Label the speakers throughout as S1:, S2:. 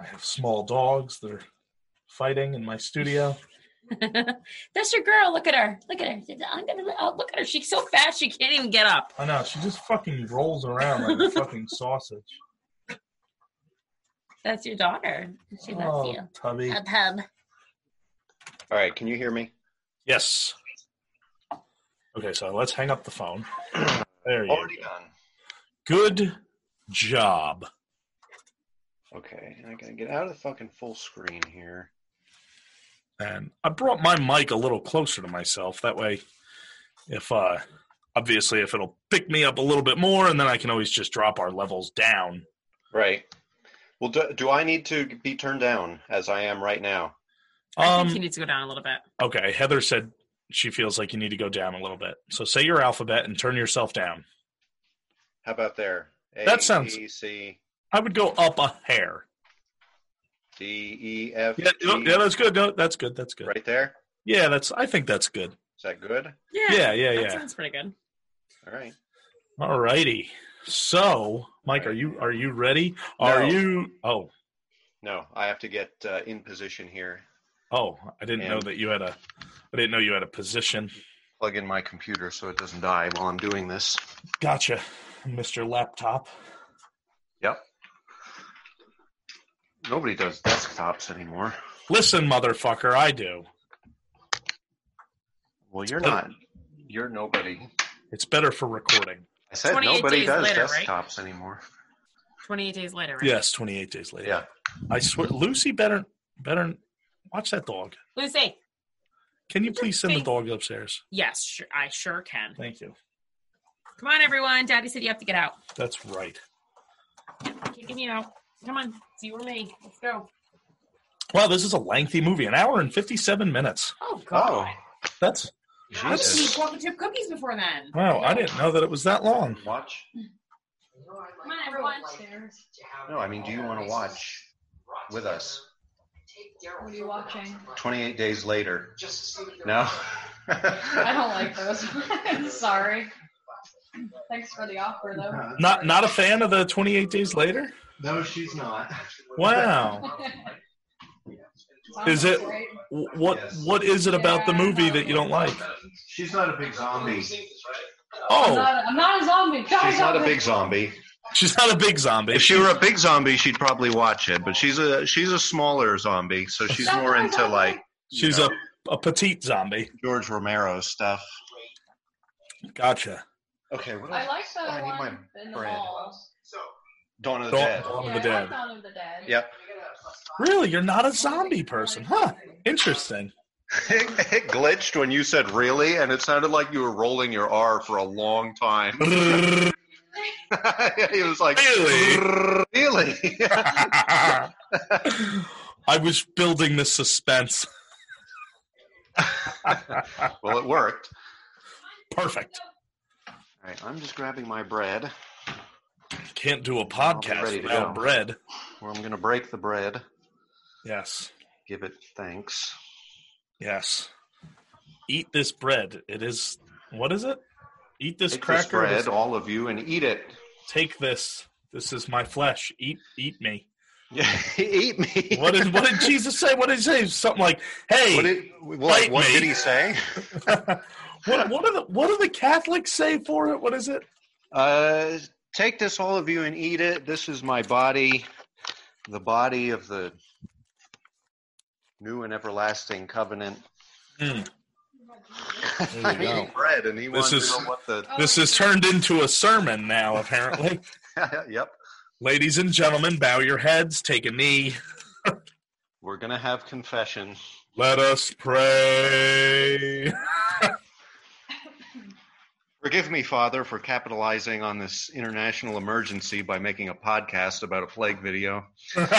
S1: I have small dogs that are fighting in my studio.
S2: That's your girl. Look at her. Look at her. I'm gonna oh, look at her. She's so fast she can't even get up.
S1: I know she just fucking rolls around like a fucking sausage.
S2: That's your daughter. She loves
S1: oh,
S2: you.
S1: Tubby.
S2: Hub hub.
S3: All right, can you hear me?
S1: Yes. Okay, so let's hang up the phone. There you go.
S3: Already done.
S1: Good job.
S3: Okay, I gotta get out of the fucking full screen here.
S1: And I brought my mic a little closer to myself. That way, if uh, obviously if it'll pick me up a little bit more, and then I can always just drop our levels down.
S3: Right. Well, do, do I need to be turned down as I am right now?
S2: I think
S1: Um,
S2: he needs to go down a little bit.
S1: Okay, Heather said she feels like you need to go down a little bit. So say your alphabet and turn yourself down.
S3: How about there? A,
S1: That sounds-
S3: B, C,
S1: I would go up a hair.
S3: D, E, F,
S1: Yeah, no,
S3: G.
S1: yeah, that's good. No, that's good. That's good.
S3: right there.
S1: Yeah, that's. I think that's good.
S3: Is that good?
S1: Yeah, yeah,
S2: that
S1: yeah.
S2: sounds pretty good.
S3: All right.
S1: All righty. So, Mike, are you are you ready? Are
S3: No.
S1: you? Oh,
S3: No, I have to get uh, in position here.
S1: oh, I didn't know
S3: And-
S1: that you had a. I didn't know you had a position.
S3: Plug in my computer so it doesn't die while I'm doing this.
S1: Gotcha, Mister Laptop.
S3: Yep. Nobody does desktops anymore.
S1: Listen, motherfucker, I do.
S3: Well, you're
S1: Oh.
S3: not. You're nobody.
S1: It's better for recording.
S3: I said
S2: 28
S3: nobody
S2: days
S3: does
S2: later, right?
S3: desktops anymore.
S2: Twenty eight days later, right?
S1: Yes, twenty eight days later.
S3: Yeah.
S1: I swear, Lucy better better watch that dog.
S2: Lucy.
S1: Can you
S2: Is it
S1: please send the
S2: pink?
S1: dog upstairs?
S2: Yes, sure, I sure can.
S1: Thank you.
S2: Come on, everyone. Daddy said you have to get out.
S1: That's right.
S2: Kicking you out. Come on. It's you or me. Let's go.
S1: Wow, this is a lengthy movie—an hour and fifty-seven minutes.
S2: Oh God.
S1: That's
S2: I was gonna eat
S3: Jesus.
S2: chocolate chip cookies before then.
S1: wow. I didn't know that it was that long.
S3: Watch?
S2: Come on, everyone.
S3: No, I mean, do you want to watch with us
S4: What are you watching?
S3: 28 Days Later? No?
S4: I don't like those. I'm sorry. Thanks for the offer, though.
S1: Not not a fan of the twenty-eight days later.
S3: No, she's not.
S1: Wow. Is it-
S4: Right?
S1: W- What what is it about the movie that you don't like?
S3: She's not a big zombie.
S4: I'm,
S1: Oh,
S4: not, I'm not a zombie. Johnny's
S3: She's not a big zombie.
S1: she's not a big zombie.
S3: If she were a big zombie, she'd probably watch it. But she's a she's a smaller zombie, so she's
S4: That's
S3: more
S4: what I
S3: into
S4: thought.
S3: like
S1: she's a a petite zombie.
S3: George Romero stuff.
S1: Gotcha.
S3: Okay, what
S4: I like the
S3: I need
S4: one in the
S3: bread.
S4: mall.
S3: Dawn of the
S1: Dawn,
S3: Dead.
S1: Dawn of
S4: yeah,
S1: the
S4: I
S1: Dead.
S4: like Dawn of the Dead.
S3: Yep.
S1: Really, you're not a zombie person, huh? Interesting.
S3: It, it glitched when you said really, and it sounded like you were rolling your R for a long time. he was like,
S1: Really?
S3: Really?
S1: I was building the suspense.
S3: well, it worked.
S1: Perfect.
S3: All right, I'm just grabbing my bread,
S1: Can't do a
S3: I'll be
S1: podcast
S3: ready to
S1: without
S3: go.
S1: bread.
S3: or I'm going to break the bread,
S1: Yes.
S3: give it thanks.
S1: Yes. Eat this bread. It is what is it? Eat this
S3: Take
S1: cracker.
S3: this bread,
S1: this-
S3: all of you, and eat it.
S1: take this. This is my flesh. Eat eat me.
S3: Yeah, eat me.
S1: What is what did Jesus say? What did he say? Something like, hey,
S3: What
S1: what,
S3: did, like,
S1: Bite
S3: what
S1: me.
S3: did he say?
S1: what, do the what do the Catholics say for it? What is it?
S3: Uh, take this, all of you, and eat it. This is my body, the body of the new and everlasting covenant.
S1: Mm. There
S3: I'm
S1: you go.
S3: eating bread, and he
S1: This
S3: wants
S1: is-
S3: to know what the.
S4: Oh,
S1: This is turned into a sermon now, apparently.
S3: yep,
S1: Ladies and gentlemen, bow your heads, take a knee.
S3: we're gonna have confession.
S1: Let us pray.
S3: Forgive me, Father, for capitalizing on this international emergency by making a podcast about a plague video.
S1: at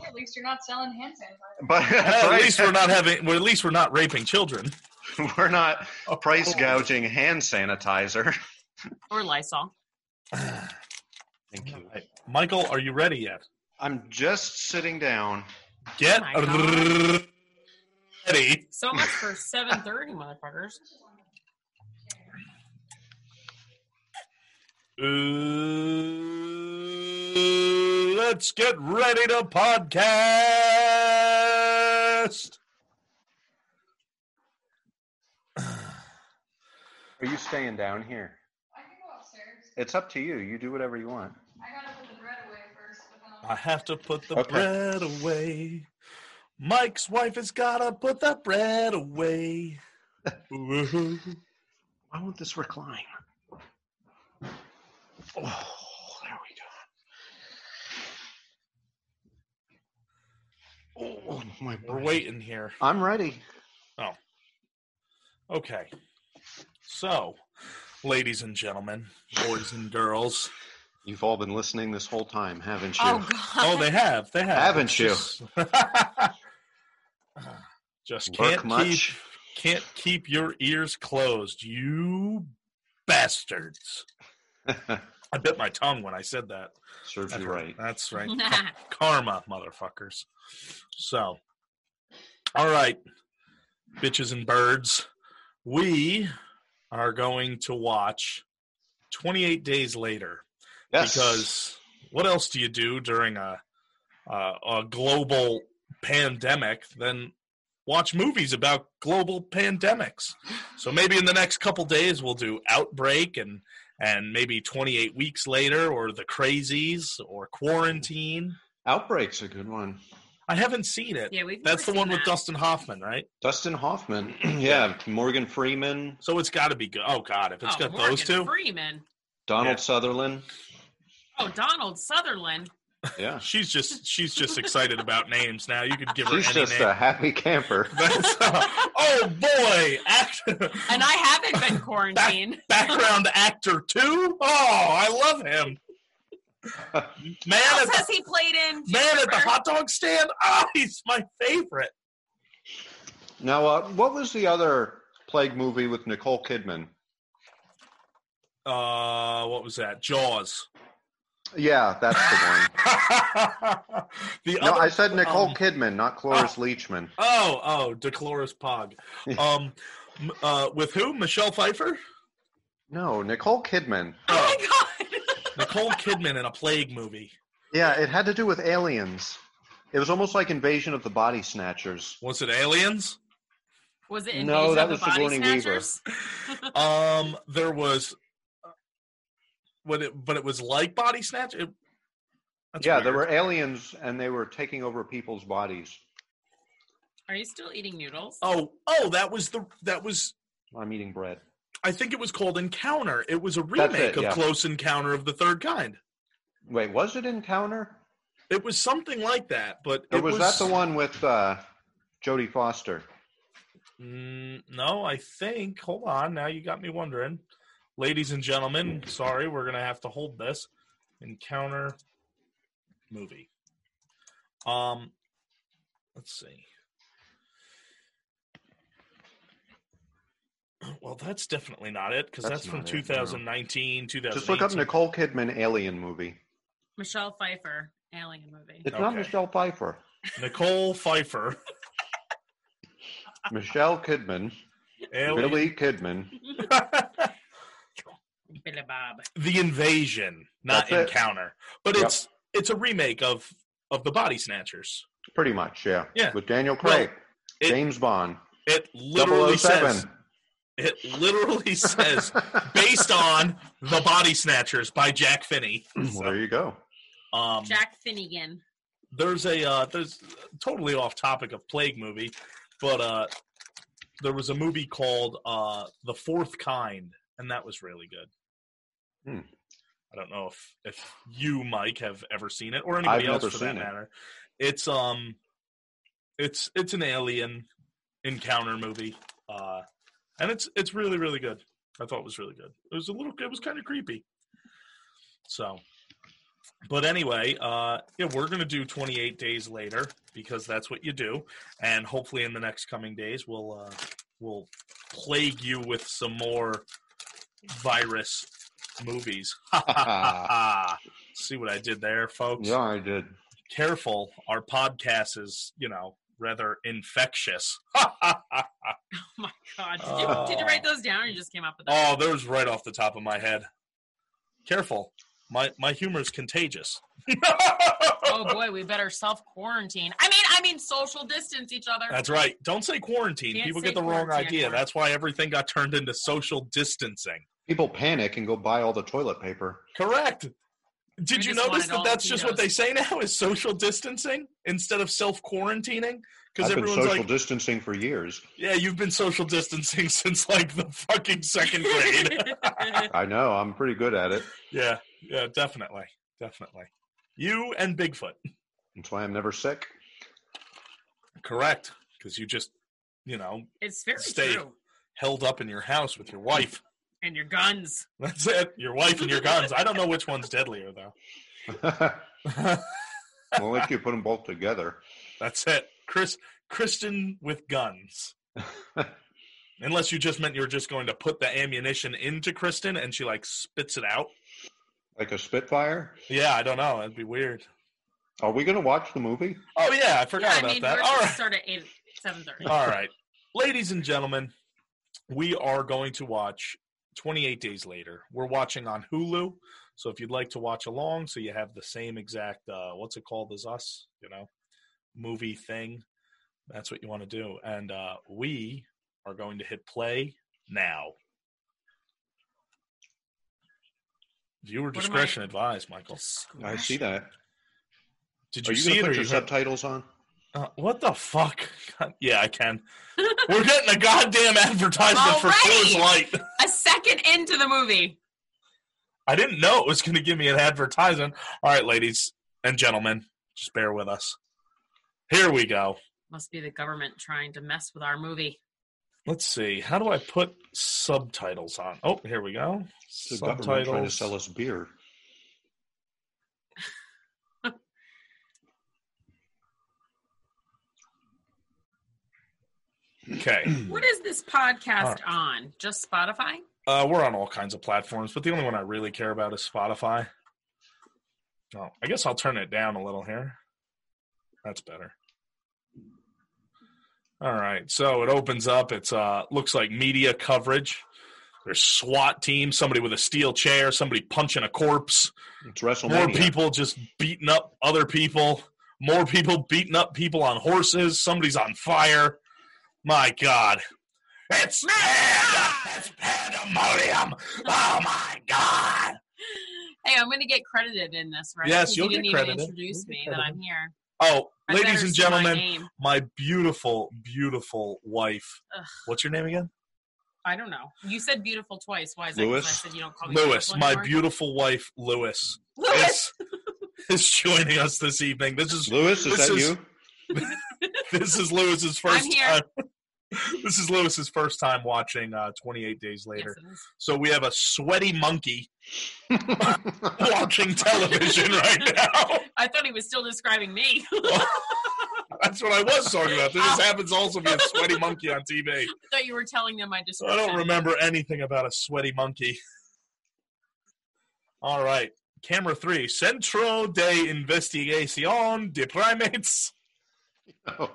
S4: At least you're not selling hand sanitizer.
S3: But at
S1: least we're not having. Well, at least we're not raping children.
S3: we're not price
S1: Oh.
S3: gouging hand sanitizer.
S2: Or Lysol.
S3: Thank you.
S1: Michael, are you ready yet?
S3: I'm just sitting down.
S1: Get
S2: Oh my
S1: ready.
S2: So much for seven thirty, motherfuckers.
S1: Ooh, Let's get ready to podcast.
S3: Are you staying down here?
S4: I can go upstairs.
S3: It's up to you. You do whatever you want.
S4: I gotta put the bread away first. But then I'll-
S1: I have to put the
S3: Okay.
S1: bread away. Mike's wife has got to put the bread away. Woo-hoo.
S3: Mm-hmm. I want this recline. Oh, there we go. Oh, my
S1: We're
S3: boy.
S1: waiting here.
S3: I'm ready.
S1: Okay. So, ladies and gentlemen, boys and girls.
S3: You've all been listening this whole time, haven't you?
S2: Oh God.
S1: Oh, they have. They have.
S3: Haven't
S1: It's
S3: you?
S1: Just, just
S3: Work
S1: can't keep
S3: much?
S1: can't keep your ears closed, you bastards. I bit my tongue when I said that.
S3: Serves you right.
S1: That's right. Karma, motherfuckers. So, all right, bitches and birds, we are going to watch 28 Days Later
S3: Yes.
S1: because what else do you do during a uh, a global pandemic than watch movies about global pandemics? So maybe in the next couple days we'll do Outbreak and and maybe 28 weeks later or The Crazies or Quarantine.
S3: Outbreak's a good one.
S1: I haven't seen it.
S2: Yeah, we've.
S1: That's the
S2: never
S1: one
S2: seen
S1: with
S2: that.
S1: Dustin Hoffman, right?
S3: Dustin Hoffman. yeah. Morgan Freeman.
S1: So it's got to be good. Oh God, if it's
S5: oh,
S1: got
S5: Morgan
S1: those two,
S5: Freeman.
S3: Donald
S1: Yeah.
S3: Sutherland.
S5: Oh, Donald Sutherland.
S3: Yeah.
S1: she's just she's just excited about names now. You could give her
S3: She's
S1: any
S3: just
S1: name.
S3: a happy camper.
S1: That's, uh, oh boy, Act-
S5: And I haven't been quarantined.
S1: background actor too. Oh, I love him. Man at
S5: What
S1: the,
S5: else has he played in? Do you
S1: man at the
S5: remember?
S1: hot dog stand. Oh, he's my favorite.
S3: Now, uh, what was the other plague movie with Nicole Kidman?
S1: Uh, what was that? Jaws.
S3: Yeah, that's the one.
S1: the
S3: No,
S1: other.
S3: I said Nicole
S1: um,
S3: Kidman, not Cloris Leachman.
S1: oh, oh, Decloris Pog. Um, m- uh, with who? Michelle Pfeiffer.
S3: No, Nicole Kidman.
S5: Oh my god.
S1: Nicole Kidman in a plague movie.
S3: Yeah, it had to do with aliens. It was almost like Invasion of the Body Snatchers.
S1: Was it Aliens?
S5: Was it
S3: No,
S5: Invasion
S3: that
S5: of
S3: was
S5: the Body
S3: Sigourney Weaver.
S5: Snatchers?
S1: Um, there was. What it, but it was like Body Snatch. It, that's
S3: yeah, there
S1: weird.
S3: were aliens and they were taking over people's bodies.
S5: Are you still eating noodles?
S1: Oh, oh, that was the that was.
S3: I'm eating bread.
S1: I think it was called Encounter. It was a
S3: That's
S1: remake
S3: it,
S1: of
S3: yeah.
S1: Close Encounter of the Third Kind.
S3: Wait, was it Encounter?
S1: It was something like that, but
S3: Or
S1: it
S3: was, that the one with uh, Jodie Foster?
S1: Mm, no, I think. Hold on, now you got me wondering, ladies and gentlemen. Sorry, we're gonna have to hold this Encounter movie. Um, let's see. Well, that's definitely not it because
S3: That's
S1: that's, from
S3: not it, no.
S1: 2019, 2018.
S3: Just look up Nicole Kidman alien movie.
S5: Michelle Pfeiffer, alien movie.
S3: It's not
S1: Okay.
S3: Michelle Pfeiffer.
S1: Nicole Pfeiffer,
S3: Michelle Kidman,
S1: Alien-
S3: Billy Kidman.
S5: Billy Bob.
S1: The Invasion, not
S3: That's it.
S1: Encounter, but
S3: Yep.
S1: it's it's a remake of of the Body Snatchers.
S3: Pretty much, yeah.
S1: Yeah.
S3: With Daniel Craig,
S1: it-
S3: James Bond,
S1: It literally
S3: 007.
S1: says it literally says based on the Body Snatchers by Jack Finney.
S3: well, there you go.
S1: Um,
S5: Jack Finnegan.
S1: there's a uh, there's totally off topic of plague movie, but uh, there was a movie called uh, The Fourth Kind, and that was really good.
S3: Hmm.
S1: I don't know if if you, Mike, have ever seen it or anybody
S3: I've
S1: else
S3: never
S1: for that
S3: seen it.
S1: matter. It's um, it's it's an alien encounter movie, uh, and it's it's really really good. I thought it was really good. It was a little, it was kind of creepy. So, but anyway, uh, yeah, we're gonna do 28 days later because that's what you do, and hopefully in the next coming days we'll uh, we'll plague you with some more virus movies. See what I did there, folks.
S3: Yeah, I did.
S1: Careful, our podcast is you know rather infectious.
S5: Oh my god. Did,
S1: Oh.
S5: oh. you, did you write those down or you just came up with that?
S1: Oh, those right off the top of my head. Careful. My my humor is contagious.
S5: Oh boy, we better self quarantine. I mean, I mean, social distance each other.
S1: That's right. Don't say quarantine.
S5: Can't
S1: People
S5: say
S1: get the wrong
S5: quarantine
S1: idea.
S5: anymore.
S1: That's why everything got turned into social distancing.
S3: People panic and go buy all the toilet paper.
S1: Correct. Did
S5: We
S1: you
S5: just
S1: notice
S5: wanted
S1: that
S5: all the
S1: that's just what they
S5: Tito's.
S1: say now is social distancing instead of self quarantining? Because
S3: I've been
S1: everyone's
S3: social
S1: like,
S3: distancing for years.
S1: yeah, you've been social distancing since like the fucking second grade.
S3: I know. I'm pretty good at it.
S1: yeah, yeah, definitely. Definitely. You and Bigfoot.
S3: That's why I'm never sick.
S1: Correct. Because you just, you know,
S5: it's very
S1: Stay.
S5: true.
S1: held up in your house with your wife.
S5: And your guns.
S1: That's it. Your wife and your guns. I don't know which one's deadlier, though.
S3: well, if you put them both together.
S1: That's it. Chris Kristen with guns. Unless you just meant you're just going to put the ammunition into Kristen and she like spits it out.
S3: Like a Spitfire?
S1: Yeah, I don't know. That'd be weird.
S3: Are we going to watch the movie?
S1: Oh yeah, I forgot
S5: yeah,
S1: about
S5: I mean,
S1: that.
S5: we're
S1: All
S5: supposed to
S1: right.
S5: start at eight, seven thirty.
S1: All right. Ladies and gentlemen, we are going to watch 28 Days Later. We're watching on Hulu. So if you'd like to watch along, so you have the same exact, uh, what's it called as us, you know, movie thing, that's what you want to do. And uh, we are going to hit play now. Viewer
S5: What am I-
S1: discretion advised, Michael.
S3: I see that.
S1: Did
S3: Are
S1: you,
S3: you
S1: see
S3: going
S1: it or
S3: to put
S1: you
S3: your
S1: heard-
S3: subtitles on?
S1: Uh, what the fuck? God- yeah, I can. We're getting a goddamn advertisement for Coors Light.
S5: A second into the movie.
S1: I didn't know it was going to give me an advertisement. All right, ladies and gentlemen, just bear with us. Here we go.
S5: Must be the government trying to mess with our movie.
S1: Let's see. How do I put subtitles on? Oh, here we go.
S3: The government trying to
S1: Subtitles.
S3: sell us beer.
S1: Okay.
S5: What is this
S1: Alright.
S5: podcast on? Just Spotify?
S1: Uh, we're on all kinds of platforms, but the only one I really care about is Spotify. Oh, I guess I'll turn it down a little here. That's better. All right, so it opens up. It's uh, looks like media coverage. There's SWAT team, somebody with a steel chair, somebody punching a corpse.
S3: It's
S1: More
S3: WrestleMania.
S1: people just beating up other people. More people beating up people on horses. Somebody's on fire. My God. It's, it's pandemonium. Oh, my God.
S5: Hey, I'm going to get credited in this, right?
S1: Yes,
S5: 'Cause
S1: you'll
S5: you didn't
S1: get
S5: even
S1: credited.
S5: introduce
S1: You'll get
S5: me that I'm here.
S1: Oh,
S5: I
S1: ladies
S5: better
S1: and
S5: say my
S1: gentlemen,
S5: name.
S1: my beautiful, beautiful wife.
S5: Ugh.
S1: What's your name again?
S5: I don't know. You said beautiful twice. Why is that? 'Cause
S3: Lewis.
S5: I said you don't call me
S1: Lewis.
S5: beautiful
S1: My
S5: anymore?
S1: beautiful wife, Lewis,
S5: Lewis.
S1: is, is joining us this evening. This is
S3: Lewis, is
S1: This
S3: that
S1: is-
S3: you?
S1: this is Lewis's 1st
S5: here.
S1: time. This is Lewis's first time watching uh, 28 Days
S5: Yes,
S1: Later.
S5: it is.
S1: So we have a sweaty monkey watching television right now.
S5: I thought he was still describing me. I
S1: That's what I was talking about. This happens to also be a sweaty monkey on TV.
S5: thought you were telling them my
S1: So I
S5: description.
S1: don't remember anything about a sweaty monkey. All right. Camera three, Centro de Investigación de Primates.
S3: Oh,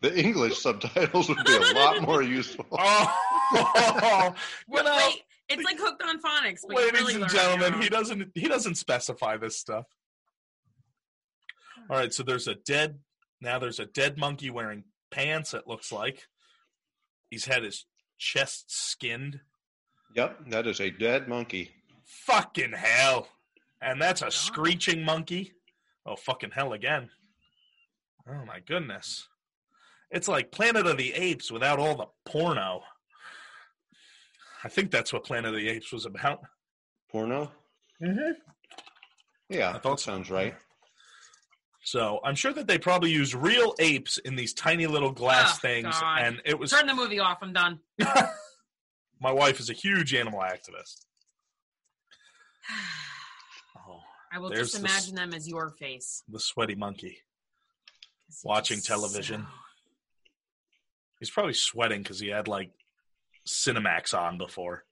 S3: the English subtitles would be a lot more useful.
S1: Oh, you
S5: Well,
S1: know,
S5: wait, it's like hooked on phonics. But you
S1: ladies
S5: really
S1: and
S5: learn
S1: gentlemen,
S5: your
S1: he
S5: own.
S1: doesn't he doesn't specify this stuff. All right, so there's a dead now there's a dead monkey wearing pants, it looks like. He's had his chest skinned.
S3: Yep, that is a dead monkey.
S1: Fucking hell. And that's a
S5: God.
S1: screeching monkey. Oh, fucking hell again. Oh, my goodness. It's like Planet of the Apes without all the porno. I think that's what Planet of the Apes was about.
S3: Porno? Yeah,
S1: Mm-hmm. I
S3: that
S1: thought so.
S3: sounds right.
S1: So I'm sure that they probably use real apes in these tiny little glass
S5: Oh,
S1: things.
S5: God.
S1: And it was
S5: Turn the movie off. I'm done.
S1: my wife is a huge animal activist. Oh,
S5: I will
S1: There's
S5: just
S1: this-
S5: imagine them as your face.
S1: the sweaty monkey.
S5: 'Cause you
S1: Watching
S5: just-
S1: television. He's probably sweating because he had like Cinemax on before.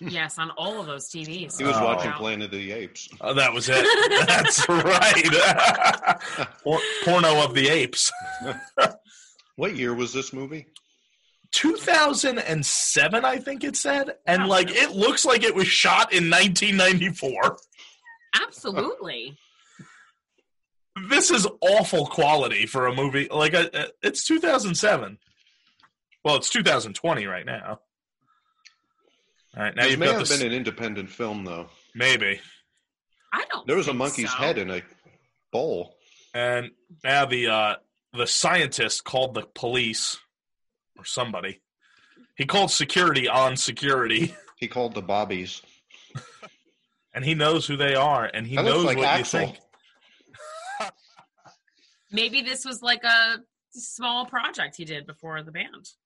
S5: yes, on all of those TVs.
S3: He was
S1: Oh.
S3: watching
S5: Wow.
S3: Planet of the Apes.
S1: Oh, that was it. That's right. Por- porno of the Apes.
S3: What year was this movie?
S1: 2007, I think it said. And
S5: Oh,
S1: like,
S5: no.
S1: it looks like it was shot in 1994.
S5: Absolutely.
S1: This is awful quality for a movie. Like uh, uh, it's 2007. Well, it's 2020 right now. All right, now
S3: This
S1: you've
S3: may
S1: got
S3: have
S1: this.
S3: been an independent film, though.
S1: maybe,
S5: I don't.
S3: There was a
S5: think
S3: monkey's
S5: so.
S3: head in a bowl.
S1: and now the uh, the scientist called the police or somebody. He called security on security,
S3: He called the Bobbies.
S1: and he knows who they are, and he
S3: That looks
S1: knows
S3: like
S1: what
S3: Axel.
S1: you think.
S5: Maybe this was like a small project he did before the band.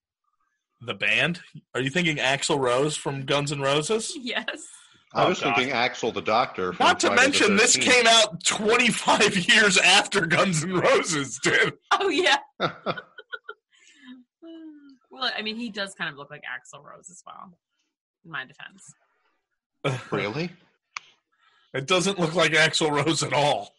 S1: The band? Are you thinking Axel Rose from Guns N' Roses?
S5: Yes.
S3: I
S1: Oh,
S3: was
S1: God.
S3: thinking Axel the Doctor. from
S1: Not to
S3: Friday the
S1: mention, this
S3: 13th.
S1: came out 25 years after Guns N' Roses did.
S5: Oh yeah. Well, I mean, he does kind of look like Axl Rose as well. In my defense,
S3: really?
S1: It doesn't look like Axl Rose at all.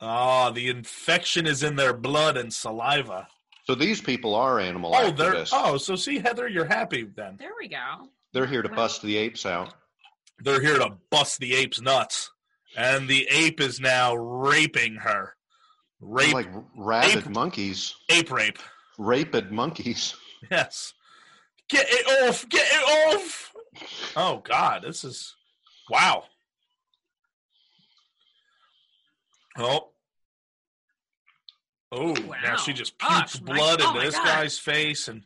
S1: Ah, the infection is in their blood and saliva.
S3: So these people are animal
S1: Oh, they're
S3: activists.
S1: oh, so see Heather, you're happy then.
S5: there we go.
S3: They're here to bust the apes out.
S1: They're here to bust the ape's nuts, and the ape is now raping her.
S3: They're
S1: Rape,
S3: Like rabid
S1: ape-
S3: monkeys.
S1: ape rape.
S3: Rapid monkeys.
S1: Yes. Get it off! Get it off! Oh God, this is wow. Oh. Oh, now
S5: Wow.
S1: she just
S5: Gosh,
S1: pukes
S5: my-
S1: blood
S5: oh
S1: into
S5: my
S1: this
S5: God. Ah.
S1: guy's face, and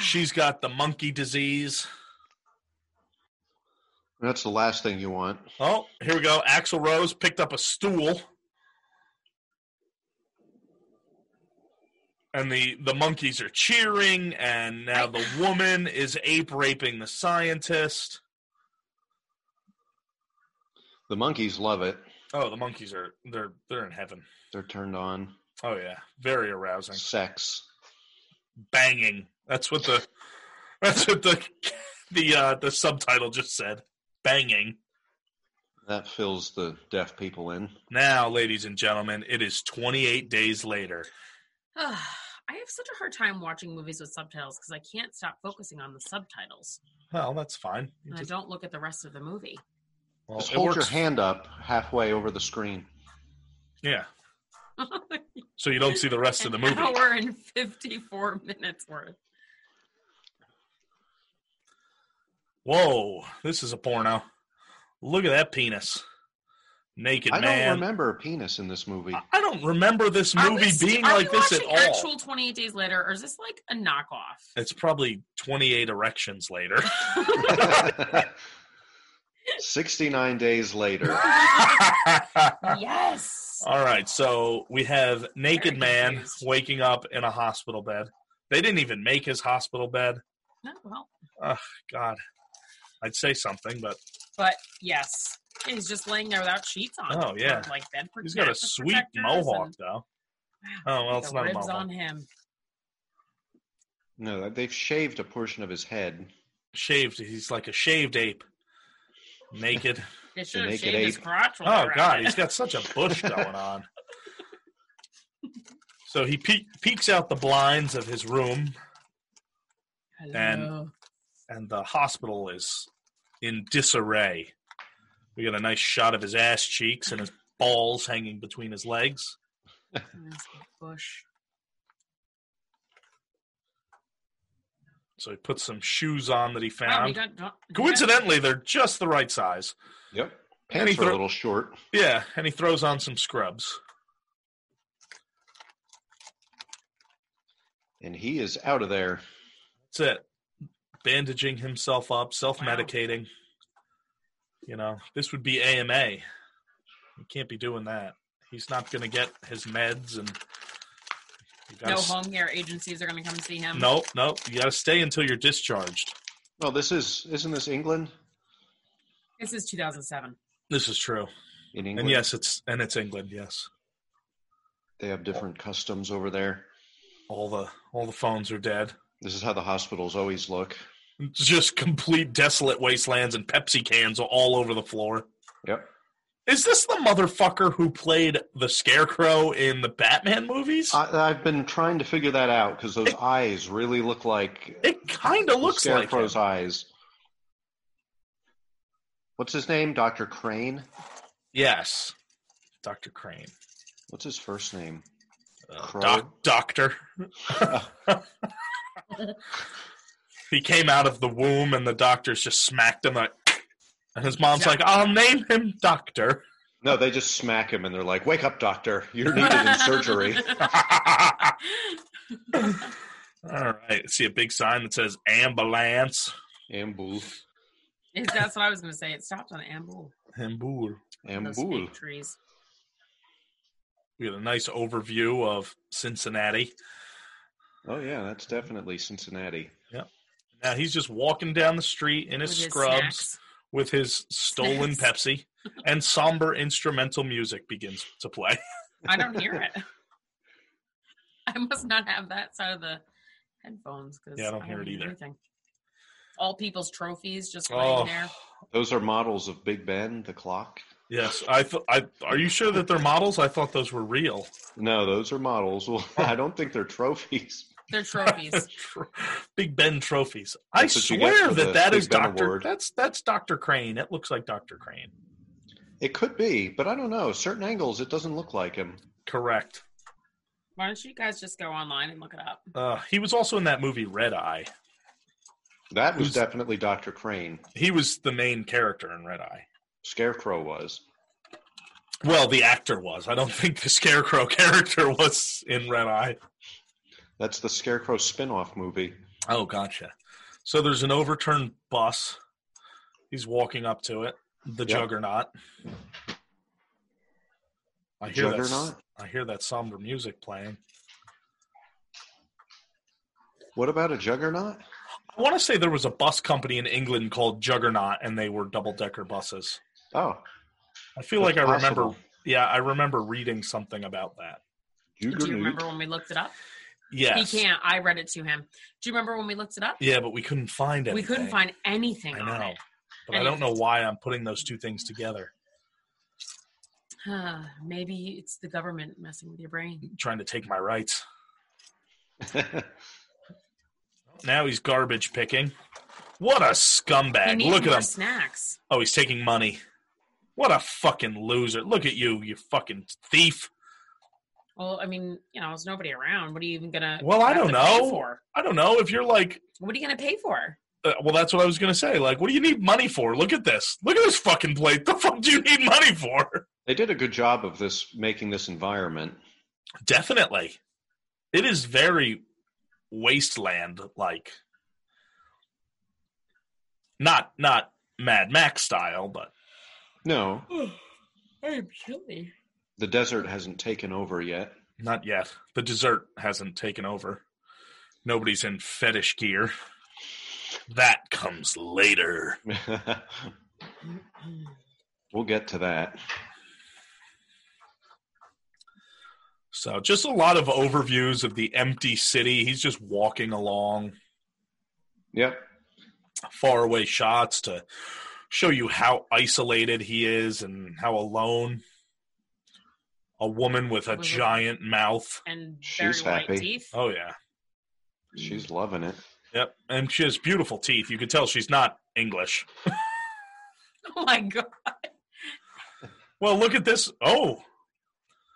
S1: she's got the monkey disease.
S3: That's the last thing you want.
S1: Oh, here we go. Axel Rose picked up a stool, and the the monkeys are cheering, and now
S5: I-
S1: the woman is ape raping the scientist.
S3: The monkeys love it.
S1: Oh, the monkeys are they're they're in heaven.
S3: They're turned on.
S1: Oh yeah, very arousing,
S3: Sex.
S1: banging. That's what the that's what the the uh, the subtitle just said. Banging.
S3: That fills the deaf people in.
S1: Now, ladies and gentlemen, it is 28 days later.
S5: I have such a hard time watching movies with subtitles because I can't stop focusing on the subtitles,
S1: Well, that's fine. You
S5: and I
S1: just-
S5: don't look at the rest of the movie.
S1: well,
S3: Just
S1: it
S3: hold your
S1: works.
S3: hand up halfway over the screen.
S1: Yeah, so you don't see the rest of the
S5: An
S1: movie.
S5: hour and fifty-four minutes worth.
S1: Whoa, this is a porno. Look at that penis, naked
S3: I
S1: man.
S3: don't remember a penis in this movie.
S1: I- I don't remember this
S5: Are
S1: movie
S5: we s-
S1: being
S5: are
S1: like
S5: we
S1: this at
S5: watching
S1: all.
S5: Actual Twenty-Eight Days Later, or is this like a knockoff?
S1: It's probably 28 erections later.
S3: 69 days later.
S5: yes.
S1: All right, so we have naked
S5: Very
S1: man
S5: confused.
S1: waking up in a hospital bed. They didn't even make his hospital bed.
S5: No, Oh, well,
S1: God, I'd say something, but
S5: but yes, he's just laying there without sheets on.
S1: Oh,
S5: or,
S1: yeah.
S5: like bed.
S1: he's got a
S5: mattress
S1: sweet
S5: protectors
S1: mohawk,
S5: and-
S1: though.
S5: Wow,
S1: Oh well,
S5: the
S1: it's not a
S5: ribs on
S1: mohawk.
S5: him.
S3: No, they've shaved a portion of his head.
S1: Shaved. He's like a shaved ape, naked.
S5: They should have
S3: naked
S5: shaved his
S3: ape.
S5: crotch. while
S1: oh
S5: they were at
S1: God,
S5: it.
S1: he's got such a bush going on. So he pe- peeks out the blinds of his room, and-
S5: Hello.
S1: and the hospital is in disarray. We got a nice shot of his ass cheeks and his balls hanging between his legs.
S5: That's a bush.
S1: So he puts some shoes on that he
S5: Wow, he
S1: found.
S5: Oh, got- don't- he got-
S1: Coincidentally, they're just the right size.
S3: Yep.
S1: And he
S3: Pants are a
S1: throw-
S3: little short.
S1: Yeah, and he throws on some scrubs.
S3: And he is out of there.
S1: That's it. Bandaging himself up, self medicating. You know, this would be AMA. He can't be doing that. He's not going to get his meds and. You gotta
S5: no
S1: s-
S5: home care agencies are going to come see him.
S1: Nope, nope. You got to stay until you're discharged.
S3: Well, this is isn't this England?
S5: This is 2007.
S1: This is true.
S3: In England,
S1: And yes, it's and it's England, yes.
S3: they have different customs over there.
S1: All the all the phones are dead.
S3: This is how the hospitals always look.
S1: It's just complete desolate wastelands and Pepsi cans all over the floor.
S3: Yep.
S1: Is this the motherfucker who played the Scarecrow in the Batman movies?
S3: I, I've been trying to figure that out because those eyes really look like
S1: it kind of looks like him.
S3: Scarecrow's eyes. What's his name? Dr. Crane?
S1: Yes, Doctor Crane.
S3: What's his first name?
S1: Uh,
S3: Crow?
S1: doc, doctor. he came out of the womb, and the doctors just smacked him. Like, and his mom's like, "I'll name him Doctor."
S3: No, they just smack him and they're like, wake up, doctor. You're needed in surgery.
S1: All right. See a big sign that says ambulance.
S3: Ambul.
S5: Is- That's what I was going to say. It stopped on Amble.
S1: Ambul.
S5: Those
S3: Ambul.
S5: fake trees.
S1: We get a nice overview of Cincinnati.
S3: Oh, yeah, that's definitely Cincinnati.
S1: Now he's just walking down the street in his
S5: with his
S1: scrubs
S5: snacks.
S1: with his stolen
S5: Snacks.
S1: Pepsi, and somber instrumental music begins to play.
S5: I don't hear it. I must not have that side of the headphones. 'cause
S1: Yeah, I don't hear it either. Oh.
S5: anything. All people's trophies just laying there.
S3: Those are models of Big Ben, the clock.
S1: yes, I. Th- I. Are you sure that they're models? I thought those were real.
S3: No, those are models. Well, I don't think they're trophies.
S5: They're trophies.
S1: Tro- Big Ben trophies. I
S3: That's what you get
S1: swear
S3: for
S1: that
S3: the
S1: that
S3: Big
S1: is
S3: Ben
S1: Doctor.
S3: award.
S1: That's that's Doctor Crane. It looks like Doctor Crane.
S3: It could be, but I don't know. Certain angles, it doesn't look like him.
S1: Correct.
S5: Why don't you guys just go online and look it up?
S1: Uh, he was also in that movie Red Eye.
S3: That was
S1: Who's-
S3: definitely Dr. Crane.
S1: He was the main character in Red Eye.
S3: Scarecrow was.
S1: Well, the actor was. I don't think the Scarecrow character was in Red Eye.
S3: That's the Scarecrow spin off movie.
S1: Oh, gotcha. So there's an overturned bus. He's walking up to it. The
S3: Yep.
S1: Juggernaut. I hear
S3: Juggernaut?
S1: that. I hear that somber music playing.
S3: What about a juggernaut?
S1: I want to say there was a bus company in England called Juggernaut, and they were double decker buses.
S3: Oh,
S1: I feel like I remember. Yeah, I remember reading something about that.
S5: Do you
S3: Juggernaut.
S5: remember when we looked it up?
S1: Yes.
S5: He can't. I read it to him. Do you remember when we looked it up?
S1: Yeah, but we couldn't find anything.
S5: We couldn't find anything
S1: I
S5: on
S1: know,
S5: it.
S1: but I don't know why I'm putting those two things together,
S5: Huh, Maybe it's the government messing with your brain.
S1: trying to take my rights. Now he's garbage picking. What a
S5: He
S1: scumbag!
S5: needs
S1: Look at
S5: more
S1: him.
S5: snacks.
S1: Oh, he's taking money. What a fucking loser! Look at you, you fucking thief.
S5: Well, I mean, you know, there's nobody around. What are you even gonna?
S1: Well, I
S5: have
S1: don't
S5: to pay
S1: know.
S5: For?
S1: I don't know if you're like.
S5: What are you gonna pay for?
S1: Uh, well, that's what I was gonna say. Like, what do you need money for? Look at this. Look at this fucking plate. The fuck do you need money for?
S3: they did a good job of this, making this environment.
S1: Definitely, it is very wasteland like. Not not Mad Max style, but
S3: No,
S5: I'm chilly.
S3: the desert hasn't taken over yet.
S1: Not yet. The dessert hasn't taken over. Nobody's in fetish gear. That comes later.
S3: we'll get to that.
S1: So, just a lot of overviews of the empty city. He's just walking along,
S3: Yep.
S1: faraway shots to show you how isolated he is and how alone. A woman with a
S5: Was it-
S1: giant mouth.
S5: And very
S3: She's
S5: white
S3: happy.
S5: teeth.
S1: Oh, yeah.
S3: She's loving it.
S1: Yep. And she has beautiful teeth. You can tell she's not English.
S5: Oh my god!
S1: Well, look at this. Oh,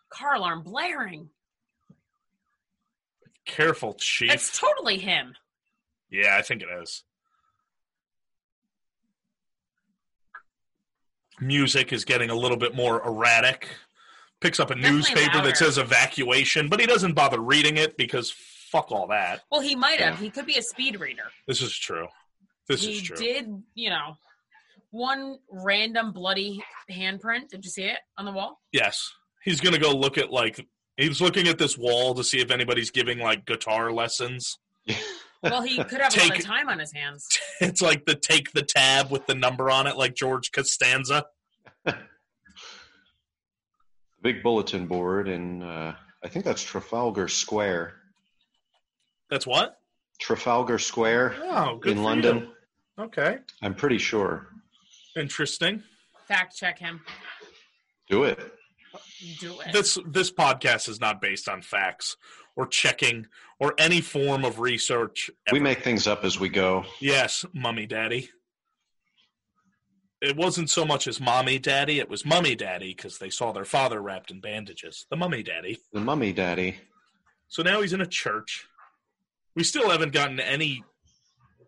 S5: Car alarm blaring.
S1: careful, chief.
S5: That's totally him.
S1: Yeah, I think it is. Music is getting a little bit more erratic. Picks up a
S5: Definitely
S1: newspaper
S5: louder.
S1: that says evacuation, but he doesn't bother reading it because fuck all that.
S5: Well, he might have.
S3: Yeah.
S5: He could be a speed reader.
S1: This is true. This
S5: he
S1: is true.
S5: did, you know, one random bloody handprint. Did you see it on the wall?
S1: Yes. He's going to go look at, like, he was looking at this wall to see if anybody's giving, like, guitar lessons.
S5: Well, he could have a lot
S1: Take-
S5: of time on his hands.
S1: It's like the take the tab with the number on it, like George Costanza.
S3: Big bulletin board, and uh, I think that's Trafalgar Square.
S1: That's what?
S3: Trafalgar Square
S1: Oh, good.
S3: in
S1: for
S3: London.
S1: you. Okay.
S3: I'm pretty sure.
S1: Interesting.
S5: Fact check him.
S3: Do it.
S5: Do it.
S1: this this podcast is not based on facts or checking or any form of research.
S3: We
S1: ever.
S3: make things up as we go.
S1: yes, mummy daddy. it wasn't so much as mommy daddy, it was mummy daddy because they saw their father wrapped in bandages. The mummy daddy.
S3: The mummy daddy.
S1: So now he's in a church. We still haven't gotten any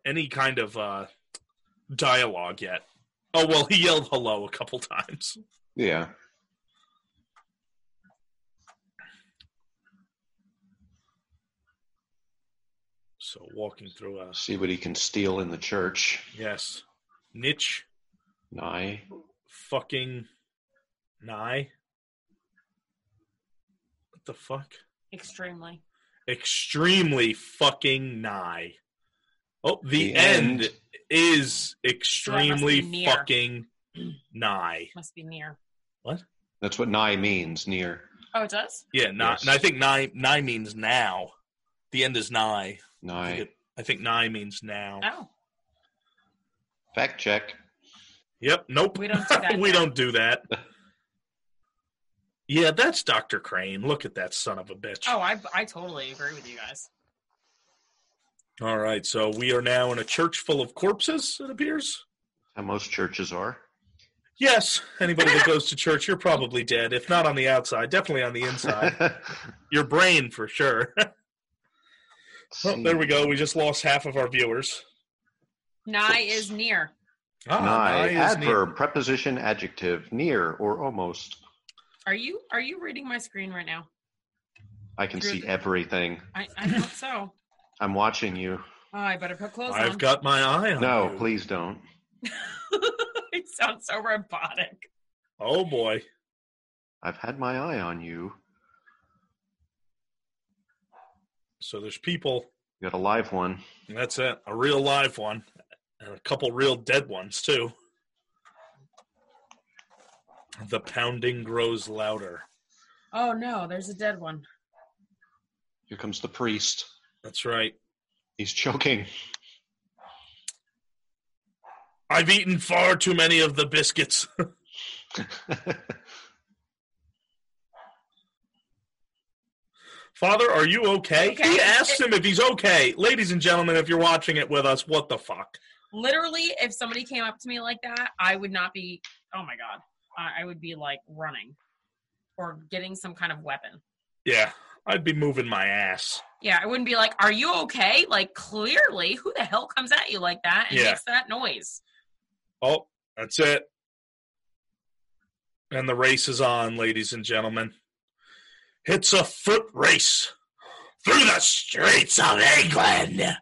S1: any kind of uh dialogue yet. Oh well, he yelled hello a couple times.
S3: Yeah.
S1: So walking through a
S3: See what he can steal in the church.
S1: yes, niche
S3: Nye.
S1: fucking nigh. What the fuck?
S5: Extremely.
S1: Extremely fucking nigh. Oh, the,
S3: The
S1: end,
S3: end.
S1: is
S5: be
S1: extremely
S5: near.
S1: fucking nigh.
S5: Must be near.
S3: That's what nigh means, near.
S5: Oh, it does?
S1: Yeah, nigh.
S3: Yes.
S1: And I think nigh nigh means now. The end is nigh. I think,
S3: Nigh.
S1: it, I think nigh means now.
S5: Oh.
S3: Fact check.
S1: Yep. Nope.
S5: We don't do that
S1: we
S5: here.
S1: don't do that. Yeah, that's Doctor Crane. Look at that son of a bitch.
S5: Oh, I, I totally agree with you guys.
S1: All right, so we are now in a church full of corpses. It appears.
S3: How most churches are.
S1: Yes, anybody that goes to church, you're probably dead. If not on the outside, definitely on the inside. Your brain, for sure. Oh, there we go. We just lost half of our viewers.
S5: Nigh is near.
S1: Ah,
S3: Nigh.
S1: nigh is near.
S3: Adverb, preposition, adjective, near or almost.
S5: Are you are you reading my screen right now?
S3: I can
S5: Through
S3: see
S5: the-
S3: everything.
S5: I, I hope so.
S3: I'm watching you.
S5: Oh, I better put clothes on.
S1: I've got my eye on
S3: No,
S1: you.
S3: please don't.
S5: it sounds so robotic.
S1: Oh boy.
S3: I've had my eye on you.
S1: So there's people.
S3: You got a live one.
S1: and That's it. A real live one, and a couple real dead ones too. The pounding grows louder.
S5: Oh no, there's a dead one.
S3: Here comes the priest.
S1: That's right.
S3: He's choking.
S1: I've eaten far too many of the biscuits. Father, are you okay?
S5: Okay.
S1: He asked him if he's okay. Ladies and gentlemen, if you're watching it with us, what the fuck?
S5: Literally, if somebody came up to me like that, I would not be. Oh my god, I, I would be like running or getting some kind of weapon.
S1: Yeah, I'd be moving my ass.
S5: Yeah, I wouldn't be like, "Are you okay?" Like, clearly, who the hell comes at you like that and
S1: Yeah.
S5: makes that noise?
S1: Oh, that's it. And the race is on, ladies and gentlemen. It's a foot race through the streets of England.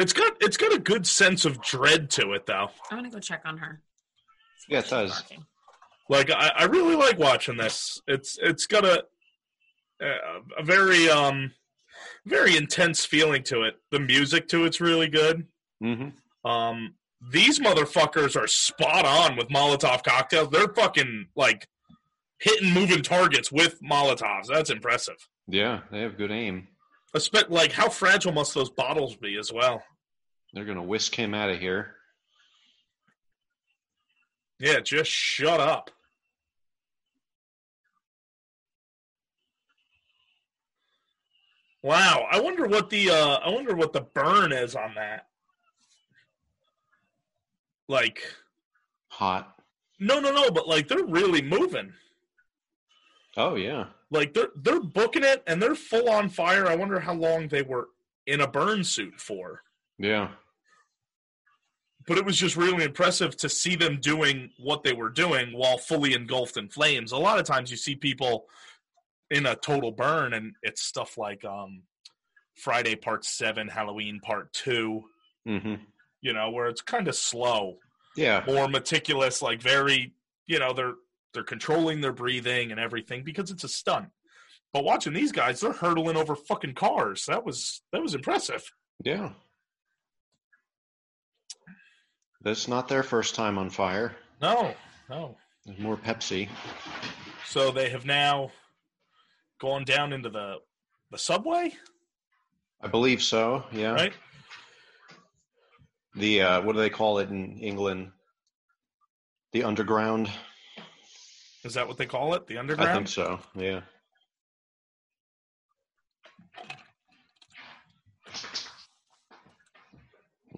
S1: It's got it's got a good sense of dread to it though.
S5: I'm gonna go check on her. See
S3: Yeah,
S5: if
S3: it
S5: she's
S3: does.
S5: barking.
S1: Like I, I really like watching this. It's it's got a a a very um very intense feeling to it. The music to it's really good.
S3: hmm
S1: Um, these motherfuckers are spot on with Molotov cocktails. They're fucking like hitting moving targets with Molotovs. That's impressive.
S3: Yeah, they have good aim.
S1: Espe- like how fragile must those bottles be as well?
S3: They're going to whisk him out of here.
S1: Yeah, just shut up. Wow, I wonder what the uh I wonder what the burn is on that. Like
S3: Hot.
S1: no no no, but like they're really moving.
S3: Oh, yeah.
S1: like they're they're booking it and they're full on fire. I wonder how long they were in a burn suit for.
S3: Yeah.
S1: But it was just really impressive to see them doing what they were doing while fully engulfed in flames. A lot of times you see people in a total burn and it's stuff like um Friday part 7, Halloween part 2,
S3: hmm
S1: you know, where it's kind of slow,
S3: Yeah.
S1: more meticulous, like very, you know, they're they're controlling their breathing and everything because it's a stunt. But watching these guys, they're hurtling over fucking cars. That was that was impressive.
S3: Yeah. That's not their first time on fire.
S1: No, no.
S3: There's more Pepsi.
S1: So they have now gone down into the the subway,
S3: I believe so. Yeah.
S1: right?
S3: The, uh, what do they call it in England? The underground?
S1: Is that what they call it? The
S3: I think
S1: underground.
S3: so. Yeah.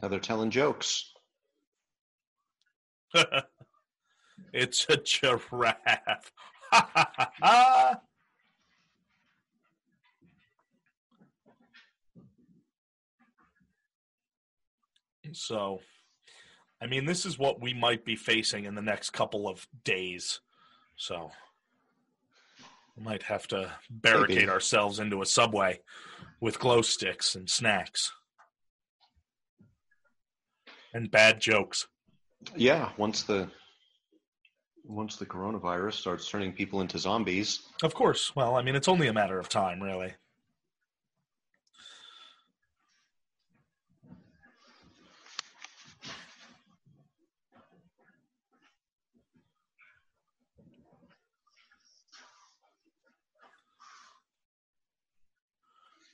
S3: Now they're telling jokes.
S1: it's a giraffe. Ha, ha, ha, ha. so, I mean, this is what we might be facing in the next couple of days. So, we might have to barricade
S3: Maybe.
S1: ourselves into a subway with glow sticks and snacks and bad jokes.
S3: Yeah, once the once the coronavirus starts turning people into zombies,
S1: Of course. Well, I mean, it's only a matter of time, really.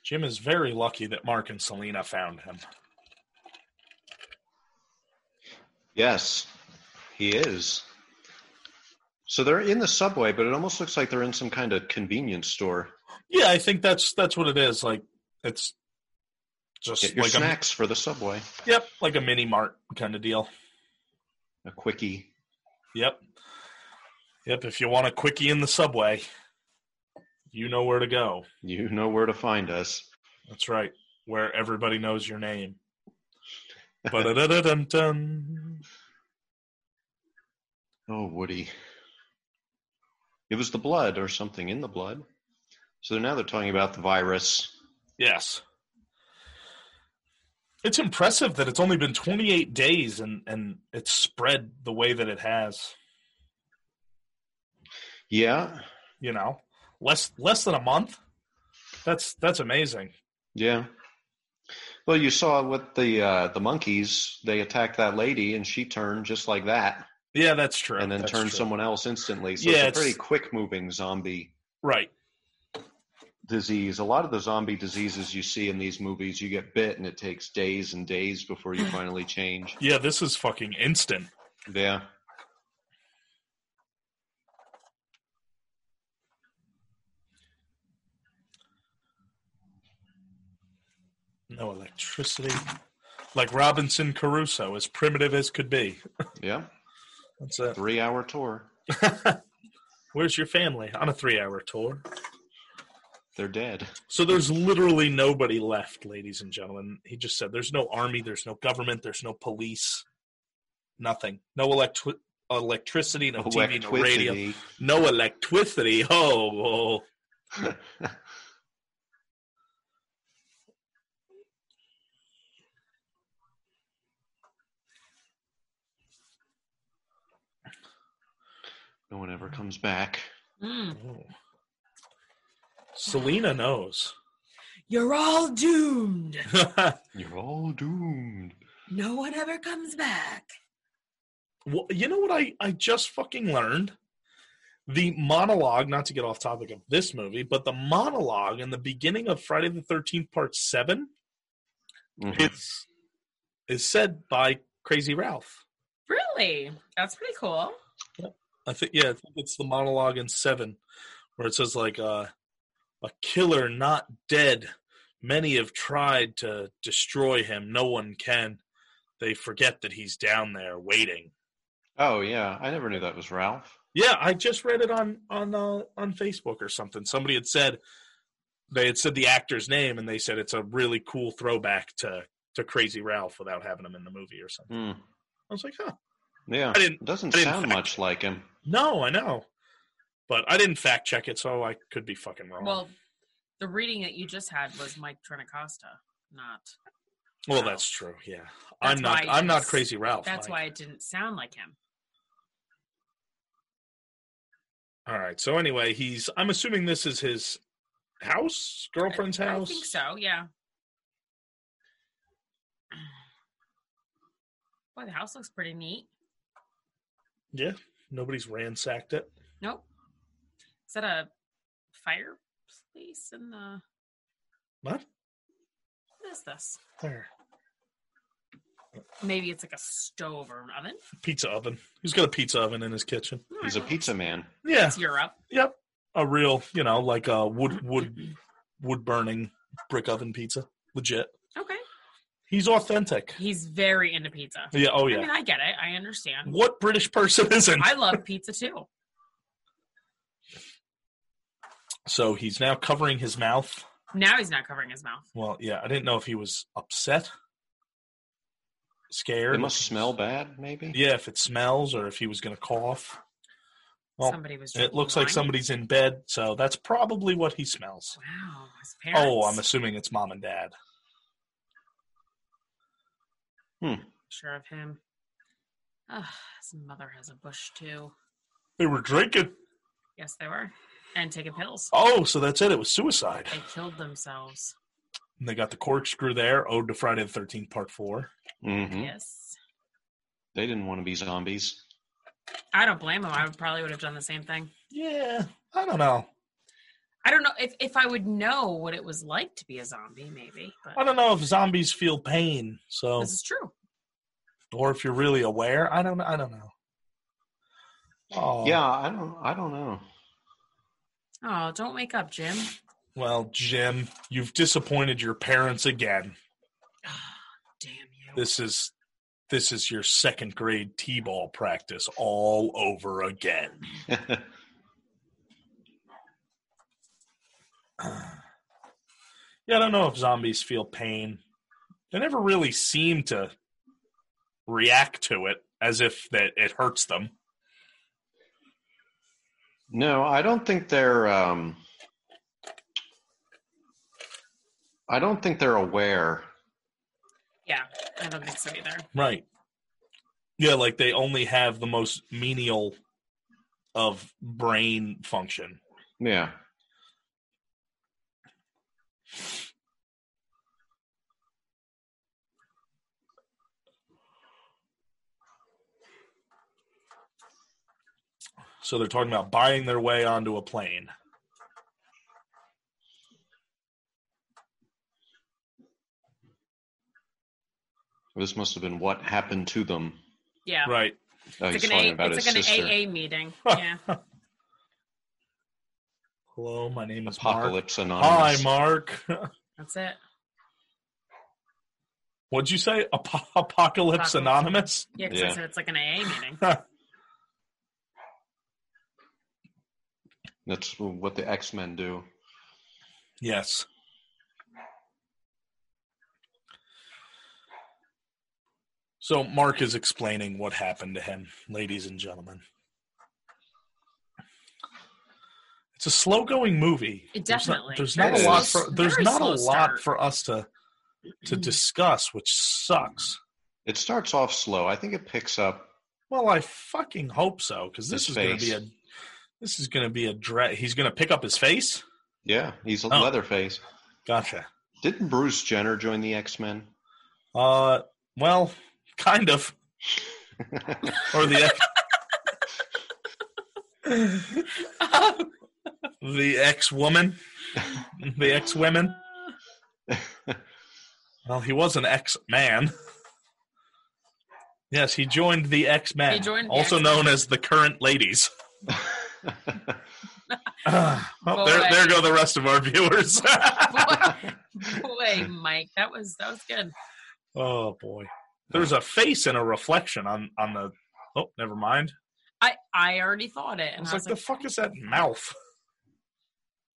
S1: Jim is very lucky that Mark and Selena found him.
S3: Yes, he is. So they're in the subway, but it almost looks like they're in some kind of convenience store.
S1: Yeah, I think that's that's what it is. Like it's just
S3: Get your
S1: like a
S3: snacks for the subway.
S1: yep, like a mini mart kind of deal.
S3: A quickie.
S1: Yep. Yep. If you want a quickie in the subway, you know where to go.
S3: You know where to find us.
S1: That's right. Where everybody knows your name. Ba-da-da-da-dum-dum.
S3: Oh, Woody. It was the blood or something in the blood. So now they're talking about the virus.
S1: yes. It's impressive that it's only been 28 days and, and it's spread the way that it has.
S3: Yeah,
S1: You know, less less than a month. That's that's amazing.
S3: yeah. Well, you saw what the uh, the monkeys they attacked that lady, and she turned just like that,
S1: Yeah, that's true.
S3: and then
S1: That's
S3: turned
S1: true.
S3: someone else instantly. So
S1: Yeah,
S3: it's
S1: it's-
S3: a pretty quick moving zombie
S1: right.
S3: disease. A lot of the zombie diseases you see in these movies, you get bit and it takes days and days before you finally change.
S1: Yeah, this is fucking instant.
S3: Yeah.
S1: No electricity. Like Robinson Crusoe, as primitive as could be.
S3: Yeah.
S1: That's it.
S3: Three hour tour.
S1: Where's your family? On a three hour tour.
S3: They're dead.
S1: So there's literally nobody left, ladies and gentlemen. He just said there's no army, there's no government, there's no police, nothing. No electri- electricity, no TV, no radio,
S3: Electricity.
S1: no electricity. Oh, oh.
S3: No one ever comes back.
S5: Mm.
S1: oh. Selena knows.
S5: You're all doomed.
S3: You're all doomed.
S5: No one ever comes back.
S1: Well, you know what I, I just fucking learned? The monologue, not to get off topic of this movie, but the monologue in the beginning of Friday the 13th, part 7
S3: Mhm.
S1: is, is said by Crazy Ralph.
S5: Really? That's pretty cool.
S1: I think, yeah, I think it's the monologue in 7 where it says, like, uh, a killer not dead. Many have tried to destroy him. No one can. They forget that he's down there waiting.
S3: Oh yeah, I never knew that was Ralph.
S1: Yeah, I just read it on on uh, on Facebook or something. Somebody had said they had said the actor's name, and they said it's a really cool throwback to to Crazy Ralph without having him in the movie or something.
S3: Hmm.
S1: I was like, huh?
S3: Yeah,
S1: I didn't-
S3: it doesn't
S1: I didn't
S3: sound
S1: fact-
S3: much like him.
S1: No, I know, but I didn't fact check it, so I could be fucking wrong. Well,
S5: Well, the reading that you just had was Mike Trinicosta, not.
S1: that's true. Yeah,
S5: That's
S1: I'm not.
S5: why
S1: I'm not
S5: it's-
S1: Crazy Ralph.
S5: That's why
S1: Mike.
S5: it didn't sound like him.
S1: All right. So anyway, he's. I'm assuming this is his house, girlfriend's
S5: I
S1: house.
S5: think so, yeah. Boy, the house looks pretty neat.
S1: Yeah. Nobody's ransacked it.
S5: Nope. Is that a fireplace in the.
S1: What?
S5: What is this?
S1: There.
S5: Maybe it's like a stove or an oven.
S1: Pizza oven. He's got a pizza oven in his kitchen.
S3: He's a pizza man.
S1: Yeah.
S5: It's Europe.
S1: Yep. A real, you know, like a wood wood wood burning brick oven pizza. Legit.
S5: Okay.
S1: He's authentic.
S5: He's very into pizza.
S1: Yeah. Oh
S5: I
S1: yeah.
S5: mean, I get it. I understand.
S1: What British person isn't?
S5: I love pizza too.
S1: So he's now covering his mouth.
S5: Now he's not covering his mouth.
S1: Well, yeah. I didn't know if he was upset, scared.
S3: It must smell bad, maybe.
S1: Yeah, if it smells or if he was going to cough. Well,
S5: Somebody was.
S1: It
S5: drinking
S1: looks like
S5: wine.
S1: somebody's in bed, so that's probably what he smells.
S5: Wow, his parents.
S1: Oh, I'm assuming it's mom and dad.
S5: sure of him. Ugh, his mother has a bush too.
S1: They were drinking.
S5: Yes, they were, and taking pills.
S1: Oh, so that's it. It was suicide.
S5: They killed themselves.
S1: And they got the corkscrew there, owed to Friday the 13th, part four.
S3: hmm
S5: Yes,
S3: They didn't want to be zombies.
S5: I don't blame him. I would probably would have done the same thing.
S1: Yeah, I don't know.
S5: I don't know if if I would know what it was like to be a zombie, maybe.
S1: I
S5: But
S1: don't know if zombies feel pain, so
S5: this is true.
S1: or if you're really aware. I don't. I don't know. Oh,
S3: Yeah, I don't. I don't know.
S5: Oh, don't wake up, Jim.
S1: Well, Jim, you've disappointed your parents again.
S5: Damn you.
S1: This is this is your second grade t-ball practice all over again. yeah, I don't know if zombies feel pain. They never really seem to react to it as if that it hurts them.
S3: no, I don't think they're. Um, I don't think they're aware.
S5: yeah, I don't think so either.
S1: Right. Yeah, like they only have the most menial of brain function.
S3: Yeah.
S1: So they're talking about buying their way onto a plane.
S3: This must have been what happened to them.
S5: Yeah.
S1: Right.
S3: Oh,
S5: It's like,
S3: he's talking
S5: an, a,
S3: about
S5: it's
S3: his
S5: like
S3: sister.
S5: an AA meeting. Yeah.
S1: Hello, my name is Mark.
S3: Apocalypse
S1: Hi,
S3: Anonymous.
S1: Mark.
S5: That's it.
S1: What'd you say? Apo- Apocalypse
S5: Apocalypse.
S1: Anonymous?
S5: Yeah, 'cause
S3: Yeah.
S5: I said it's like an AA meeting.
S3: That's what the X Men do.
S1: Yes. So Mark is explaining what happened to him, ladies and gentlemen. It's a slow-going movie.
S5: It
S1: There's
S5: definitely.
S1: not, there's
S5: Very
S1: not a lot.
S5: slow-
S1: For, there's
S5: very
S1: not a
S5: slow
S1: lot
S5: start. Mm-hmm.
S1: for us to to discuss, which sucks.
S3: It starts off slow. I think it picks up.
S1: Well, I fucking hope so because this
S3: His
S1: is going to be
S3: face.
S1: a this is going to be a dra- he's going to pick up his face.
S3: Yeah, he's a
S1: Oh.
S3: Leatherface.
S1: Gotcha.
S3: Didn't Bruce Jenner join the X Men?
S1: Uh, well, kind of. or the the ex woman, the ex women. Well, he was an ex man. Yes, he joined the X
S5: He
S1: Men,
S5: joined the
S1: also
S5: X-Men.
S1: known as the current ladies. Ah, well,
S5: Boy.
S1: there, there go the rest of our viewers.
S5: boy, boy, Mike, that was that was good.
S1: oh boy, there's a face and a reflection on on the. Oh, never mind.
S5: I I already thought it,
S1: I
S5: and
S1: was,
S5: I was
S1: like,
S5: like,
S1: the fuck is that mouth?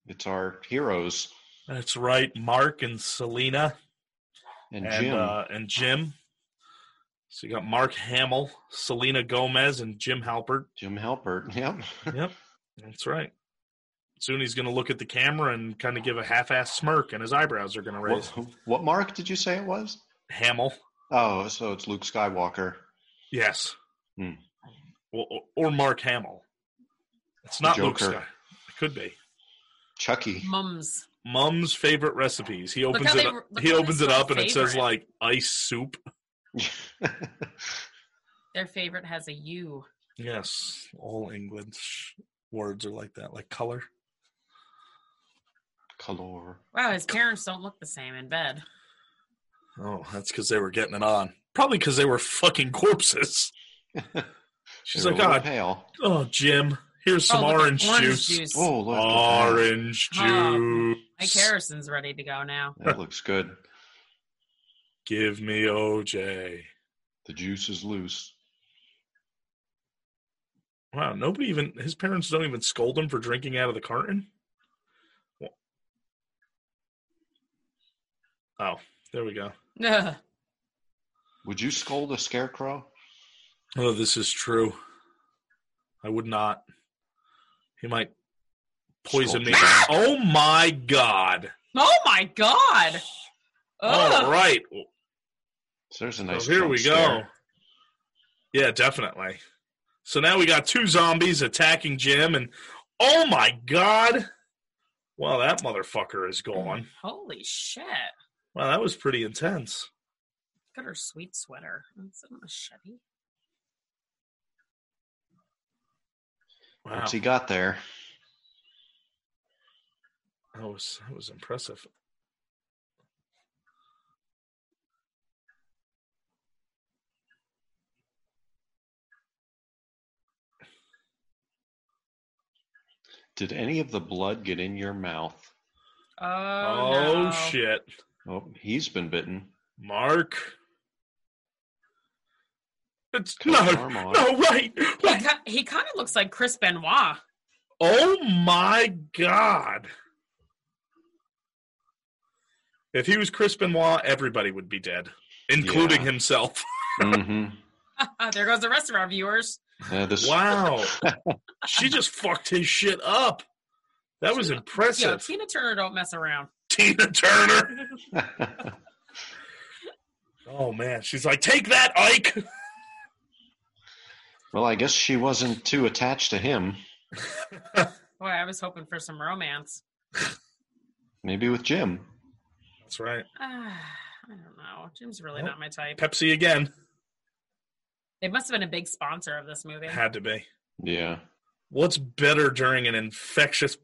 S3: it's our heroes
S1: That's right, Mark and Selena.
S3: and,
S1: and
S3: Jim.
S1: Uh, and Jim. So you got Mark Hamill, Selena Gomez, and Jim Halpert.
S3: Jim Halpert. Yep.
S1: That's right. Soon he's going to look at the camera and kind of give a half-ass smirk, and his eyebrows are going to
S3: What,
S1: raise.
S3: what mark did you say it was?
S1: Hamill,
S3: Oh, so it's Luke Skywalker.
S1: yes,
S3: Hmm.
S1: Well, or, or Mark Hamill. It's not Luke
S3: Joker.
S1: Sky. It could be
S3: Chucky.
S5: mums.
S1: Mum's favorite recipes. He opens
S5: how
S1: it.
S5: they-
S1: up,
S5: look
S1: he
S5: how they
S1: opens it
S5: spell
S1: up, and it says
S5: favorite.
S1: like ice soup.
S5: Their favorite has a U.
S1: Yes, all English words are like that, like color.
S3: Color.
S5: Wow, his parents don't look the same in bed.
S1: Oh, that's because they were getting it on. Probably because they were fucking corpses. She's
S3: They're
S1: like,
S3: a little
S1: oh,
S3: pale.
S1: oh, Jim, here's some
S5: Oh, look at
S1: orange, juice.
S3: Oh, look. at that.
S1: Orange
S5: Oh,
S1: juice.
S5: Mike Harrison's ready to go now.
S3: That looks good.
S1: Give me OJ.
S3: The juice is loose.
S1: Wow, nobody even his parents don't even scold him for drinking out of the carton. Wha- Oh, there we go.
S5: Ugh.
S3: Would you scold a scarecrow?
S1: Oh, this is true. I would not. He might poison
S3: Scold
S1: me.
S3: you.
S1: Oh my god.
S5: oh my god. Ugh.
S1: All right.
S3: So there's a
S1: Well,
S3: nice.
S1: Oh, here
S3: jump
S1: we go.
S3: scare.
S1: Yeah, definitely. So now we got two zombies attacking Jim, and oh my god! Wow, that motherfucker is gone.
S5: Holy shit.
S1: Wow, that was pretty intense.
S5: Look at her sweet sweater. Is it a machete?
S1: Wow,
S3: What's he got there?
S1: that was that was impressive.
S3: Did any of the blood get in your mouth?
S5: Oh,
S1: Oh,
S5: no.
S1: shit,
S3: Oh, he's been bitten.
S1: Mark! It's
S3: Cut his
S1: no,
S3: arm off.
S1: no, right,
S5: He,
S1: right.
S5: ki- he kind of looks like Chris Benoit.
S1: Oh my god! If he was Chris Benoit, everybody would be dead, including
S3: Yeah.
S1: himself.
S3: Mhm.
S5: there goes the rest of our viewers.
S3: Yeah, this
S1: Wow. she just fucked his shit up. That was
S5: Yo,
S1: impressive.
S5: Tina Turner don't mess around.
S1: Tina Turner. Oh man, she's like, take that, Ike.
S3: well, I guess she wasn't too attached to him.
S5: Boy, I was hoping for some romance.
S3: Maybe with Jim.
S1: That's right.
S5: Ah, I don't know. Jim's really
S1: Nope.
S5: not my type.
S1: Pepsi again.
S5: They must have been a big sponsor of this movie.
S1: Had to be.
S3: Yeah.
S1: What's better during an infectious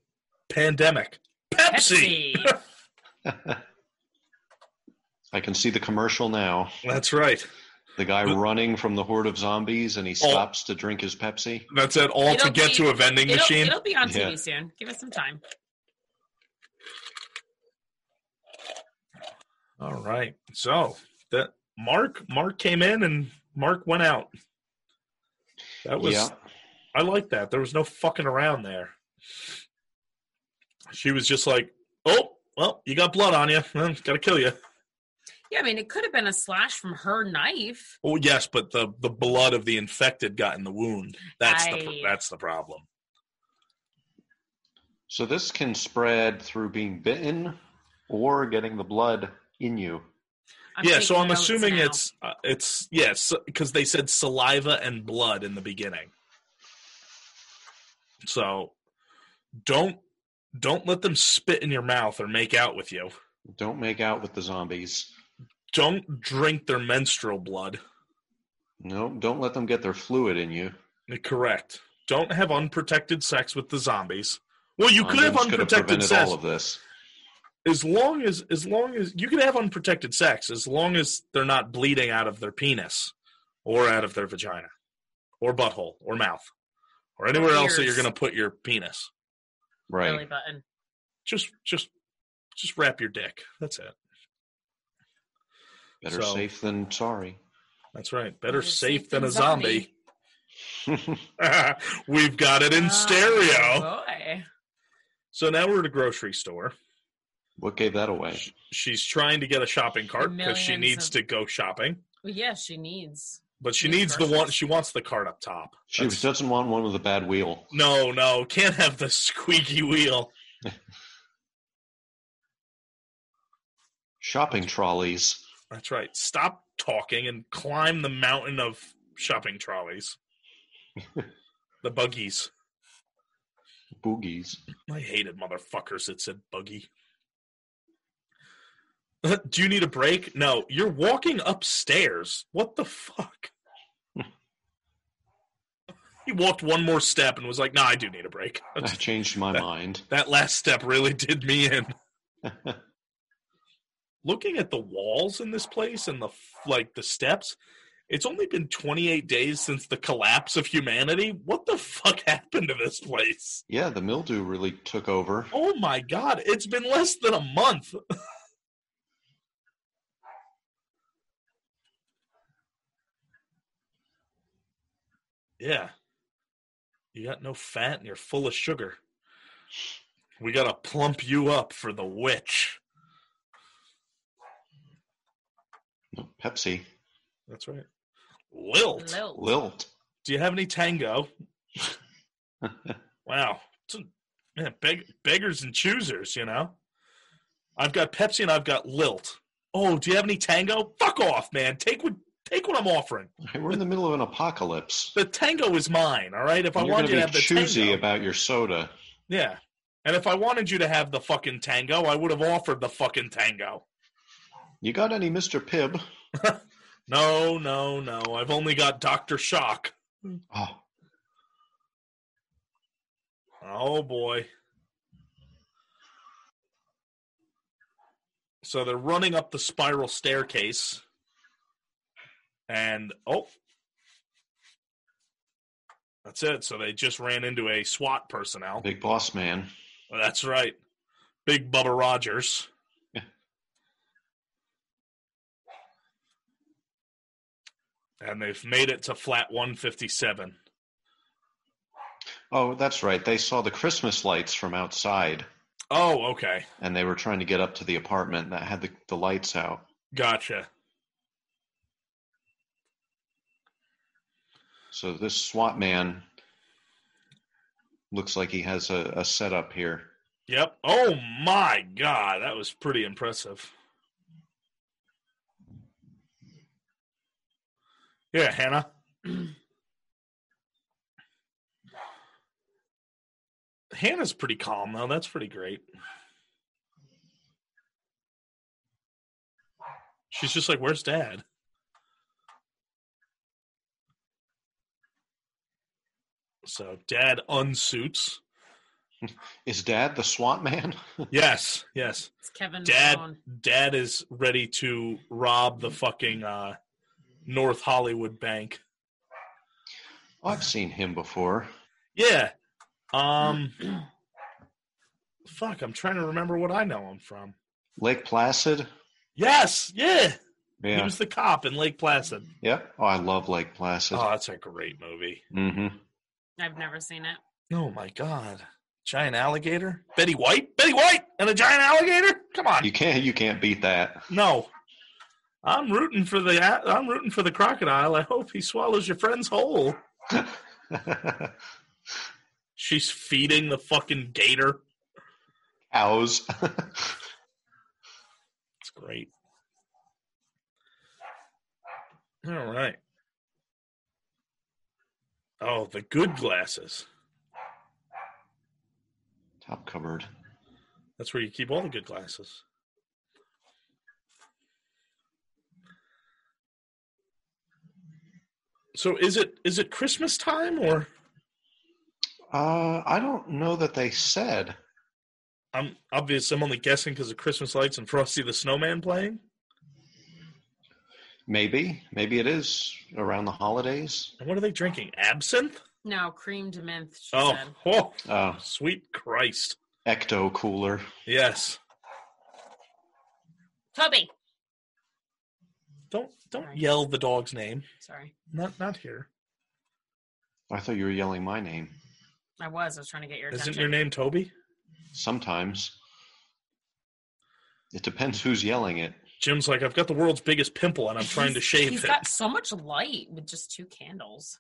S1: pandemic? Pepsi.
S5: Pepsi.
S3: I can see the commercial now.
S1: That's right.
S3: The guy running from the horde of zombies and he
S1: Oh.
S3: stops to drink his Pepsi.
S1: That's it. All to
S5: It'll
S1: get
S5: be-
S1: to a vending
S5: it'll,
S1: machine.
S5: it'll be on TV
S3: Yeah.
S5: soon. Give us some time.
S1: All right. So that Mark Mark came in and Mark went out. That was
S3: yeah.
S1: I like that. There was no fucking around there. She was just like, "Oh, well, you got blood on you. Well, gotta kill you."
S5: Yeah, I mean, it could have been a slash from her knife.
S1: Oh yes, but the the blood of the infected got in the wound. That's the
S5: Aye.
S1: pr- that's the problem.
S3: So this can spread through being bitten or getting the blood in you.
S1: yeah, so
S5: taking
S1: I'm
S5: notes
S1: assuming
S5: now.
S1: it's uh, it's yes because they said saliva and blood in the beginning. So don't don't let them spit in your mouth or make out with you.
S3: Don't make out with the zombies.
S1: Don't drink their menstrual blood.
S3: No, don't let them get their fluid in you.
S1: Correct. Don't have unprotected sex with the zombies. Well, you could have
S3: Condoms could have
S1: unprotected
S3: prevented
S1: sex
S3: all of this.
S1: as long as as long as you could have unprotected sex as long as they're not bleeding out of their penis or out of their vagina or butthole or mouth or anywhere else that you're
S5: ears.
S1: going to put your penis.
S3: Right.
S5: belly button.
S1: Just just just wrap your dick. That's it.
S3: Better
S1: So-
S3: safe than sorry.
S1: That's right. Better
S5: Better
S1: safe, than, a zombie. We've got it in
S5: Oh,
S1: stereo.
S5: Boy.
S1: So now we're at a grocery store.
S3: what gave that away?
S1: she's trying to get a shopping cart because she
S5: Millions
S1: needs
S5: of-
S1: to go shopping
S5: Well, yeah, she needs.
S1: but she
S5: Needs
S1: needs the
S5: groceries.
S1: one she wants the cart up top
S3: She
S1: That's-
S3: doesn't want one with a bad wheel.
S1: no no can't have the squeaky wheel
S3: Shopping trolleys.
S1: that's right stop talking and climb the mountain of shopping trolleys the buggies
S3: Boogies.
S1: i hated motherfuckers that said buggy do you need a break no you're walking upstairs what the fuck he walked one more step and was like no i do need a break
S3: I changed my
S1: That-
S3: mind.
S1: That last step really did me in. Looking at the walls in this place and the f- like the steps, it's only been 28 days since the collapse of humanity. What the fuck happened to this place?
S3: Yeah, the mildew really took over.
S1: Oh my god, it's been less than a month. Yeah. You got no fat and you're full of sugar. We gotta plump you up for the witch.
S3: Pepsi.
S1: That's right. Lilt.
S5: Lil.
S3: Lilt.
S1: Do you have any tango? wow. It's a- man, beg- beggars and choosers, you know? I've got Pepsi and I've got Lilt. Oh, do you have any tango? Fuck off, man. Take what take what I'm offering.
S3: Hey, We're in the middle of an apocalypse.
S1: The tango is mine, all right? If I
S3: And you're
S1: wanted you to
S3: going to
S1: have
S3: be
S1: the
S3: choosy
S1: tango.
S3: about your soda.
S1: yeah. And if I wanted you to have the fucking tango, I would have offered the fucking tango.
S3: You got any Mr. Pibb?
S1: No, no, no. I've only got Dr. Shock.
S3: Oh,
S1: Oh boy. So they're running up the spiral staircase. And oh. That's it. So they just ran into a SWAT personnel.
S3: big boss man.
S1: That's right. Big Bubba Rogers.
S3: Yeah.
S1: And they've made it to flat 157.
S3: Oh, that's right. They saw the Christmas lights from outside
S1: Oh, okay.
S3: and they were trying to get up to the apartment that had the, the lights out.
S1: Gotcha.
S3: So this SWAT man looks like he has a, a setup here.
S1: Yep. Oh my god, that was pretty impressive. Yeah, Hannah. Hannah's pretty calm though. That's pretty great. She's just like, "Where's Dad?" So Dad unsuits.
S3: Is dad the SWAT man?
S1: Yes, yes.
S5: It's Kevin
S1: Dad.
S5: Malone.
S1: dad is ready to rob the fucking uh, North Hollywood bank.
S3: Oh, I've seen him before.
S1: Yeah. Um. fuck, I'm trying to remember what I know him from.
S3: Lake Placid?
S1: Yes, yeah. He
S3: Yeah.
S1: was the cop in Lake Placid.
S3: Yep. Oh, I love Lake Placid.
S1: Oh, that's a great movie.
S3: hmm
S5: I've never seen it.
S1: Oh my god. Giant alligator? Betty White? Betty White and a giant alligator? Come on.
S3: You can't you can't beat that.
S1: No. I'm rooting for the I'm rooting for the crocodile. I hope he swallows your friends whole. She's feeding the fucking gator.
S3: Cows.
S1: It's great. All right. Oh, the good glasses.
S3: Top cupboard.
S1: That's where you keep all the good glasses. So is it is it Christmas time or
S3: Uh, I don't know that they said.
S1: I'm obvious I'm only guessing because of Christmas lights and Frosty the Snowman playing.
S3: Maybe. Maybe it is around the holidays.
S1: And what are they drinking? Absinthe?
S5: No, creamed mint. She
S1: Oh,
S5: said.
S1: oh
S3: Uh,
S1: sweet Christ.
S3: ecto cooler.
S1: Yes.
S2: Toby.
S1: Don't don't
S5: Right.
S1: yell the dog's name.
S5: Sorry,
S1: Not not here.
S3: I thought you were yelling my name.
S5: I was. I was trying to get your attention.
S1: Isn't your name Toby?
S3: Sometimes. It depends who's yelling it.
S1: Jim's like, I've got the world's biggest pimple and I'm trying to
S5: He's-
S1: shave
S5: He's
S1: it.
S5: got so much light with just two candles.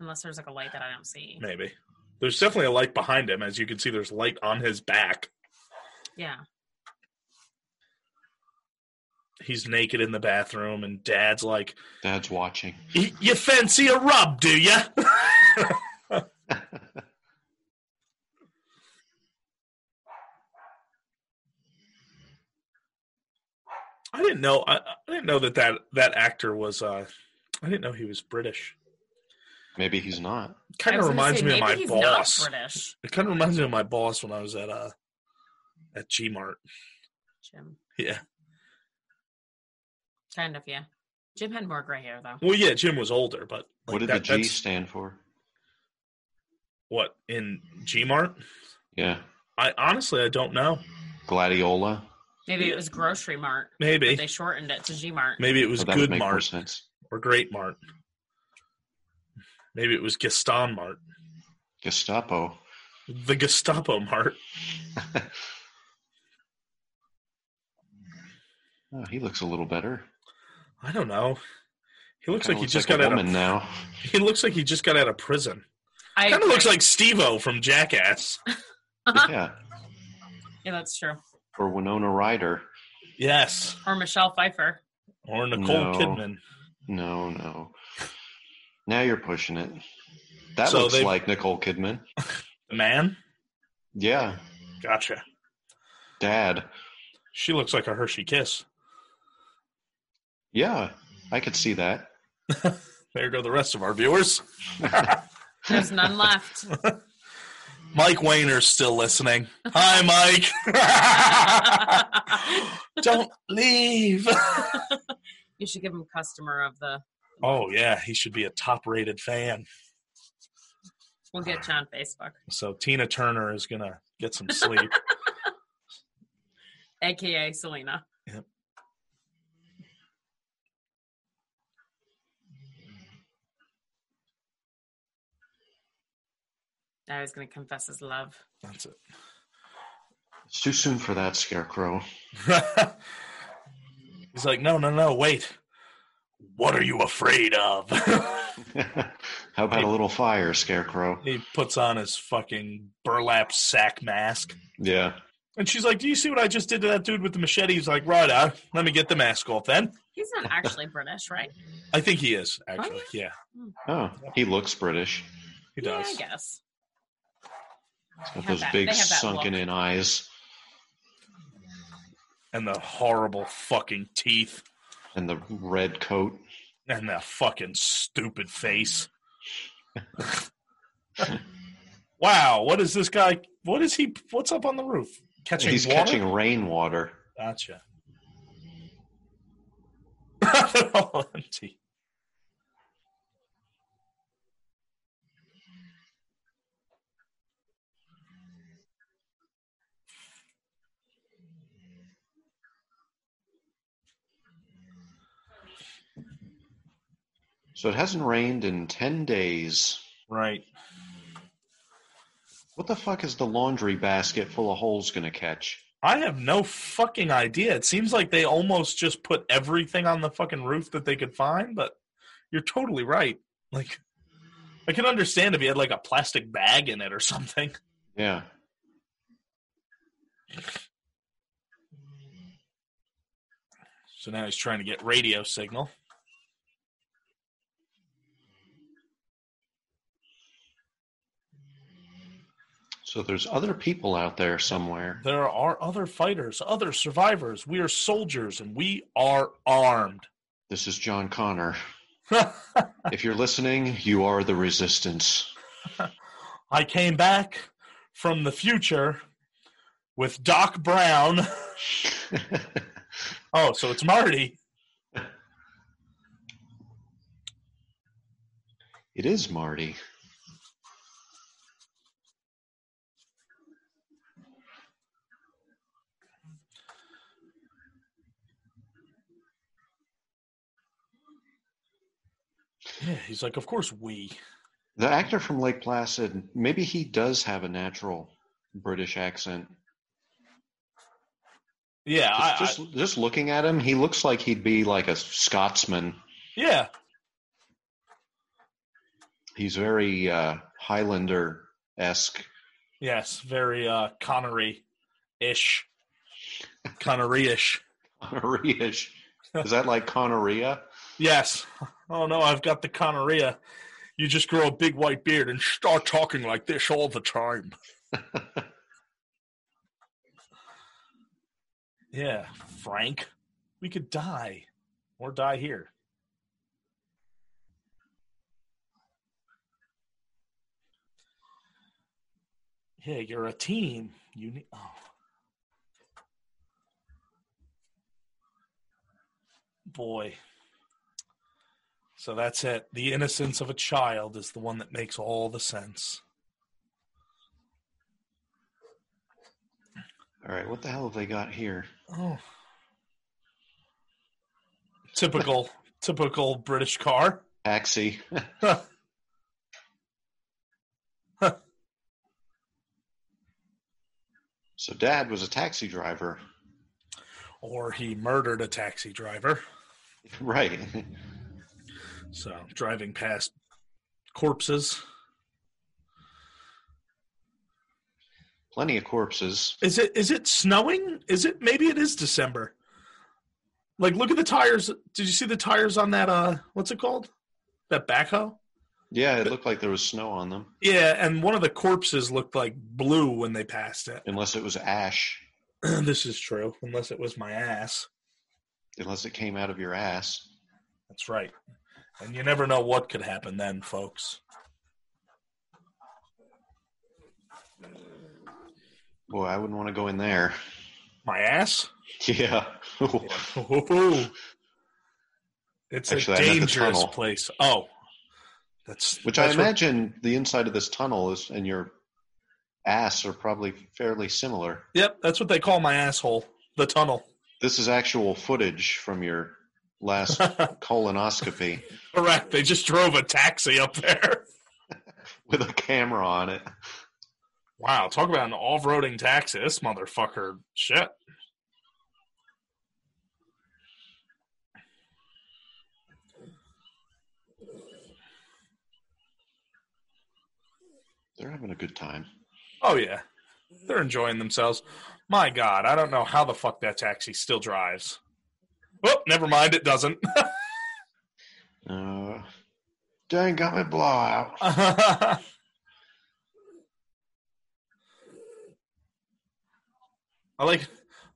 S5: Unless there's like a light that I don't see.
S1: Maybe. There's definitely a light behind him. As you can see, there's light on his back.
S5: Yeah.
S1: He's naked in the bathroom, and dad's like,
S3: Dad's watching.
S1: "Y- You fancy a rub, do you? I didn't know. I, I didn't know that, that that actor was. Uh, I didn't know he was British.
S3: Maybe he's not.
S1: Kind
S5: I was
S1: of
S5: gonna
S1: reminds
S5: say,
S1: me of
S5: maybe
S1: my
S5: he's
S1: boss.
S5: Not British,
S1: It kind of reminds me of my boss when I was at uh at G Mart.
S5: Jim.
S1: Yeah.
S5: Kind of, yeah. Jim had more gray hair though.
S1: Well, yeah, Jim was older, but like,
S3: what did
S1: that-
S3: the G
S1: that's-
S3: stand for?
S1: What in G Mart?
S3: Yeah.
S1: I honestly I don't know.
S3: Gladiola.
S5: Maybe it was Grocery Mart. But they
S1: Maybe
S5: shortened it to G Mart.
S1: maybe it
S3: Oh,
S1: was
S3: that would
S1: Good
S3: make more
S1: Mart
S3: sense.
S1: or Great Mart. Maybe it was Gaston Mart,
S3: Gestapo.
S1: the Gestapo Mart.
S3: Oh, he looks a little better.
S1: I don't know. He looks
S3: Kinda
S1: like he just
S3: a
S1: got out
S3: woman
S1: of.
S3: now.
S1: He looks like he just got out of prison.
S5: I
S1: Kind of looks like Steve-O from Jackass.
S3: yeah,
S5: yeah, that's true.
S3: or Winona Ryder.
S1: Yes,
S5: Or Michelle Pfeiffer.
S1: or Nicole
S3: No.
S1: Kidman.
S3: No, no. Now you're pushing it. That
S1: So
S3: looks
S1: they-
S3: like Nicole Kidman.
S1: The man.
S3: Yeah,
S1: Gotcha.
S3: Dad.
S1: She looks like a Hershey Kiss.
S3: Yeah, I could see that.
S1: There go the rest of our viewers.
S5: There's none left.
S1: Mike Wayner's still listening. Hi, Mike. Don't leave.
S5: you should give him customer of the.
S1: oh yeah, he should be a top-rated fan.
S5: We'll get you on Facebook,
S1: So Tina Turner is gonna get some sleep.
S5: aka Selena. Now he's going to confess his love.
S1: That's it.
S3: It's too soon for that, Scarecrow.
S1: He's like, no, no, no, wait. What are you afraid of?
S3: How about a little fire, Scarecrow?
S1: he puts on his fucking burlap sack mask.
S3: Yeah.
S1: And she's like, Do you see what I just did to that dude with the machete? He's like, Right, uh, let me get the mask off then.
S5: He's not actually British, right?
S1: I think he is, actually. Yeah,
S3: Oh, he looks British.
S1: he
S5: yeah,
S1: does.
S5: I guess. They
S3: He's got
S5: have
S3: those
S5: that-
S3: big
S5: they have that
S3: sunken
S5: look.
S3: in eyes
S1: and the horrible fucking teeth
S3: and the red coat.
S1: and the fucking stupid face. wow, what is this guy? What is he? What's up on the roof? Catching
S3: He's
S1: water?
S3: catching rainwater.
S1: Gotcha. All empty.
S3: So it hasn't rained in 10 days.
S1: Right.
S3: What the fuck is the laundry basket full of holes going to catch?
S1: I have no fucking idea. It seems like they almost just put everything on the fucking roof that they could find, but you're totally right. Like, I can understand if you had like a plastic bag in it or something.
S3: Yeah.
S1: So now he's trying to get radio signal.
S3: So there's other people out there somewhere.
S1: There are other fighters, other survivors. We are soldiers and we are armed.
S3: This is John Connor. if you're listening, you are the resistance.
S1: I came back from the future with Doc Brown. Oh, so it's Marty.
S3: it is Marty.
S1: Yeah, he's like, of course we.
S3: The actor from Lake Placid, maybe he does have a natural British accent.
S1: Yeah, I, I-
S3: Just, just, just looking at him, he looks like he'd be like a Scotsman.
S1: yeah,
S3: He's very uh, Highlander esque.
S1: yes, very uh, Connery ish, Connery ish.
S3: Connery-ish. Is that like Conneria?
S1: Yes. Oh no, I've got the gonorrhea. You just grow a big white beard and start talking like this all the time. yeah, Frank. We could die. Or die here. Yeah, you're a team. You need oh. Boy. So that's it. The innocence of a child is the one that makes all the sense.
S3: All right, what the hell have they got here?
S1: Oh. Typical, typical British car.
S3: Taxi. So dad was a taxi driver.
S1: Or he murdered a taxi driver.
S3: Right.
S1: So driving past corpses.
S3: Plenty of corpses.
S1: Is it is it snowing? Is it maybe it is December? Like look at the tires. Did you see the tires on that uh what's it called? That backhoe?
S3: Yeah, it looked like there was snow on them,
S1: Yeah, and one of the corpses looked like blue when they passed it.
S3: unless it was ash,
S1: this is true, unless it was my ass.
S3: unless it came out of your ass.
S1: That's right. And you never know what could happen then, folks.
S3: Boy, I wouldn't want to go in there.
S1: My ass?
S3: Yeah.
S1: Ooh. It's
S3: Actually,
S1: a
S3: I meant the
S1: dangerous
S3: tunnel.
S1: place. Oh. That's
S3: Which I
S1: that's what-
S3: imagine the inside of this tunnel is and your ass are probably fairly similar.
S1: Yep, that's what they call my asshole. The tunnel.
S3: This is actual footage from your last colonoscopy
S1: Correct. They just drove a taxi up there.
S3: with a camera on it.
S1: Wow, talk about an off-roading taxi. This motherfucker shit.
S3: They're having a good time.
S1: Oh yeah. They're enjoying themselves. My god, I don't know how the fuck that taxi still drives. Oh, never mind, it doesn't.
S3: Uh, dang, got my blowout.
S1: oh, I like,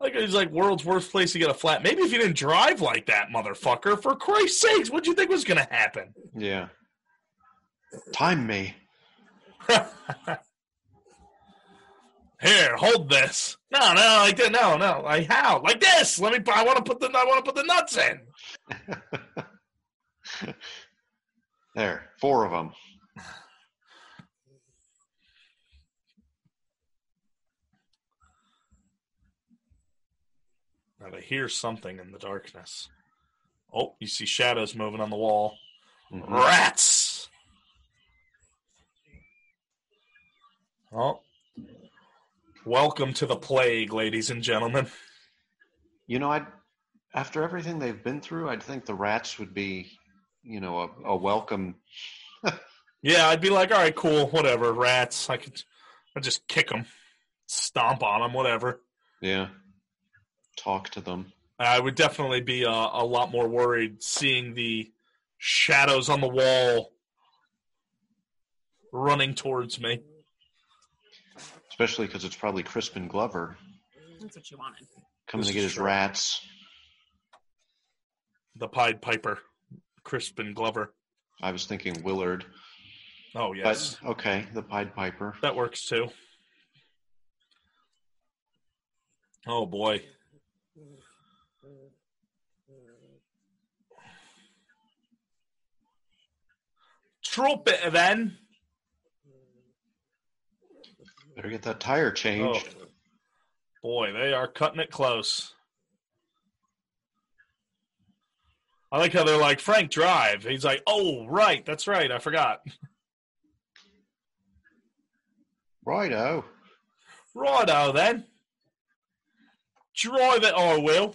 S1: I like it's like world's worst place to get a flat. Maybe if you didn't drive like that, motherfucker. For Christ's sakes, what'd you think was gonna happen?
S3: Yeah. Time me.
S1: Here, hold this. No, no, like that. No, no, like how? Like this. Let me. I want to put the. I want to put the nuts in.
S3: There, four of them.
S1: Now I hear something in the darkness. Oh, you see shadows moving on the wall.
S3: Mm-hmm.
S1: Rats. Oh. Welcome to the plague, ladies and gentlemen.
S3: You know, I'd after everything they've been through, I'd think the rats would be, you know, a, a welcome.
S1: Yeah, I'd be like, all right, cool, whatever, rats. I could, I just kick them, stomp on them, whatever.
S3: Yeah. Talk to them.
S1: I would definitely be uh, a lot more worried seeing the shadows on the wall running towards me.
S3: especially because it's probably Crispin Glover
S5: That's what you wanted.
S3: coming
S1: This
S3: to get
S1: is
S3: his
S1: true.
S3: rats.
S1: The Pied Piper, Crispin Glover.
S3: I was thinking Willard,
S1: Oh yes,
S3: but okay, the Pied Piper.
S1: that works too. Oh boy. Troop it then.
S3: Better get that tire
S1: Oh.
S3: changed.
S1: Boy, they are cutting it close. I like how they're like, Frank, drive. He's like, oh, right. That's right. I forgot.
S3: Righto.
S1: Righto then. Drive it, I will.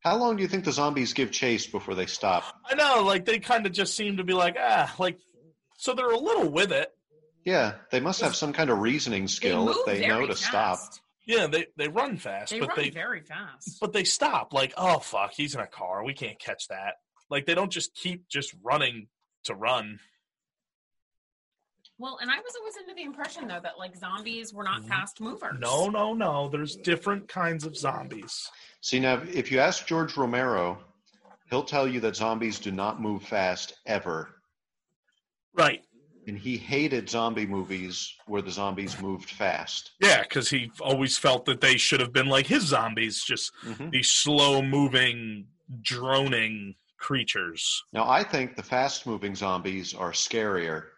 S3: How long do you think the zombies give chase before they stop?
S1: I know, like, they kind of just seem to be like, ah, like, so they're a little with it.
S3: Yeah, they must have some kind of reasoning skill if
S5: move
S3: they
S5: very
S3: know to stop.
S5: fast.
S1: Yeah, they, they run fast,
S5: They
S1: but
S5: run
S1: they
S5: very fast.
S1: but they stop. Like, oh fuck, he's in a car. We can't catch that. Like, they don't just keep just running to run.
S5: Well, and I was always under the impression though that like zombies were not
S1: Mhm.
S5: fast movers.
S1: No, no, no. There's different kinds of zombies.
S3: See now, if you ask George Romero, he'll tell you that zombies do not move fast ever,
S1: Right.
S3: and he hated zombie movies where the zombies moved fast.
S1: Yeah, because he always felt that they should have been like his zombies, just
S3: Mhm.
S1: these slow moving, droning creatures.
S3: Now, I think the fast-moving zombies are scarier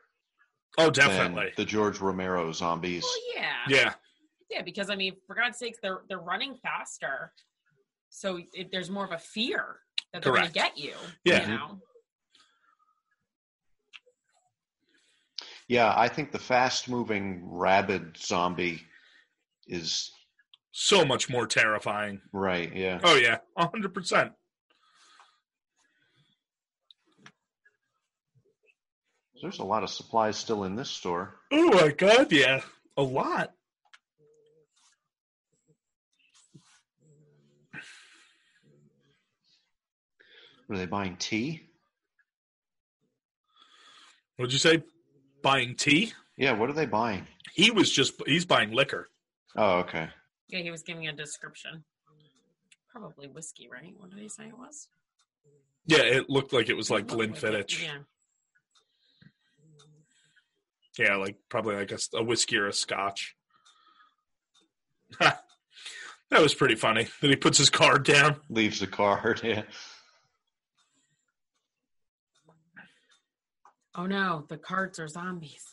S1: Oh,
S3: than
S1: definitely.
S3: the George Romero zombies.
S5: Well, yeah. yeah.
S1: Yeah.
S5: because I mean, for God's sakes, they're they're running faster. So it, there's more of a fear that they're
S1: Correct.
S5: going to get you.
S1: Yeah.
S3: Mm-hmm.
S5: You know?
S3: Yeah, I think the fast moving rabid zombie is
S1: So much more terrifying.
S3: right. Yeah.
S1: Oh yeah, hundred percent.
S3: There's a lot of supplies still in this store.
S1: Oh my god, yeah, a lot.
S3: Are they buying tea?
S1: What'd you say? Buying tea?
S3: Yeah. What are they buying?
S1: He was just—he's buying liquor.
S3: Oh, okay.
S5: Yeah, he was giving a description. Probably whiskey, right? What did he say it was?
S1: Yeah, it looked like it was like
S5: Looked it,
S1: Glenfiddich.
S5: Yeah.
S1: Yeah, like probably like a, a whiskey or a scotch. Ha. that was pretty funny. Then he puts his card down.
S3: Leaves the card. Yeah.
S5: Oh no, the cards are zombies.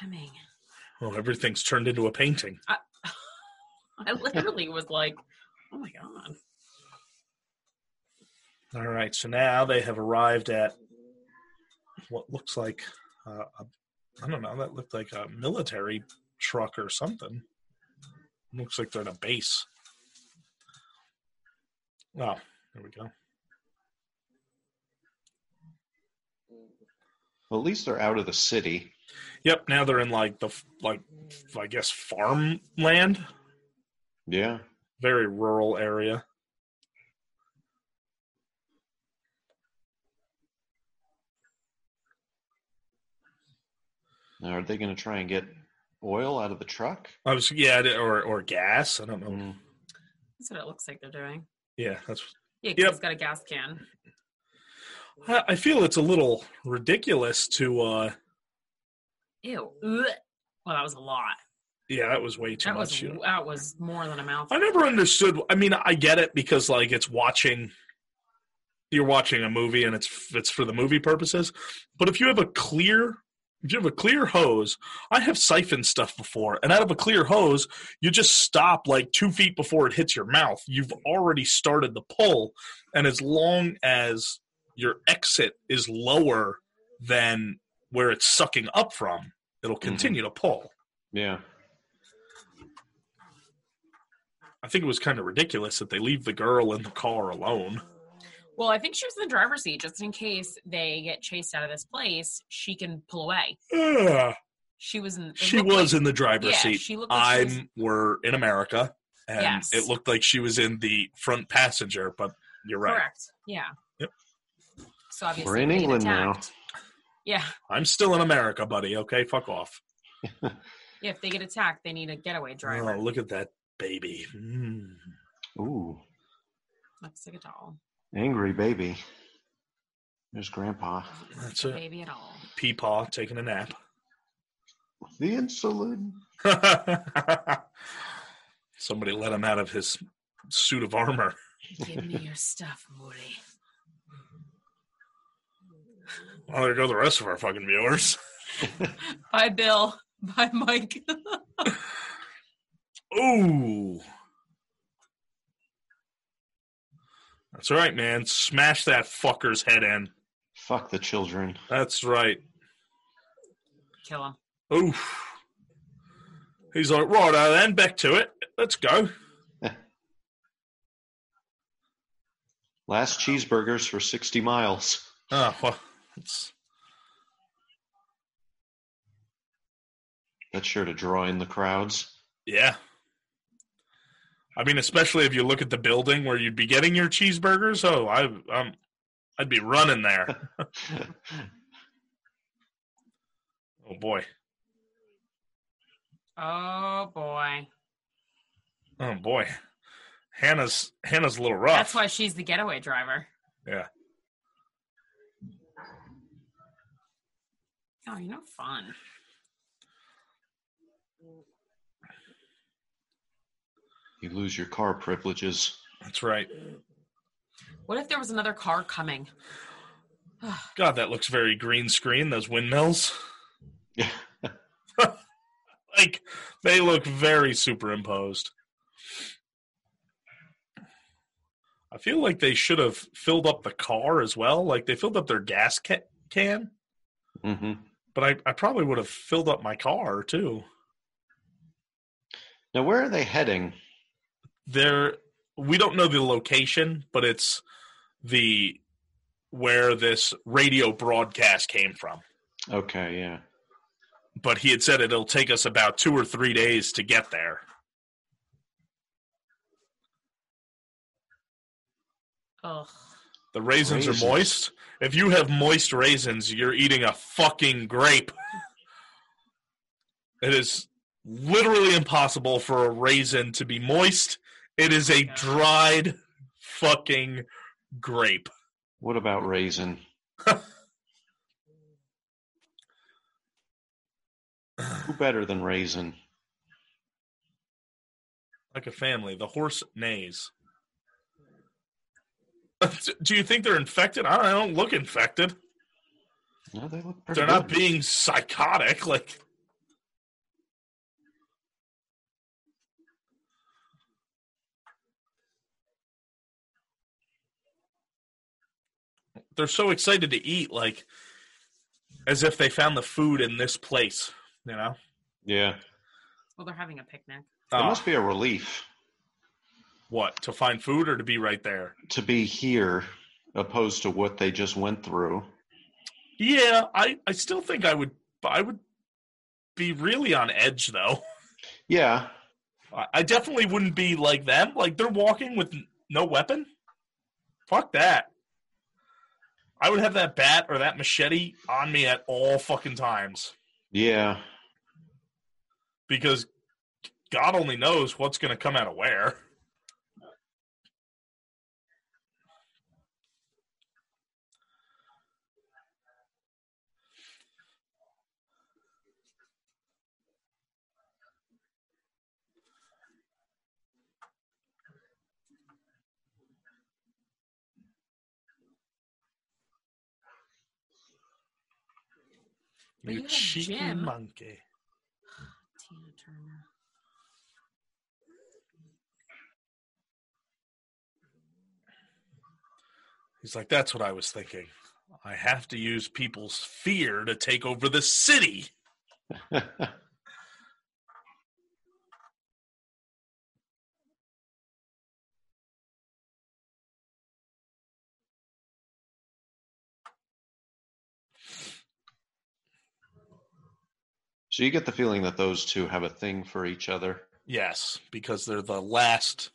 S5: Coming.
S1: Oh, everything's turned into a painting.
S5: I literally was like, oh my god.
S1: All right, so now they have arrived at what looks like uh, a, I don't know. That looked like a military truck or something. Looks like they're in a base. Oh, there we go.
S3: Well, at least they're out of the city.
S1: Yep, now they're in like the f- like f- I guess farmland,
S3: Yeah.
S1: very rural area.
S3: Now, are they going to try and get oil out of the truck?
S1: I was yeah, I di- or or gas. I don't know.
S3: Mm.
S5: That's what it looks like they're doing.
S1: Yeah, that's.
S5: Yeah, 'cause
S1: Yep.
S5: he's got a gas can.
S1: I, I feel it's a little ridiculous to. uh
S5: Ew. Ugh. Well, that was a lot.
S1: Yeah, that was way too
S5: That
S1: much. uh,
S5: was
S1: you know.
S5: that was more than a
S1: I
S5: mouthful.
S1: never understood. I mean, I get it because like it's watching. You're watching a movie and it's it's for the movie purposes, but if you have a clear if you have a clear hose, I have siphoned stuff before, and out of a clear hose, you just stop like two feet before it hits your mouth. You've already started the pull, and as long as your exit is lower than where it's sucking up from, it'll continue to pull.
S3: Yeah.
S1: I think it was kind of ridiculous that they leave the girl in the car alone.
S5: Well, I think she was in the driver's seat just in case they get chased out of this place. She can pull away.
S1: Ugh.
S5: She was in. it
S1: she
S5: looked
S1: was
S5: like-
S1: in the driver's
S5: yeah,
S1: seat.
S5: She looked. Like she
S1: I'm
S5: was-
S1: we're in America, and
S5: Yes.
S1: it looked like she was in the front passenger. But you're right.
S5: correct. Yeah.
S1: Yep.
S5: So obviously
S3: We're in
S5: being
S3: England now.
S5: attacked. Yeah.
S1: I'm still in America, buddy. Okay, fuck off.
S5: Yeah, if they get attacked, they need a getaway driver.
S1: Oh, look at that baby. Mm.
S3: Ooh,
S5: That's like a doll.
S3: angry baby. There's Grandpa.
S1: That's it.
S5: Baby at all.
S1: Peepaw taking a nap.
S3: The insulin.
S1: Somebody let him out of his suit of armor.
S5: Give me your stuff, Morty.
S1: Well, there go the rest of our fucking viewers.
S5: Bye, Bill. Bye, Mike.
S1: Ooh. That's right, man. Smash that fucker's head in.
S3: Fuck the children.
S1: That's right.
S5: Kill him.
S1: Oof. He's like, right, then, back to it. Let's go.
S3: Last cheeseburgers for 60 miles.
S1: Oh, well, it's,
S3: That's sure to draw in the crowds.
S1: yeah. I mean, especially if you look at the building where you'd be getting your cheeseburgers. Oh, I, um, I'd be running there. Oh boy.
S5: Oh boy.
S1: Oh boy. Hannah's Hannah's a little rough.
S5: That's why she's the getaway driver.
S1: Yeah.
S5: Oh, you're no fun.
S3: you lose your car privileges.
S1: That's right.
S5: What if there was another car coming?
S1: God, that looks very green screen. Those windmills.
S3: Yeah.
S1: like they look very superimposed. I feel like they should have filled up the car as well. Like they filled up their gas ca- can,
S3: hmm
S1: but I, I probably would have filled up my car too.
S3: Now, where are they heading?
S1: there we don't know the location but it's the where this radio broadcast came from
S3: Okay, yeah.
S1: but he had said it'll take us about two or three days to get there
S5: Ugh.
S1: the raisins,
S3: Raisins.
S1: are moist if you have moist raisins you're eating a fucking grape it is literally impossible for a raisin to be moist it is a dried fucking grape
S3: What about Raisin? Who better than Raisin?
S1: like a family. The horse neighs. Do you think they're infected? I don't, I don't look infected.
S3: No, they look pretty
S1: They're not
S3: good.
S1: being psychotic. Like they're so excited to eat, like as if they found the food in this place. You know,
S3: Yeah.
S5: Well, they're having a picnic.
S3: It
S1: Ah,
S3: must be a relief
S1: what to find food or to be right there.
S3: to be here opposed to what they just went through.
S1: Yeah, I, I still think I would I would be really on edge though.
S3: Yeah.
S1: I, I definitely wouldn't be like them. Like they're walking with n- no weapon. Fuck that. I would have that bat or that machete on me at all fucking times
S3: Yeah.
S1: because God only knows what's going to come out of where.
S5: But you have
S1: cheeky
S5: Jim.
S1: monkey.
S5: Tina Turner.
S1: He's like, that's what I was thinking. I have to use people's fear to take over the city.
S3: so you get the feeling that those two have a thing for each other.
S1: Yes, because they're the last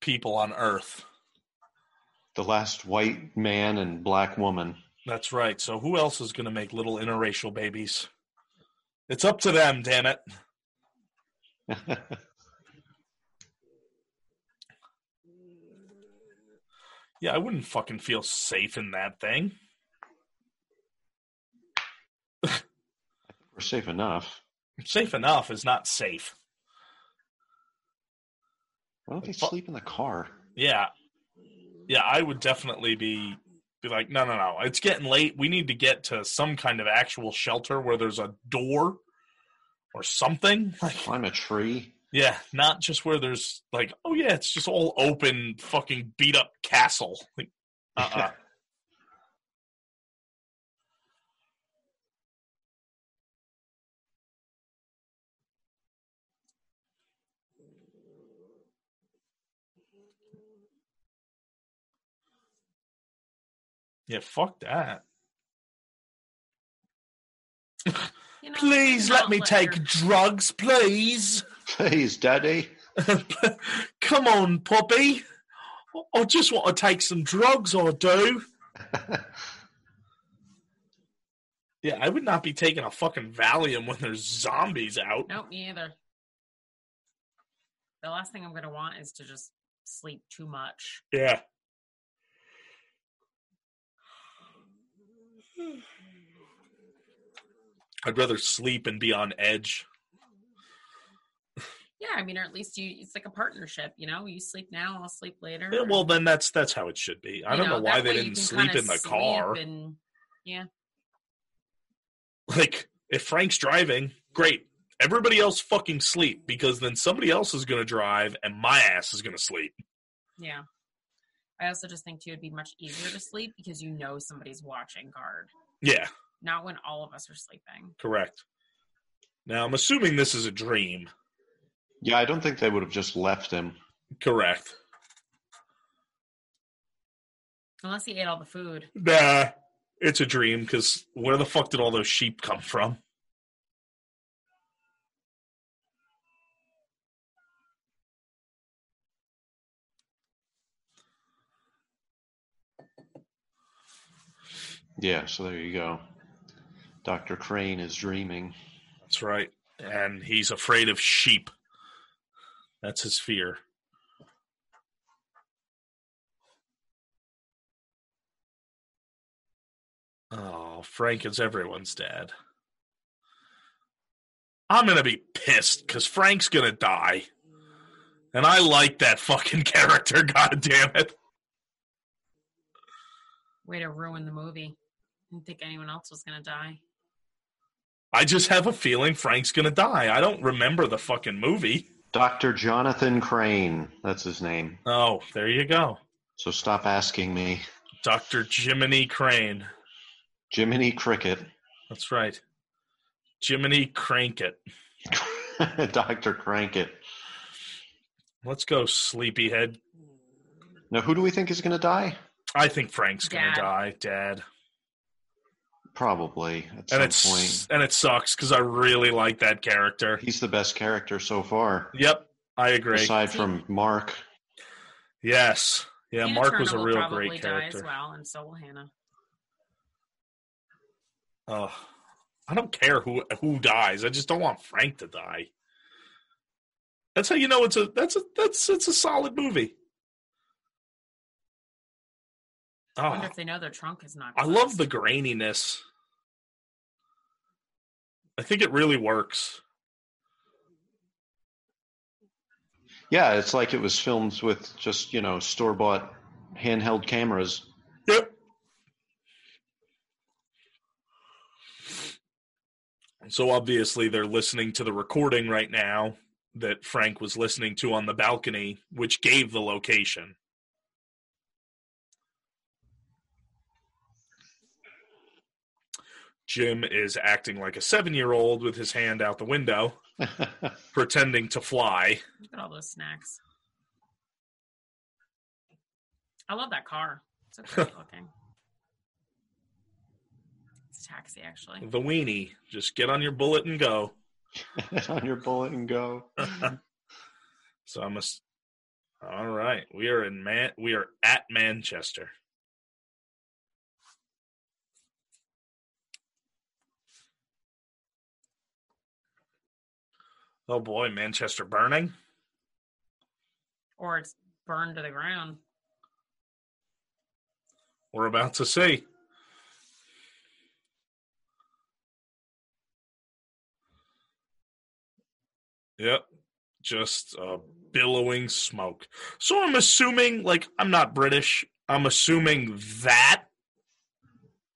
S1: people on Earth.
S3: The last white man and black woman.
S1: That's right. So who else is going to make little interracial babies? It's up to them, damn it. Yeah, I wouldn't fucking feel safe in that thing.
S3: We're safe enough.
S1: Safe enough is not safe.
S3: Why don't they
S1: Fu-
S3: sleep in the car?
S1: Yeah. Yeah, I would definitely be be like, no, no, no. It's getting late. We need to get to some kind of actual shelter where there's a door or something. Like,
S3: Climb a tree?
S1: yeah, not just where there's like, oh yeah, it's just all open fucking beat up castle. Like, uh-uh. yeah, fuck that.
S5: You know,
S1: Please let
S5: not
S1: me
S5: your-
S1: take drugs, please.
S3: Please, Daddy.
S1: Come on, Poppy. I just want to take some drugs, I do. Yeah, I would not be taking a fucking Valium when there's zombies out.
S5: Nope, me either. The last thing I'm gonna want is to just sleep too much.
S1: Yeah. I'd rather sleep and be on edge.
S5: Yeah, I mean, or at least you it's like a partnership, you know? You sleep now, I'll sleep later.
S1: Yeah, well, then that's that's how it should be. I
S5: you
S1: don't know, why
S5: that
S1: they
S5: way you
S1: didn't
S5: can
S1: sleep
S5: kinda
S1: in the
S5: sleep
S1: car.
S5: and-
S1: like if Frank's driving, great. Everybody else fucking sleep because then somebody else is going to drive and my ass is going to sleep.
S5: yeah. I also just think too it'd be much easier to sleep because you know somebody's watching guard.
S1: Yeah,
S5: Not when all of us are sleeping.
S1: correct. Now I'm assuming this is a dream.
S3: Yeah, I don't think they would have just left him.
S1: Correct.
S5: Unless he ate all the food.
S1: Nah, it's a dream because where the fuck did all those sheep come from?
S3: Yeah, so there you go. Dr. Crane is dreaming.
S1: That's right. And he's afraid of sheep. That's his fear. Oh, Frank is everyone's dad. I'm going to be pissed because Frank's going to die. And I like that fucking character, God damn it.
S5: Way to ruin the movie. Didn't think anyone else was gonna die.
S1: I just have a feeling Frank's going to die. I don't remember the fucking movie.
S3: Dr. Jonathan Crane, that's his name.
S1: Oh, there you go.
S3: So stop asking me.
S1: Dr. Jiminy Crane.
S3: Jiminy Cricket.
S1: That's right. Jiminy Crankit.
S3: Dr. Crankit.
S1: Let's go, sleepyhead.
S3: Now, who do we think is going to die?
S1: I think Frank's gonna
S5: Dad.
S1: die, Dad.
S3: Probably at
S1: And
S3: some
S1: it's and it sucks because I really like that character.
S3: point. He's the best character so far,
S1: Yep, I agree.
S3: aside from Mark.
S1: Yes, yeah.
S5: Tina
S1: Mark was a
S5: Turner will
S1: real
S5: probably
S1: great
S5: Die as
S1: character.
S5: well, and so will Hannah.
S1: Ugh. I don't care who who dies. I just don't want Frank to die. That's how you know it's a that's a that's it's a solid movie.
S5: I wonder
S1: Oh,
S5: if they know their trunk is not.
S1: I love the graininess. I think it really works.
S3: Yeah, it's like it was filmed with just you know store bought handheld cameras.
S1: Yep. So obviously they're listening to the recording right now that Frank was listening to on the balcony, which gave the location. Jim is acting like a seven year old with his hand out the window, pretending to fly.
S5: Look at all those snacks. I love that car. It's so great looking. It's a taxi, actually.
S1: The weenie. Just get on your bullet and go.
S3: on your bullet and go.
S1: So I must. All right, we are in man. We are at Manchester. Oh boy, Manchester burning.
S5: Or it's burned to the ground.
S1: We're about to see. Yep. Just uh, billowing smoke. So I'm assuming, like, I'm not British. I'm assuming that,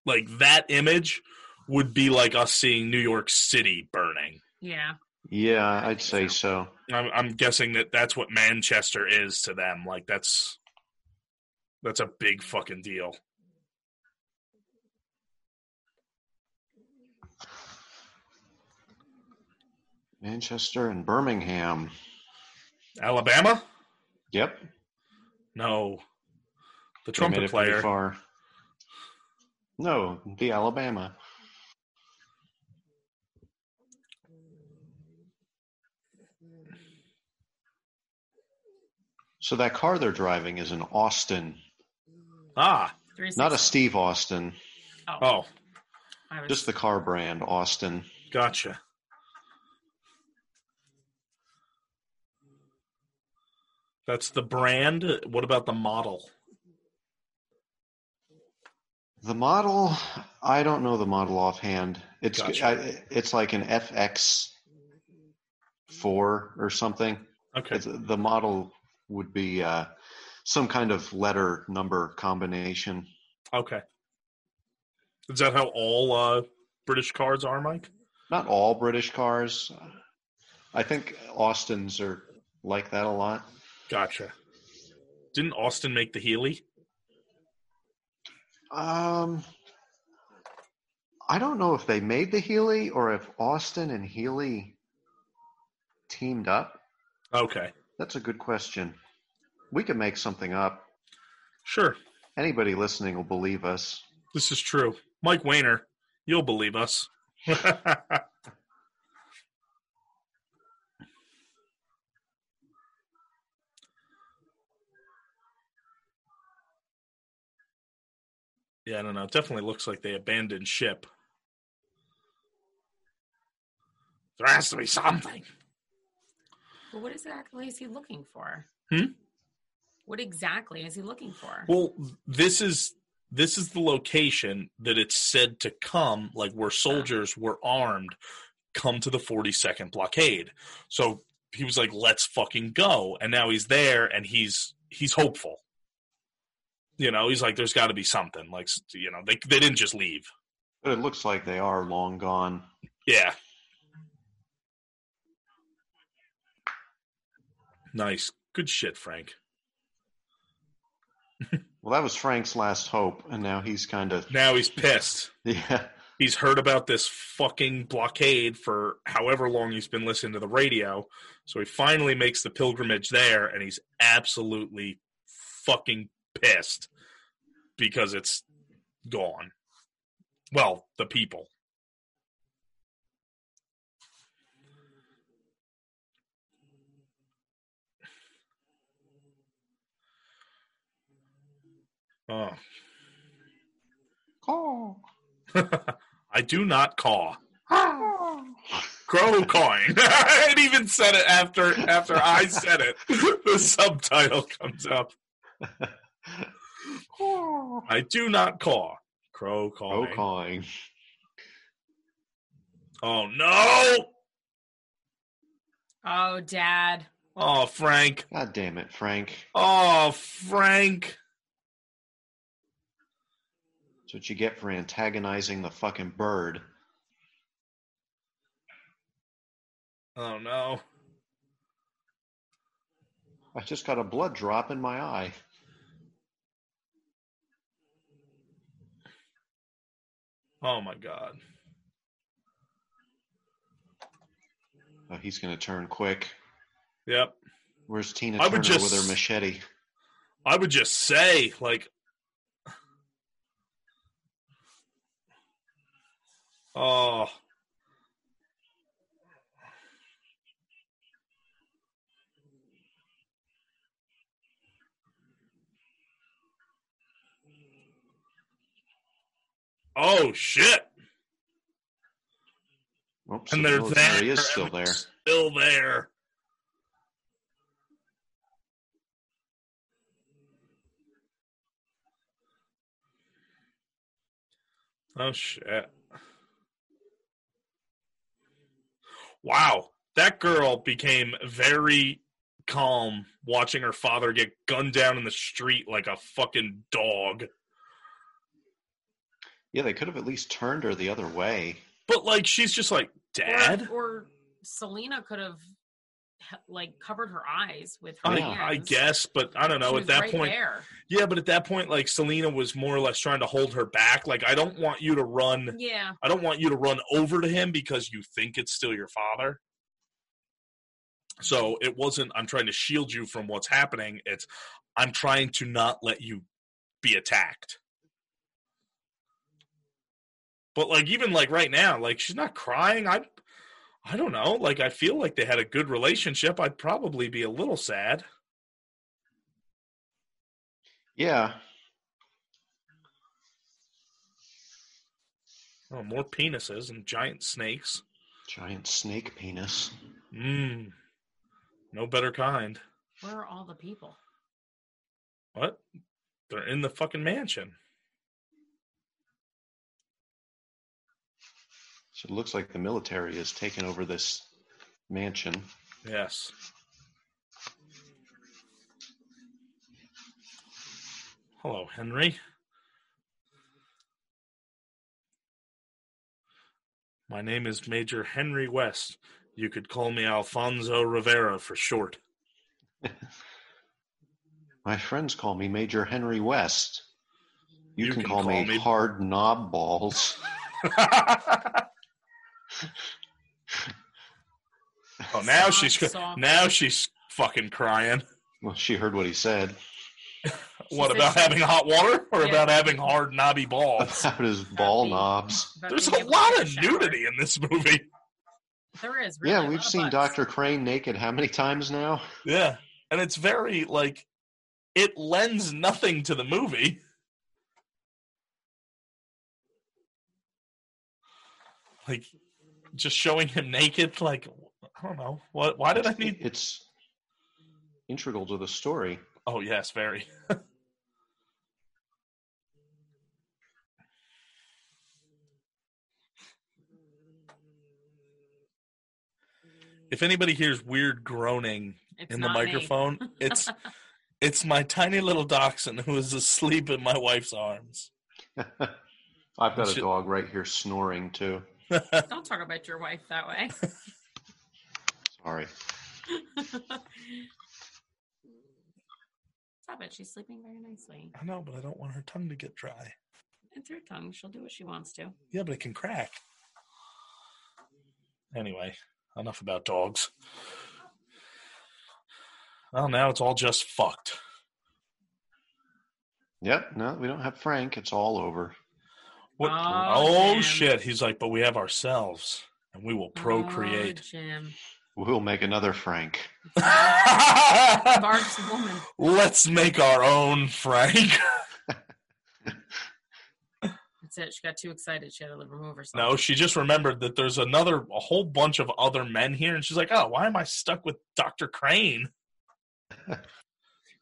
S1: like, that image would be like us seeing New York City burning.
S5: Yeah.
S3: Yeah, I'd say so.
S1: I'm, I'm guessing that that's what Manchester is to them. Like, that's that's a big fucking deal.
S3: Manchester and Birmingham.
S1: Alabama.
S3: Yep,
S1: No. The
S3: they made
S1: trumpet
S3: it pretty
S1: player.
S3: far. No, the Alabama. So that car they're driving is an Austin,
S1: Ah.
S5: Three
S3: not a Steve Austin,
S1: Oh,
S5: I was,
S3: just the car brand Austin.
S1: gotcha. That's the brand. What about the model?
S3: The model, I don't know the model offhand. It's
S1: Gotcha.
S3: I, it's like an FX four or something.
S1: Okay.
S3: It's- the model would be uh, some kind of letter number combination.
S1: Okay. Is that how all uh, British cars are, Mike?
S3: Not all British cars. I think Austin's are like that a lot.
S1: Gotcha. Didn't Austin make the Healy?
S3: Um, I don't know if they made the Healy or if Austin and Healy teamed up.
S1: Okay.
S3: That's a good question. We could make something up.
S1: Sure.
S3: Anybody listening will believe us.
S1: This is true. Mike Weiner, you'll believe us. Yeah, I don't know. It definitely looks like they abandoned ship. There has to be something.
S5: But what exactly is he looking for?
S1: Hmm?
S5: What exactly is he looking for?
S1: Well, this is this is the location that it's said to come, like where soldiers were armed, come to the 42nd blockade. So he was like, "Let's fucking go!" And now he's there, and he's he's hopeful. You know, he's like, "There's got to be something." Like, s- you know, they they didn't just leave.
S3: But it looks like they are long gone.
S1: Yeah. Nice. Good shit, Frank.
S3: Well, that was Frank's last hope, and now he's kind of
S1: Now he's pissed.
S3: yeah.
S1: He's heard about this fucking blockade for however long he's been listening to the radio. So he finally makes the pilgrimage there and he's absolutely fucking pissed because it's gone. Well, the people. Oh. I do not caw. Crow cawing. it even said it after after I said it. The subtitle comes up. I do not caw. Crow
S3: Oh,
S1: cawing.
S3: calling.
S1: Oh no!
S5: Oh, Dad.
S1: Oh Frank.
S3: God damn it, Frank.
S1: Oh Frank.
S3: That's what you get for antagonizing the fucking bird.
S1: Oh no.
S3: I just got a blood drop in my eye.
S1: Oh my god.
S3: Oh, he's gonna turn quick.
S1: Yep.
S3: Where's Tina
S1: I
S3: Turner
S1: would
S3: with
S1: just-
S3: her machete?
S1: I would just say, like, oh, oh shit!
S3: Oops,
S1: And
S3: the
S1: they're
S3: military
S1: there.
S3: is still there.
S1: Still there. Oh shit. Wow. That girl became very calm watching her father get gunned down in the street like a fucking dog.
S3: Yeah, they could have at least turned her the other way.
S1: But like she's just like, Dad?
S5: Or, or Selena could have like covered her eyes with her
S1: I,
S5: hands.
S1: I guess, but I don't know.
S5: She
S1: At
S5: was
S1: that
S5: right
S1: point,
S5: there.
S1: Yeah, but at that point, like Selena was more or less trying to hold her back. Like, I don't want you to run.
S5: Yeah.
S1: I don't want you to run over to him because you think it's still your father. So it wasn't. I'm trying to shield you from what's happening. It's I'm trying to not let you be attacked. But like even like right now, like she's not crying. I I don't know. Like I feel like they had a good relationship. I'd probably be a little sad.
S3: Yeah,
S1: Oh, more penises and giant snakes.
S3: giant snake penis.
S1: Mm. No better kind.
S5: Where are all the people?
S1: What? They're in the fucking mansion.
S3: So it looks like the military has taken over this mansion.
S1: Yes. Hello, Henry. My name is Major Henry West. You could call me Alfonso Rivera for short.
S3: My friends call me Major Henry West. You, can, call, me,
S1: me-
S3: Hard Knob Balls.
S1: oh, now
S5: Soft,
S1: she's Oh,
S5: soft.
S1: now she's fucking crying.
S3: Well, she heard what he said
S1: what
S5: said
S1: about
S5: she-
S1: having hot water or
S5: Yeah.
S1: about having hard knobby balls?
S3: about his ball knobs.
S5: About
S1: There's
S5: being
S1: a
S5: able to
S1: lot
S5: take
S1: of
S5: shower.
S1: nudity in this movie.
S5: There is. Really,
S3: Yeah,
S5: a
S3: we've
S5: lot of
S3: seen
S5: butts.
S3: Dr. Crane naked how many times now?
S1: Yeah. And it's very like it lends nothing to the movie. Like just showing him naked like I don't know. What why did I need
S3: It's integral to the story.
S1: Oh yes, very. if anybody hears weird groaning
S5: It's
S1: in the
S5: not me.
S1: microphone. It's it's my tiny little dachshund who is asleep in my wife's arms.
S3: I've got a
S1: Should-
S3: dog right here snoring too.
S5: Don't talk about your wife that way.
S3: Sorry.
S5: Stop it. She's sleeping very nicely.
S1: I know, but I don't want her tongue to get dry.
S5: It's her tongue. She'll do what she wants to.
S1: Yeah, but it can crack. Anyway, enough about dogs. Well, now it's all just fucked.
S3: Yep, no, we don't have Frank. It's all over.
S1: What?
S5: Oh,
S1: Oh,
S5: Jim.
S1: shit! He's like, but we have ourselves, and we will
S5: Oh,
S1: procreate.
S5: Jim.
S3: We'll make another Frank.
S5: Barb's woman.
S1: Let's make our own Frank.
S5: That's it. She got too excited. She had to remove herself.
S1: No, she just remembered that there's another a whole bunch of other men here, and she's like, "Oh, why am I stuck with Doctor Crane?"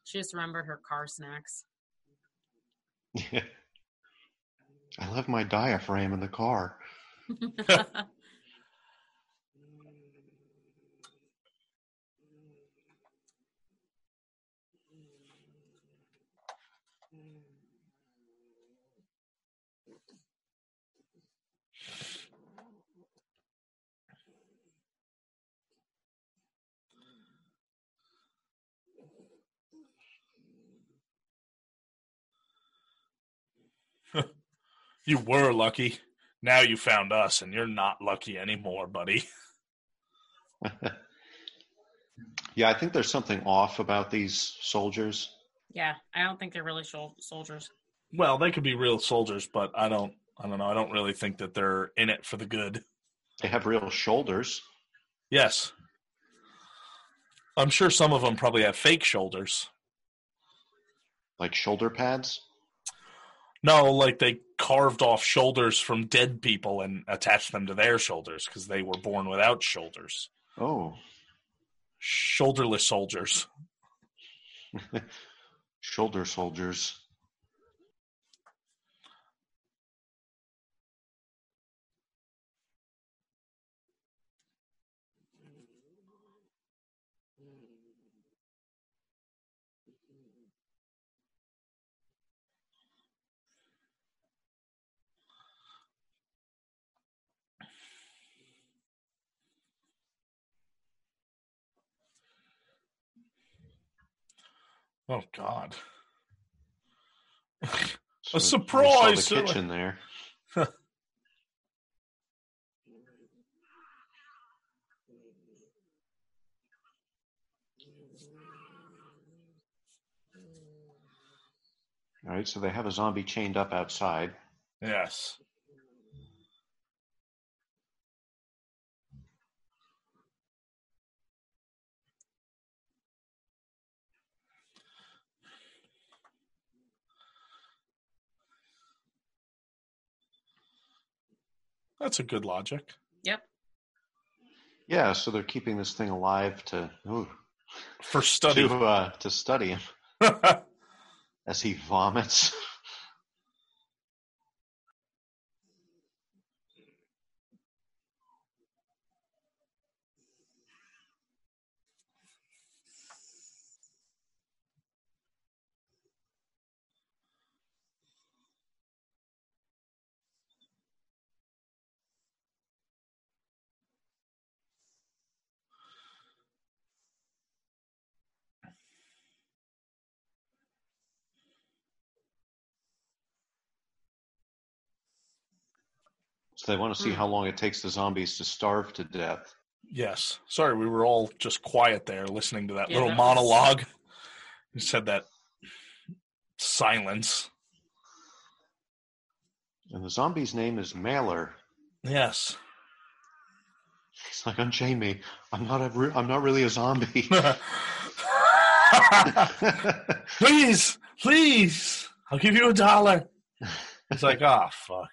S5: She just remembered her car snacks.
S3: I left my diaphragm in the car.
S1: You were lucky. Now you found us, and you're not lucky anymore, buddy.
S3: Yeah, I think there's something off about these soldiers.
S5: yeah, I don't think they're really shol- soldiers.
S1: Well, they could be real soldiers, but I don't. I don't know. I don't really think that they're in it for the good.
S3: They have real shoulders.
S1: Yes, I'm sure some of them probably have fake shoulders.
S3: like shoulder pads.
S1: No, like they carved off shoulders from dead people and attached them to their shoulders because they were born without shoulders.
S3: Oh,
S1: shoulderless soldiers.
S3: shoulder soldiers.
S1: Oh God!
S3: So
S1: A
S3: we saw
S1: surprise,
S3: The
S1: so-
S3: kitchen there. All right, so they have a zombie chained up outside.
S1: Yes. That's a good logic.
S5: Yep.
S3: Yeah, so they're keeping this thing alive to ooh,
S1: For study.
S3: to uh, to study him as he vomits. So they want to see
S5: Hmm.
S3: how long it takes the zombies to starve to death.
S1: Yes. Sorry, we were all just quiet there listening to that
S5: Yeah,
S1: little
S5: that was-
S1: monologue. You said that silence.
S3: And the zombie's name is Mailer.
S1: Yes.
S3: He's like, unchain me. I'm not a. Re- I'm not really a zombie.
S1: please, please, I'll give you a dollar. It's like, ah, fuck.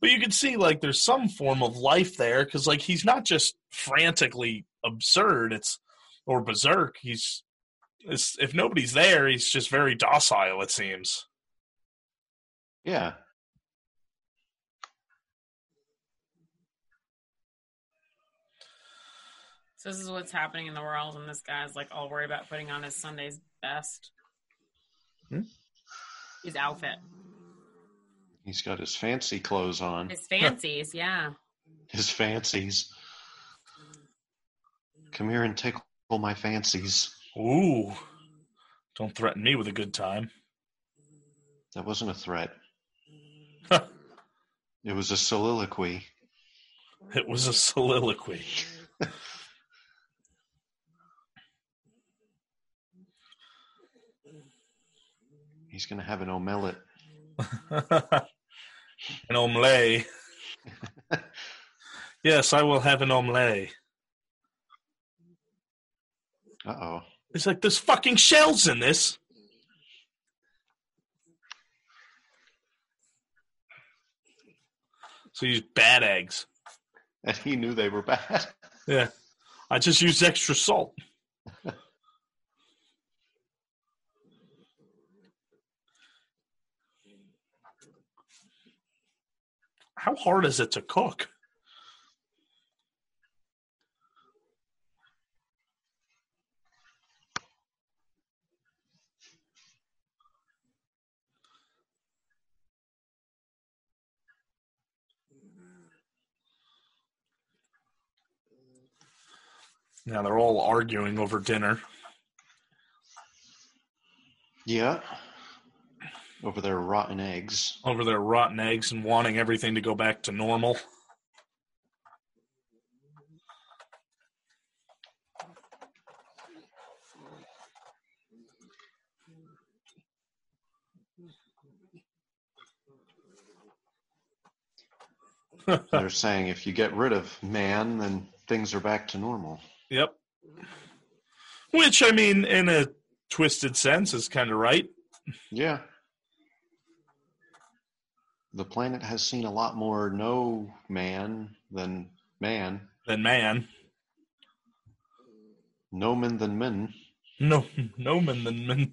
S1: But you can see, like, there's some form of life there because, like, he's not just frantically absurd. It's or berserk. He's it's, if nobody's there, he's just very docile. It seems.
S3: yeah.
S5: So this is what's happening in the world, and this guy's like all worried about putting on his Sunday's best.
S1: Hmm?
S5: His outfit,
S3: He's got his fancy clothes on.
S5: his fancies, yeah.
S3: his fancies. Come here and tickle my fancies.
S1: Ooh, don't threaten me with a good time.
S3: That wasn't a threat.
S1: Huh.
S3: it was a soliloquy.
S1: It was a soliloquy.
S3: He's going to have an omelet.
S1: an omelet. yes, I will have an omelet.
S3: Uh oh.
S1: It's like there's fucking shells in this. So you use bad eggs.
S3: And he knew they were bad.
S1: Yeah. I just used extra salt. How hard is it to cook? Now they're all arguing over dinner.
S3: Yeah. Over their rotten eggs.
S1: over their rotten eggs and wanting everything to go back to normal.
S3: They're saying if you get rid of man, then things are back to normal.
S1: Yep. Which, I mean, in a twisted sense, is kind of right.
S3: Yeah. The planet has seen a lot more no man than man,
S1: Than man,
S3: no man than men,
S1: no, no man than man.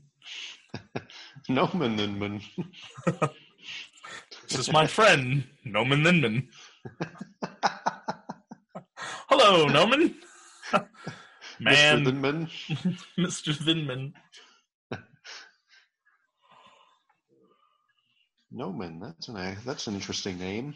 S3: no man than men.
S1: This is my friend, Noman Linman. Hello, Noman.
S3: Mr.
S1: Man,
S3: than men.
S1: Mr. Vinman.
S3: Noman, that's an that's an interesting name.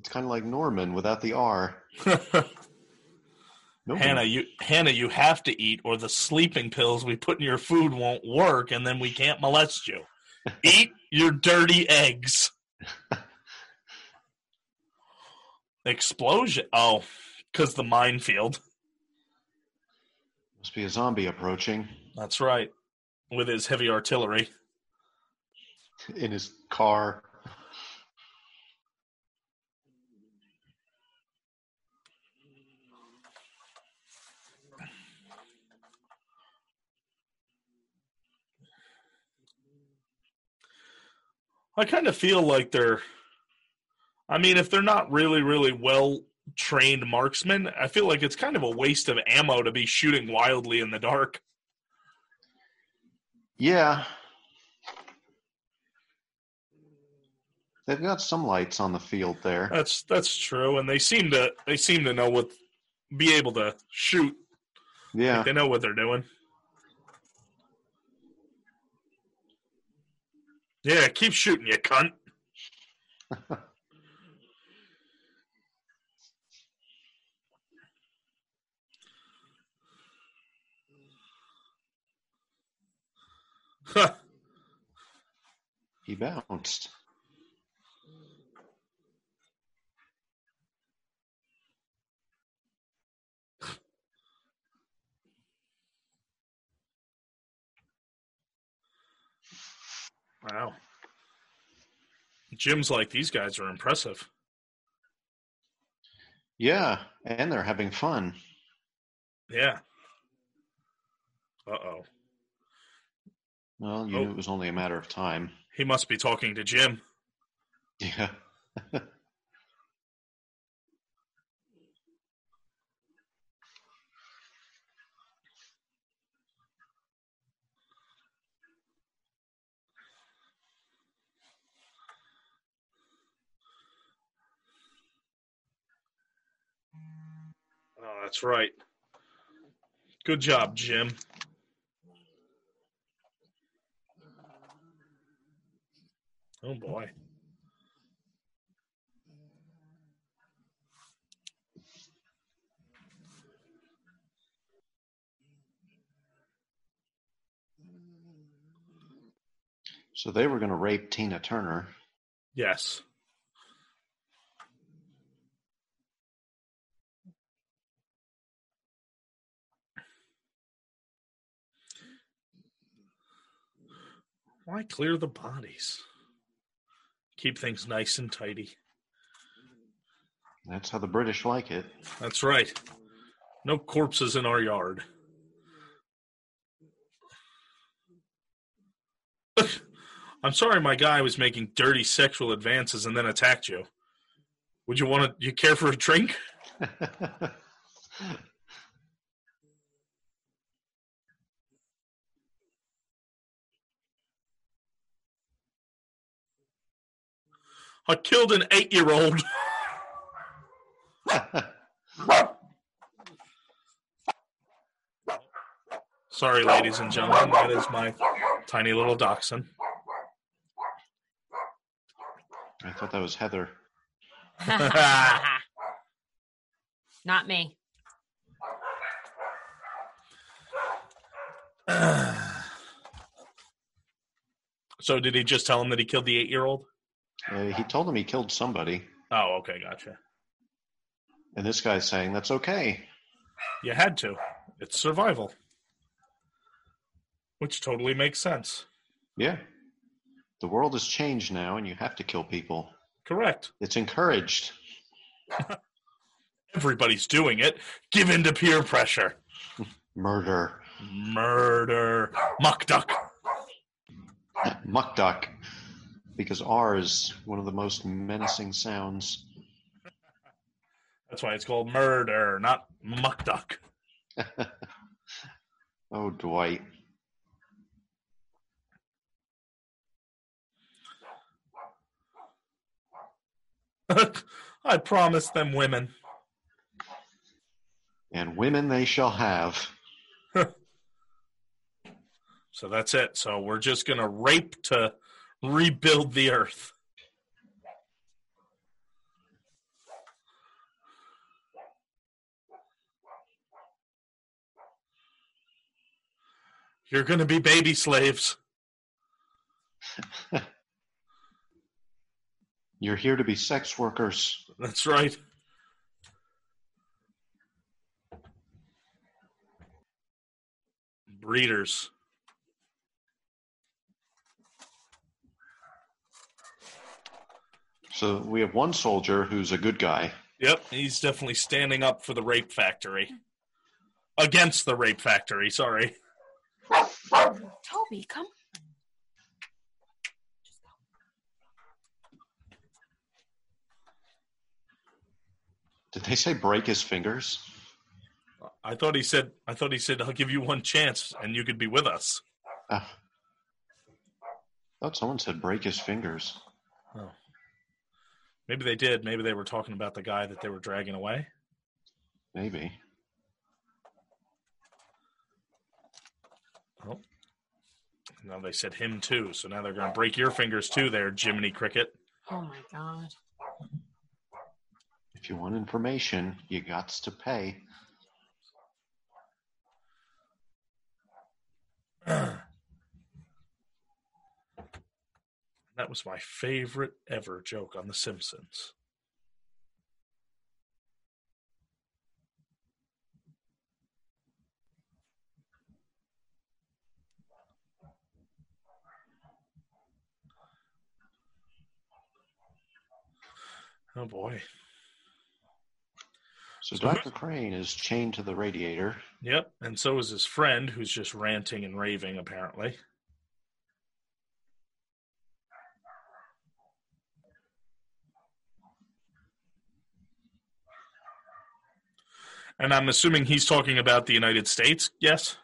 S3: It's kind of like Norman without the R. Noman.
S1: Hannah, you Hannah, you have to eat, or the sleeping pills we put in your food won't work, and then we can't molest you. eat your dirty eggs. Explosion! Oh, because the minefield.
S3: must be a zombie approaching
S1: That's right, with his heavy artillery.
S3: in his car.
S1: I kind of feel like they're. I mean, if they're not really, really well trained marksmen, I feel like it's kind of a waste of ammo to be shooting wildly in the dark.
S3: Yeah. They've got some lights on the field there.
S1: That's that's true, and they seem to they seem to know what be able to shoot.
S3: Yeah.
S1: They know what they're doing. Yeah, keep shooting, you cunt. Huh.
S3: He bounced.
S1: Wow. Jim's like, these guys are impressive.
S3: Yeah, and they're having fun.
S1: Yeah. Uh oh.
S3: Well, you knew
S1: Oh.
S3: it was only a matter of time.
S1: He must be talking to Jim.
S3: Yeah.
S1: Oh, that's right. Good job, Jim. Oh boy.
S3: So they were going to rape Tina Turner.
S1: Yes. Why clear the bodies? Keep things nice and tidy.
S3: That's how the British like it.
S1: That's right. No corpses in our yard. I'm sorry my guy was making dirty sexual advances and then attacked you. Would you want to you care for a drink? I killed an 8-year-old. Sorry ladies and gentlemen, that is my tiny little dachshund.
S3: I thought that was Heather.
S5: Not me.
S1: so did he just tell him that he killed the 8-year-old?
S3: Uh, he told him he killed somebody,
S1: Oh, okay, gotcha.
S3: and this guy's saying that's okay.
S1: You had to. It's survival. Which totally makes sense.
S3: Yeah. The world has changed now, and you have to kill people.
S1: Correct.
S3: It's encouraged.
S1: Everybody's doing it. Give in to peer pressure.
S3: Murder.
S1: Murder. Muck duck.
S3: Muck duck. Because R is one of the most menacing sounds.
S1: That's why it's called murder, not muck duck.
S3: Oh, Dwight.
S1: I promised them women.
S3: And women they shall have.
S1: So that's it. So we're just going to rape to rebuild the earth. You're going to be baby slaves.
S3: You're here to be sex workers.
S1: That's right. Breeders.
S3: So we have one soldier who's a good guy.
S1: Yep, he's definitely standing up for the rape factory. Against the rape factory, sorry.
S2: Toby, come.
S3: Did they say break his fingers?
S1: I thought he said I thought he said I'll give you one chance and you could be with us.
S3: Uh, thought someone said break his fingers.
S1: Maybe they did. Maybe they were talking about the guy that they were dragging away.
S3: Maybe.
S1: No, they said him too. So now they're going to break your fingers too, there, Jiminy Cricket.
S5: Oh my god.
S3: If you want information, you gots to pay.
S1: That was my favorite ever joke on The Simpsons. Oh boy.
S3: So
S1: So-
S3: Dr. Crane is chained to the radiator.
S1: Yep. And so is his friend, who's just ranting and raving, apparently. And I'm assuming he's talking about the United States, yes?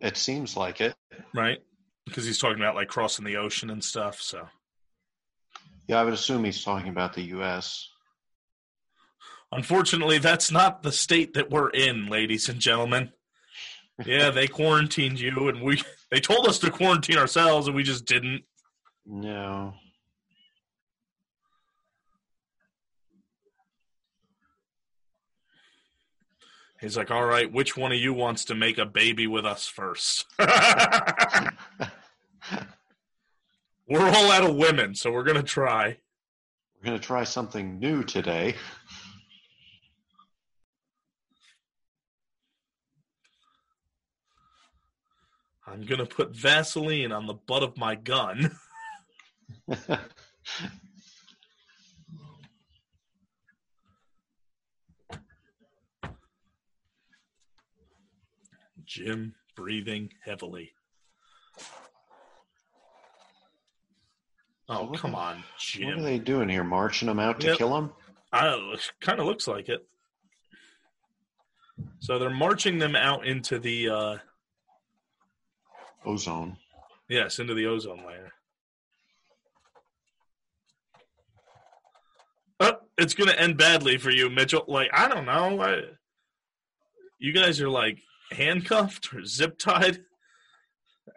S3: It seems like it.
S1: Right? Because he's talking about like crossing the ocean and stuff, so.
S3: Yeah, I would assume he's talking about the U.S.
S1: Unfortunately, that's not the state that we're in, ladies and gentlemen. Yeah, they quarantined you, and we they told us to quarantine ourselves, and we just didn't.
S3: No.
S1: He's like, "All right, which one of you wants to make a baby with us first? we're all out of women, so we're gonna try."
S3: We're going to try something new today.
S1: I'm gonna put Vaseline on the butt of my gun. Jim breathing heavily. Oh
S3: what
S1: come
S3: the-
S1: on,
S3: What
S1: Jim!
S3: are they doing here? Marching them out to
S1: Yep.
S3: kill them?
S1: Oh, it kind of looks like it. So they're marching them out into the uh
S3: Ozone.
S1: yes, into the ozone layer. Oh, it's going to end badly for you, Mitchell. Like, I don't know. I, you guys are like handcuffed or zip tied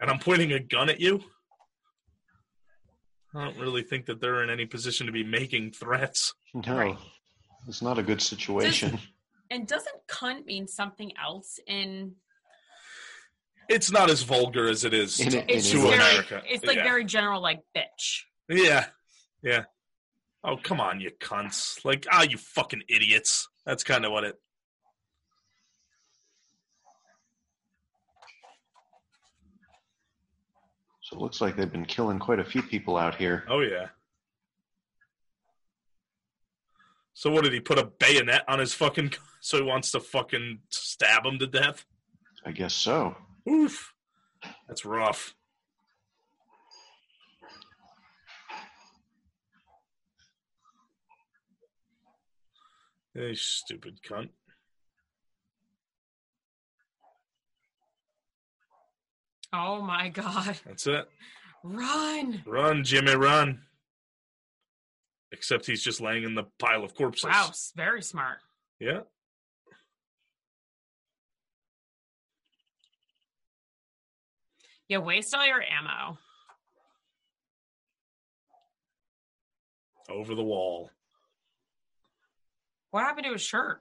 S1: and I'm pointing a gun at you. I don't really think that they're in any position to be making threats.
S3: No.
S5: Right.
S3: It's not a good situation.
S5: And doesn't cunt mean something else in
S1: It's not as vulgar as it is
S3: In-
S1: to,
S3: in
S5: it's
S1: to
S5: just
S3: English.
S1: America.
S5: very it's like
S1: Yeah.
S5: very general like bitch.
S1: Yeah. Yeah. Oh, come on, you cunts. Like, ah, you fucking idiots. That's kind of what it.
S3: So it looks like they've been killing quite a few people out here.
S1: Oh, yeah. So, what did he put a bayonet on his fucking. c- So he wants to fucking stab him to death?
S3: I guess so.
S1: Oof. That's rough. Hey, stupid cunt.
S5: Oh my god.
S1: That's it.
S5: Run.
S1: Run, Jimmy, run. Except he's just laying in the pile of corpses.
S5: Wow, s- very smart.
S1: Yeah.
S5: Yeah, waste all your ammo.
S1: Over the wall.
S5: What happened to his shirt?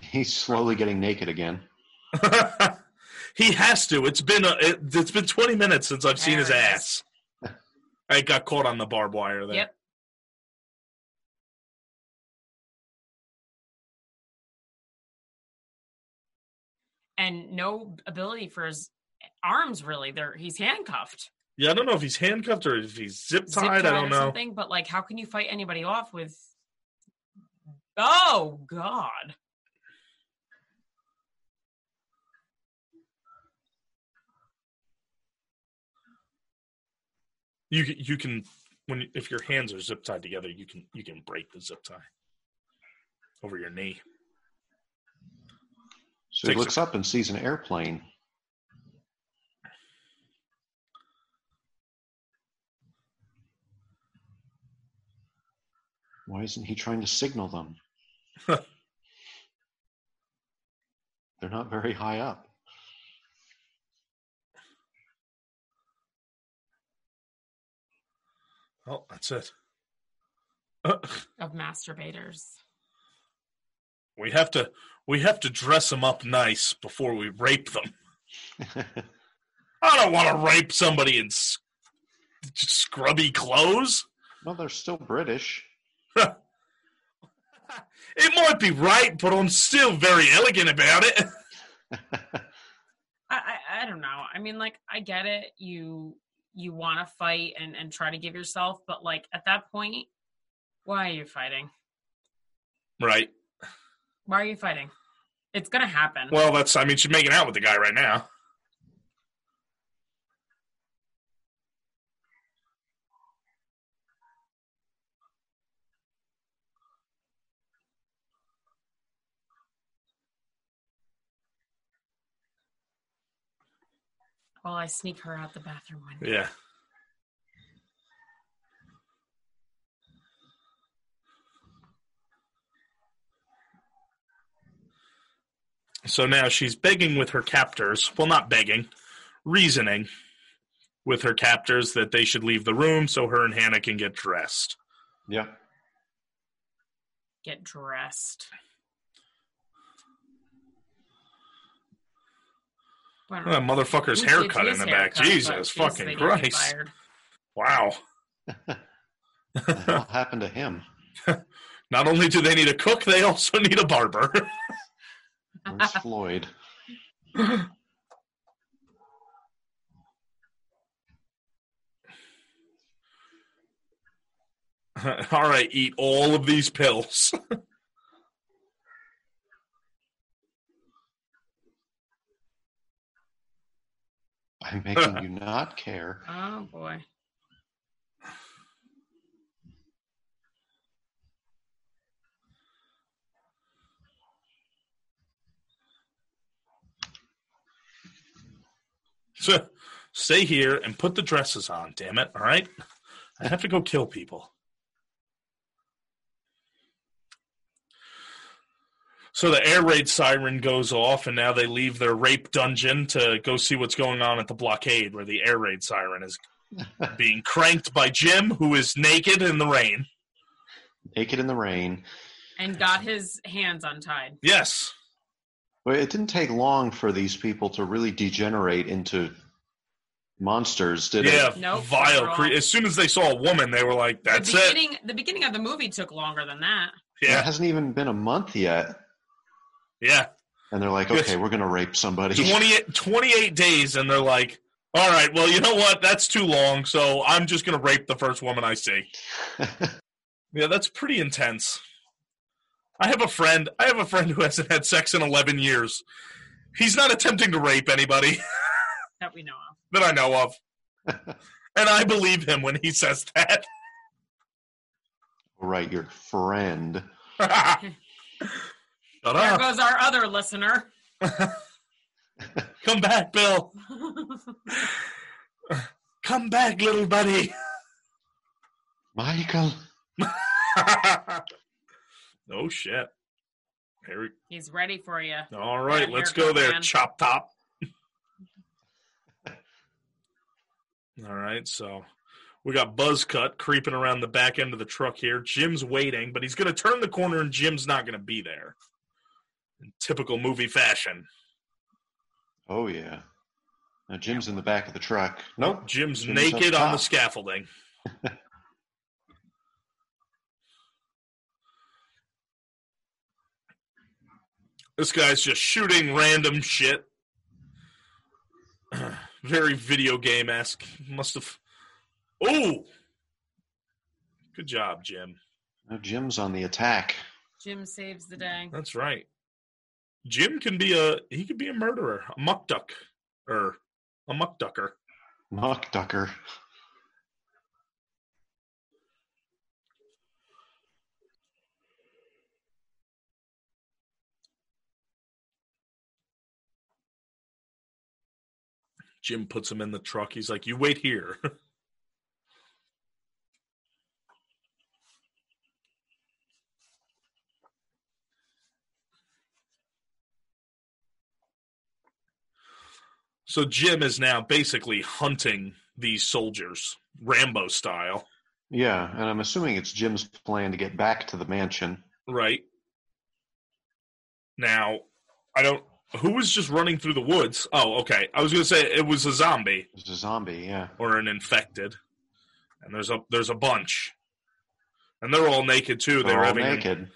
S3: He's slowly getting naked again.
S1: he has to. It's been a, it, it's been 20 minutes since I've seen
S5: There
S1: his
S5: it is.
S1: ass. I got caught on the barbed wire there.
S5: Yep. And no ability for his arms really. There he's handcuffed.
S1: Yeah, I don't know if he's handcuffed or if he's zip
S5: zip
S1: tied. I
S5: tied
S1: don't
S5: or
S1: know.
S5: something, but like how can you fight anybody off with Oh god.
S1: You c- you can when if your hands are zip tied together, you can you can break the zip tie over your knee.
S3: So he
S1: Takes a-
S3: looks up and sees an airplane. Why isn't he trying to signal them? They're not very high up.
S1: Oh, that's it.
S5: Of masturbators.
S1: We have to we have to dress them up nice before we rape them. I don't want to rape somebody in s- scrubby clothes.
S3: well, they're still British.
S1: It might be right, but I'm still very elegant about it.
S5: I, I I don't know. I mean, like I get it. You you want to fight and and try to give yourself, but like at that point, Why are you fighting?
S1: Right.
S5: Why are you fighting? It's gonna happen.
S1: Well, that's. I mean, she's making out with the guy right now.
S5: While I sneak her out the bathroom window.
S1: Yeah. So now she's begging with her captors. Well, not begging, reasoning with her captors that they should leave the room so her and Hannah can get dressed.
S3: Yeah.
S5: Get dressed. Well, I don't
S1: Look at That motherfucker's
S5: Who did
S1: haircut in
S5: his
S1: the back.
S5: haircut, but
S1: Jesus
S5: she was
S1: fucking
S5: thinking he
S1: Christ.
S5: fired.
S1: Wow.
S3: What the hell happened to him?
S1: Not only do they need a cook, they also need a barber.
S3: Where's Floyd?
S1: all right, eat all of these pills.
S3: I'm making you not care.
S5: Oh boy.
S1: So stay here and put the dresses on, damn it, all right? I have to go kill people. So the air raid siren goes off, and now they leave their rape dungeon to go see what's going on at the blockade where the air raid siren is being cranked by Jim, who is naked in the rain.
S3: Naked in the rain.
S5: And got his hands untied.
S1: Yes.
S3: Well, it didn't take long for these people to really degenerate into monsters, did
S1: Yeah.
S3: it?
S5: Nope,
S1: vile.
S5: they're all-
S1: Cre- as soon as they saw a woman, they were like, that's
S5: the
S1: it.
S5: beginning, The beginning of the movie took longer than that.
S3: It
S1: Yeah.
S3: hasn't even been a month yet.
S1: Yeah.
S3: And they're like,
S1: Yes.
S3: okay, we're going to rape somebody.
S1: 28, 28 days and they're like all right well you know what that's too long so i'm just going to rape the first woman i see yeah that's pretty intense i have a friend i have a friend who hasn't had sex in 11 years he's not attempting to rape anybody
S5: That we know of.
S1: that i know of and i believe him when he says that
S3: right, your friend.
S1: shut
S5: There
S1: up
S5: goes our other listener.
S1: come back bill come back little buddy
S3: Michael.
S1: oh shit Here we
S5: He's ready for you.
S1: All right,
S5: Yeah,
S1: let's
S5: here
S1: go
S5: it goes,
S1: there,
S5: man.
S1: chop top. All right, so we got Buzz Cut creeping around the back end of the truck here. Jim's waiting, but he's going to turn the corner and Jim's not going to be there. In typical movie fashion.
S3: Oh, yeah. Now, Jim's in the back of the truck. Nope.
S1: Jim's,
S3: Jim's up
S1: naked on the
S3: top.
S1: scaffolding. this guy's just shooting random shit. Very video game esque. Must have. Oh! Good job, Jim.
S3: Now, Jim's on the attack.
S5: Jim saves the day.
S1: That's right. Jim can be a he could be a murderer, a muck duck, or a muck ducker.
S3: Muck Ducker.
S1: Jim puts him in the truck. He's like, "You wait here." so Jim is now basically hunting these soldiers, Rambo style,
S3: Yeah, and I'm assuming it's Jim's plan to get back to the mansion.
S1: right? Now, I don't. Who was just running through the woods? Oh, okay. I was gonna say it was a zombie.
S3: It's a zombie, yeah.
S1: or an infected, and there's a there's a bunch, and they're all naked too. They
S3: They're
S1: were
S3: all
S1: having an-
S3: naked.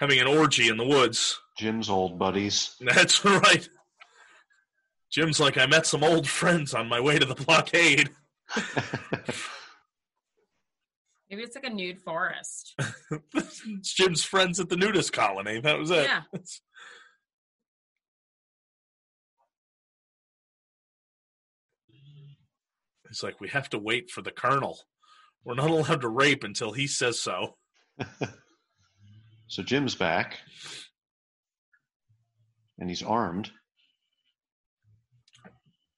S1: having an orgy in the woods.
S3: Jim's old buddies.
S1: That's right. Jim's like, I met some old friends on my way to the blockade.
S5: Maybe it's like a nude forest.
S1: it's Jim's friends at the nudist colony. That was it.
S5: Yeah.
S1: It's like we have to wait for the colonel. We're not allowed to rape until he says so.
S3: So Jim's back, and he's armed.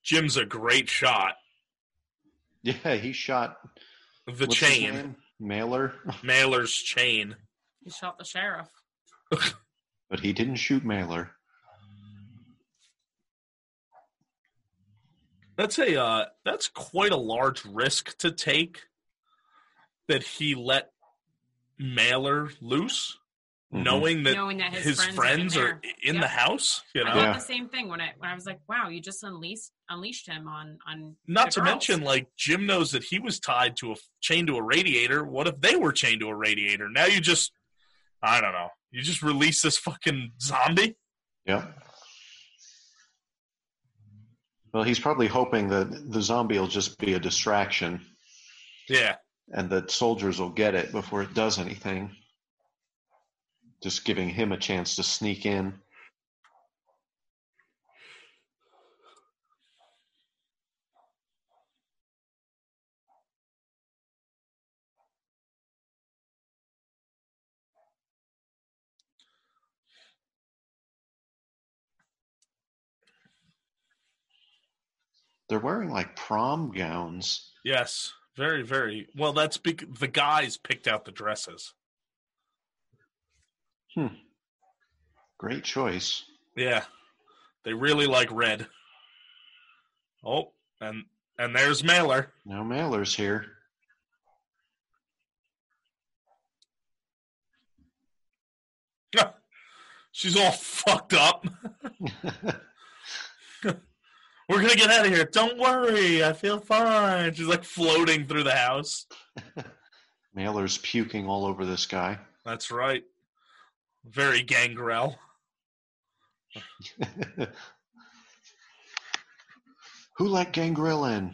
S1: Jim's a great shot.
S3: Yeah, he shot
S1: The
S3: what's his
S1: chain,
S3: name? Mailer,
S1: Mailer's chain.
S5: He shot the sheriff.
S3: but he didn't shoot Mailer.
S1: That's a uh, that's quite a large risk to take. That he let Mailer loose,
S3: Mhm.
S1: knowing that
S5: knowing that his,
S1: his, friends,
S5: are,
S1: are
S5: in there.
S1: in
S5: Yep.
S1: the house. You know,
S5: I thought
S3: Yeah.
S5: the same thing when I when I was like, wow, you just unleashed unleashed him on on
S1: not
S5: the
S1: to
S5: girls.
S1: mention like Jim knows that he was tied to a chained to a radiator. What if they were chained to a radiator? Now you just, I don't know, you just release this fucking zombie.
S3: Yep. Well, he's probably hoping that the zombie will just be a distraction,
S1: Yeah,
S3: and that soldiers will get it before it does anything. Just giving him a chance to sneak in. They're wearing like prom gowns.
S1: yes, very, very well. That's bec- the guys picked out the dresses.
S3: Great choice.
S1: Yeah, they really like red. Oh, and and there's Mailer.
S3: Now Mailer's here.
S1: She's all fucked up. We're gonna get out of here. Don't worry, I feel fine. She's like floating through the house.
S3: Mailer's puking all over this guy.
S1: That's right. Very gangrel.
S3: Who let Gangrel in?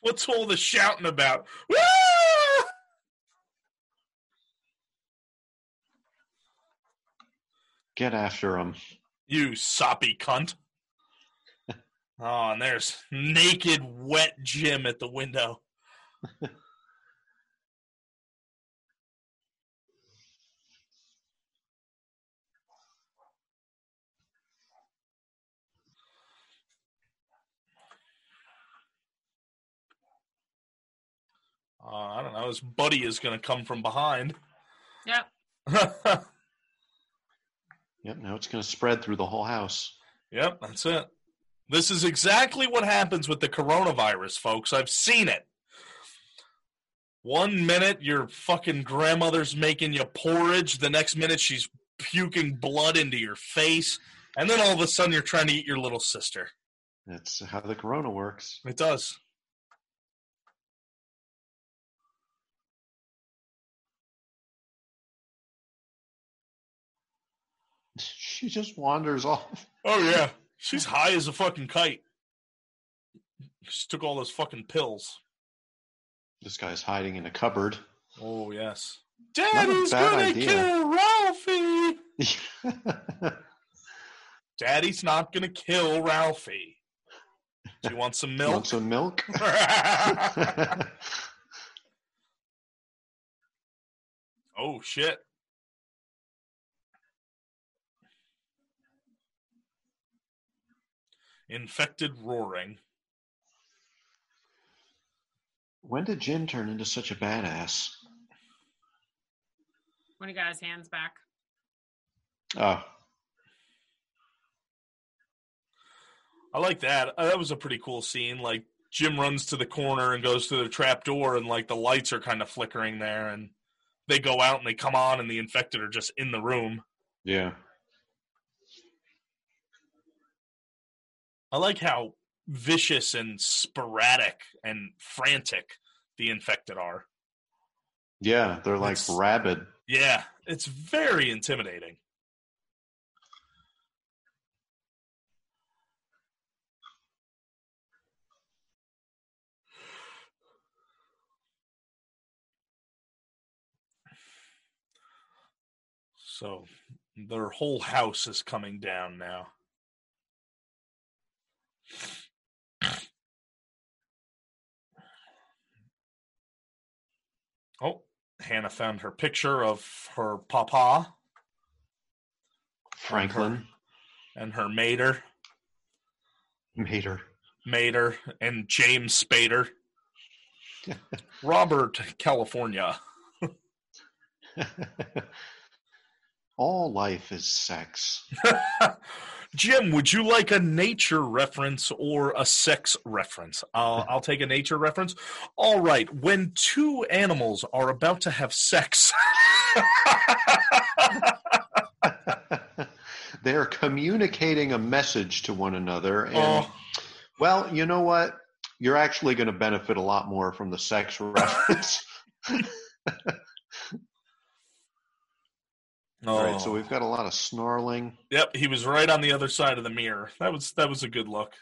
S1: What's all the shouting about? Woo!
S3: Get after him.
S1: You soppy cunt. Oh, and there's naked, wet Jim at the window. Uh, I don't know. His buddy is going to come from behind.
S5: Yep.
S3: Yep, now it's going to spread through the whole house.
S1: Yep, that's it. This is exactly what happens with the coronavirus, folks. I've seen it. One minute your fucking grandmother's making you porridge, the next minute she's puking blood into your face, and then all of a sudden you're trying to eat your little sister.
S3: That's how the corona works.
S1: It does.
S3: She just wanders off.
S1: Oh yeah. She's high as a fucking kite. She took all those fucking pills.
S3: This guy's hiding in a cupboard.
S1: Oh yes.
S3: a
S1: Daddy's
S3: bad
S1: gonna
S3: idea.
S1: kill Ralphie.
S3: he
S1: Daddy's not gonna kill Ralphie. Do you want some milk?
S3: wants some milk?
S1: oh shit. Infected roaring.
S3: when did Jim turn into such a badass?
S5: When he got his hands back.
S3: Oh,
S1: I like that. Uh, That was a pretty cool scene. Like Jim runs to the corner and goes to the trap door and like the lights are kind of flickering there and they go out and they come on and the infected are just in the room.
S3: yeah.
S1: I like how vicious and sporadic and frantic the infected are.
S3: Yeah, they're like
S1: It's-
S3: rabid.
S1: Yeah, it's very intimidating. So their whole house is coming down now. Oh, Hannah found her picture of her papa
S3: Franklin
S1: and her mater,
S3: Mater.
S1: mater, and James Spader. Robert, California.
S3: All life is sex.
S1: Jim, would you like a nature reference or a sex reference? I'll, I'll take a nature reference. All right. When two animals are about to have sex,
S3: They're communicating a message to one another. And,
S1: Oh.
S3: well, you know what? You're actually going to benefit a lot more from the sex reference. All right, so
S1: Oh.
S3: we've got a lot of snarling.
S1: Yep, he was right on the other side of the mirror. That was that was a good look.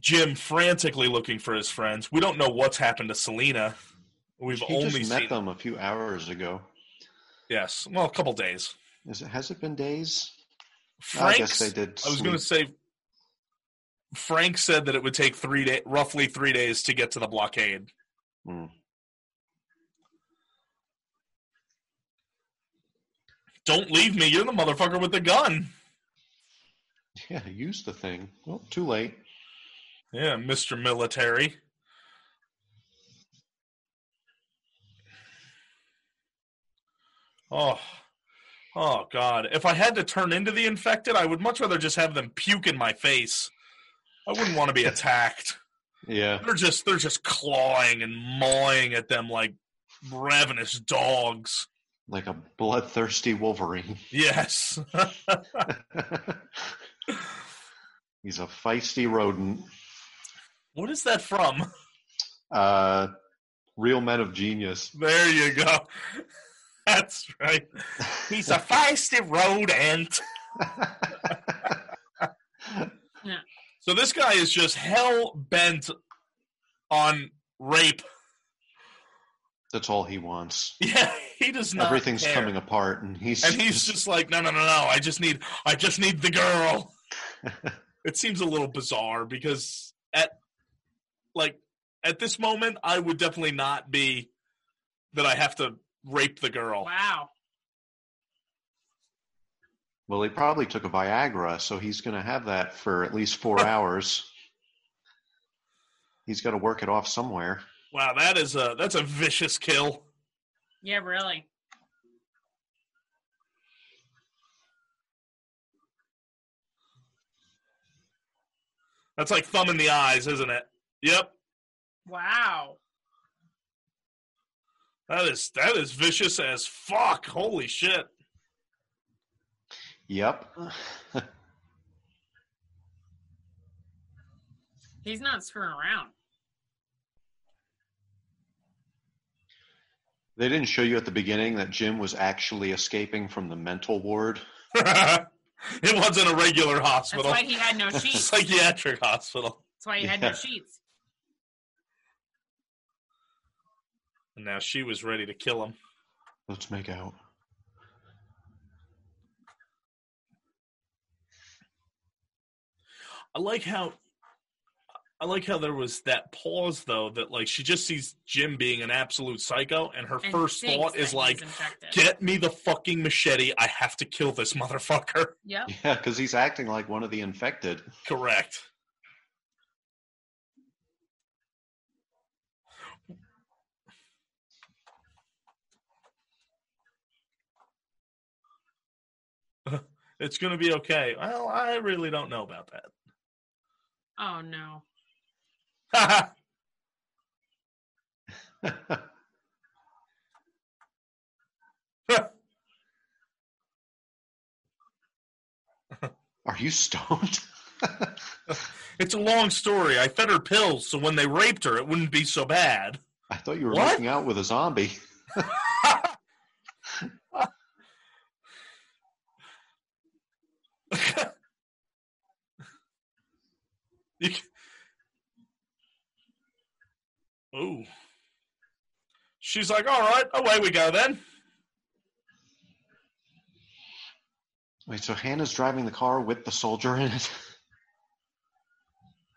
S1: Jim frantically looking for his friends. We don't know what's happened to Selena. We've
S3: He
S1: only
S3: just met
S1: seen
S3: them a few hours ago.
S1: yes, well, a couple days.
S3: Is it, has it been days? I
S1: Frank's,
S3: guess they
S1: I,
S3: did.
S1: was going to
S3: sleep.
S1: say, Frank said that it would take three day, roughly three days to get to the blockade.
S3: Mm.
S1: Don't leave me. You're the motherfucker with the gun.
S3: Yeah, use the thing. Well, too late.
S1: Yeah, Mr. Military. Oh, oh God! If I had to turn into the infected, I would much rather just have them puke in my face. I wouldn't want to be attacked.
S3: Yeah.
S1: They're just they're just clawing and mawing at them like ravenous dogs.
S3: Like a bloodthirsty Wolverine.
S1: Yes.
S3: He's a feisty rodent.
S1: what is that from?
S3: Uh, Real Men of Genius.
S1: There you go. That's right. He's a feisty road ant. So this guy is just hell bent on rape.
S3: That's all he wants.
S1: Yeah, he does not.
S3: Everything's
S1: care.
S3: coming apart, and he's
S1: and he's just like, no, no, no, no. I just need, I just need the girl. it seems a little bizarre because at, like, at this moment, I would definitely not be that I have to rape the girl.
S5: Wow.
S3: well. He probably took a Viagra, so he's going to have that for at least four hours. He's got to work it off somewhere.
S1: Wow, that is a that's a vicious kill.
S5: Yeah, really.
S1: That's like thumb in the eyes, isn't it? Yep,
S5: Wow.
S1: that is that is vicious as fuck. Holy shit.
S3: Yep.
S5: He's not screwing around.
S3: they didn't show you at the beginning that Jim was actually escaping from the mental ward.
S1: it wasn't a regular
S5: That's
S1: hospital,
S5: why he had no sheets. That's
S1: psychiatric hospital.
S5: why he had
S3: Yeah.
S5: no sheets.
S1: And now she was ready to kill him.
S3: Let's make out.
S1: I like how I like how there was that pause though that like she just sees Jim being an absolute psycho and her
S5: And
S1: first
S5: thinks
S1: thought
S5: that
S1: is
S5: he's
S1: like
S5: infected.
S1: get me the fucking machete. I have to kill this motherfucker.
S5: Yep.
S3: Yeah, because he's acting like one of the infected.
S1: Correct. It's going to be okay. Well, I really don't know about
S5: Oh no.
S1: that.
S3: Are you stoned?
S1: it's a long story. I fed her pills so when they raped her, it wouldn't be so bad.
S3: I thought you were
S1: What?
S3: making out with a zombie.
S1: You c- Oh. She's like, all right, away we go then.
S3: Wait, so Hannah's driving the car with the soldier in it?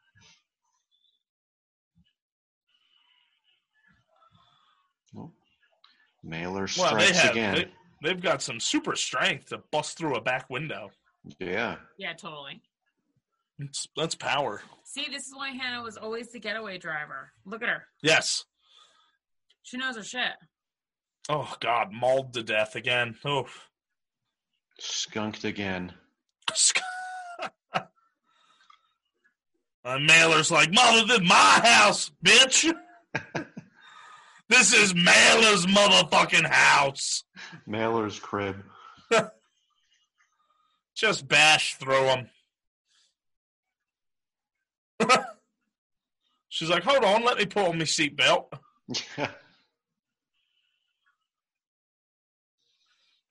S3: Nope. Mailer
S1: Well, they
S3: strikes
S1: have
S3: again.
S1: they, have got some super strength to bust through a back window.
S3: Yeah.
S5: Yeah, totally.
S1: It's, that's power.
S5: See, this is why Hannah was always the getaway driver. Look at her.
S1: Yes.
S5: She knows her shit.
S1: Oh God, mauled to death again. Oh,
S3: Skunked again.
S1: and Mailer's like, "Mother, this is my house, bitch. this is Mailer's motherfucking house."
S3: Mailer's crib.
S1: Just bash through him. She's like, "Hold on, let me put on my seatbelt."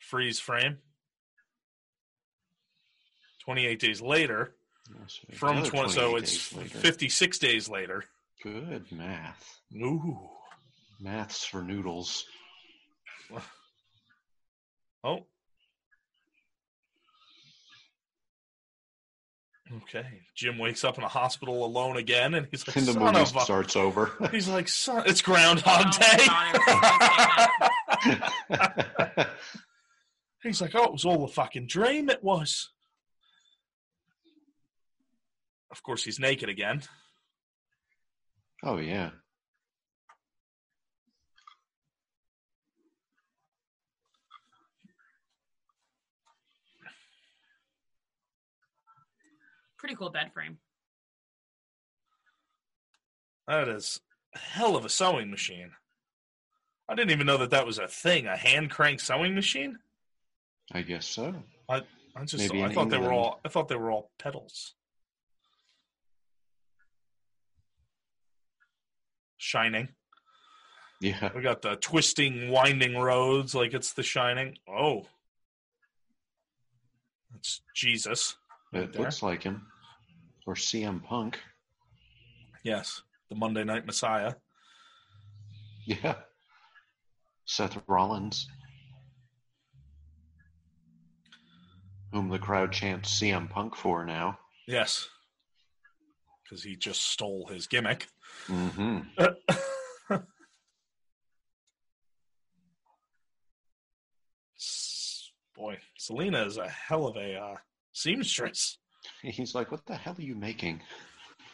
S1: Freeze frame. Twenty-eight days later. from 20, so it's 56 days later
S3: Good math.
S1: ooh
S3: Maths for noodles.
S1: oh okay jim wakes up in a hospital alone again and he's like
S3: And the
S1: son
S3: movie
S1: of a-"
S3: starts over.
S1: he's like son it's groundhog
S5: Oh my
S1: day
S5: God, I was gonna say that.
S1: he's like oh it was all a fucking dream it was of course he's naked again
S3: oh yeah.
S5: Pretty cool bed frame.
S1: That is a hell of a sewing machine. I didn't even know that that was a thing, a hand crank sewing machine.
S3: I guess so.
S1: I just
S3: Maybe
S1: I
S3: in
S1: thought they were
S3: England.
S1: all I thought they were all pedals. Shining.
S3: Yeah.
S1: We got the twisting, winding roads like it's the shining. Oh. That's Jesus.
S3: It
S1: there.
S3: looks like him. Or CM Punk.
S1: Yes. The Monday Night Messiah.
S3: Yeah. Seth Rollins. Whom the crowd chants CM Punk for now.
S1: Yes. Because he just stole his gimmick.
S3: Mm-hmm.
S1: S- Boy, Selena is a hell of a uh, seamstress.
S3: He's like, What the hell are you making?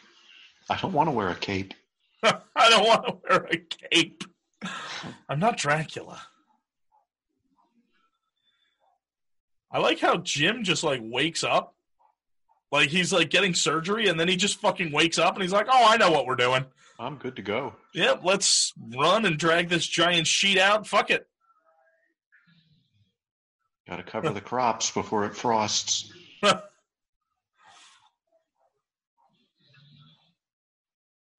S3: I don't want to wear a cape.
S1: I don't want to wear a cape. I'm not Dracula. I like how Jim just like wakes up. Like he's like getting surgery and then he just fucking wakes up and he's like, "Oh, I know what we're doing.
S3: I'm good to go.
S1: Yep, let's run and drag this giant sheet out. Fuck it."
S3: Got to cover the crops before it frosts.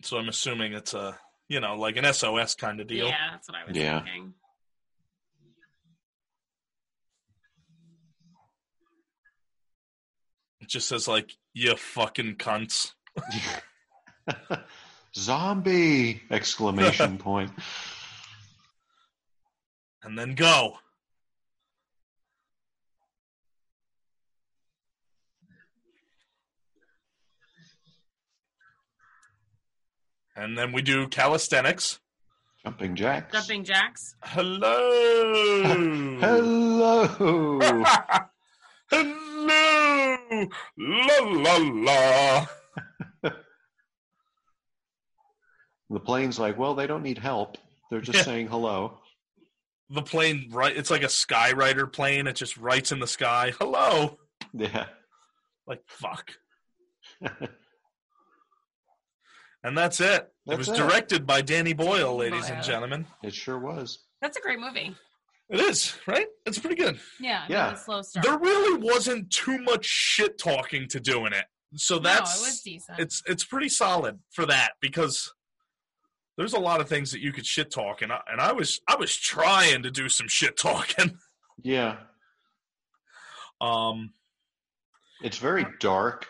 S1: So I'm assuming it's a, you know, like an SOS kind of deal.
S5: Yeah, that's what I was
S3: Yeah.
S5: thinking.
S1: It just says like, "You fucking cunts."
S3: Zombie! Exclamation point.
S1: and then go. And then we do calisthenics.
S3: Jumping jacks.
S5: Jumping jacks.
S1: Hello.
S3: Hello!
S1: Hello. La la la.
S3: the plane's like, well, they don't need help. They're just
S1: Yeah.
S3: saying hello.
S1: The plane right it's like a skyrider plane. It just writes in the sky. Hello.
S3: Yeah.
S1: Like fuck. And that's it. it
S3: That's
S1: was
S3: it.
S1: directed by Danny Boyle, ladies and
S5: Boyle.
S1: gentlemen.
S3: it sure was.
S5: That's a great movie.
S1: It is, right? It's pretty good.
S5: Yeah.
S3: Yeah.
S5: A slow start.
S1: There really wasn't too much shit talking to do in it. So that's
S5: no, it was decent.
S1: it's it's pretty solid for that because there's a lot of things that you could shit talk and I, and I was I was trying to do some shit talking.
S3: Yeah.
S1: Um
S3: It's very dark.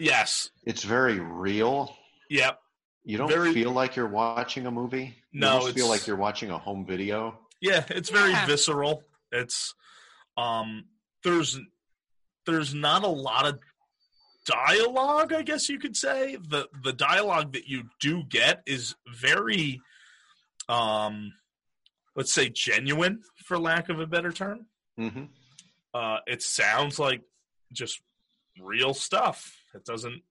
S1: yes.
S3: It's very real.
S1: Yep.
S3: You don't
S1: Very-
S3: feel like you're watching a movie. You
S1: No,
S3: almost feel
S1: it's-
S3: like you're watching a home video.
S1: Yeah, it's very
S5: Yeah.
S1: visceral. It's um there's there's not a lot of dialogue, I guess you could say. The the dialogue that you do get is very um let's say genuine for lack of a better term.
S3: hmm
S1: Uh it sounds like just real stuff. It doesn't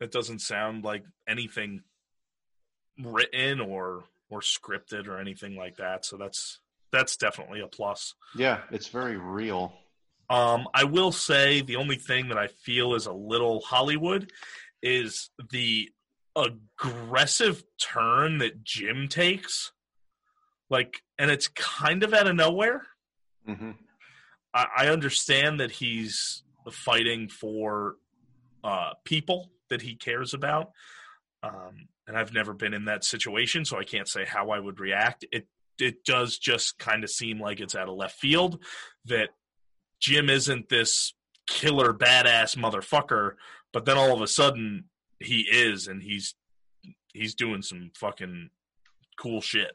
S1: it doesn't sound like anything written or or scripted or anything like that. So that's that's definitely a plus.
S3: Yeah, it's very real.
S1: Um, I will say the only thing that I feel is a little Hollywood is the aggressive turn that Jim takes. Like, and it's kind of out of nowhere.
S3: hmm
S1: I, I understand that he's fighting for uh, people that he cares about, um, and I've never been in that situation, so I can't say how I would react. It it does just kind of seem like it's out of left field that Jim isn't this killer badass motherfucker, but then all of a sudden he is, and he's he's doing some fucking cool shit.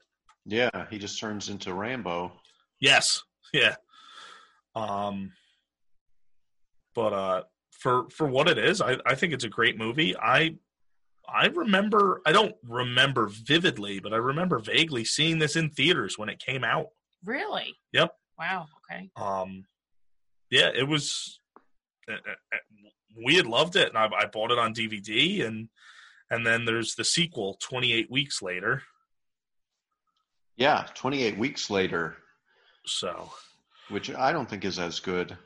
S3: Yeah, he just turns into Rambo.
S1: Yes. Yeah. Um but uh for for what it is, I I think it's a great movie. I I remember I don't remember vividly, but I remember vaguely seeing this in theaters when it came out.
S5: Really?
S1: Yep.
S5: Wow. Okay.
S1: Um yeah, it was uh, uh, uh, we had loved it and I I bought it on DVD and and then there's the sequel 28 weeks later.
S3: Yeah, 28 weeks later,
S1: So
S3: which I don't think is as good.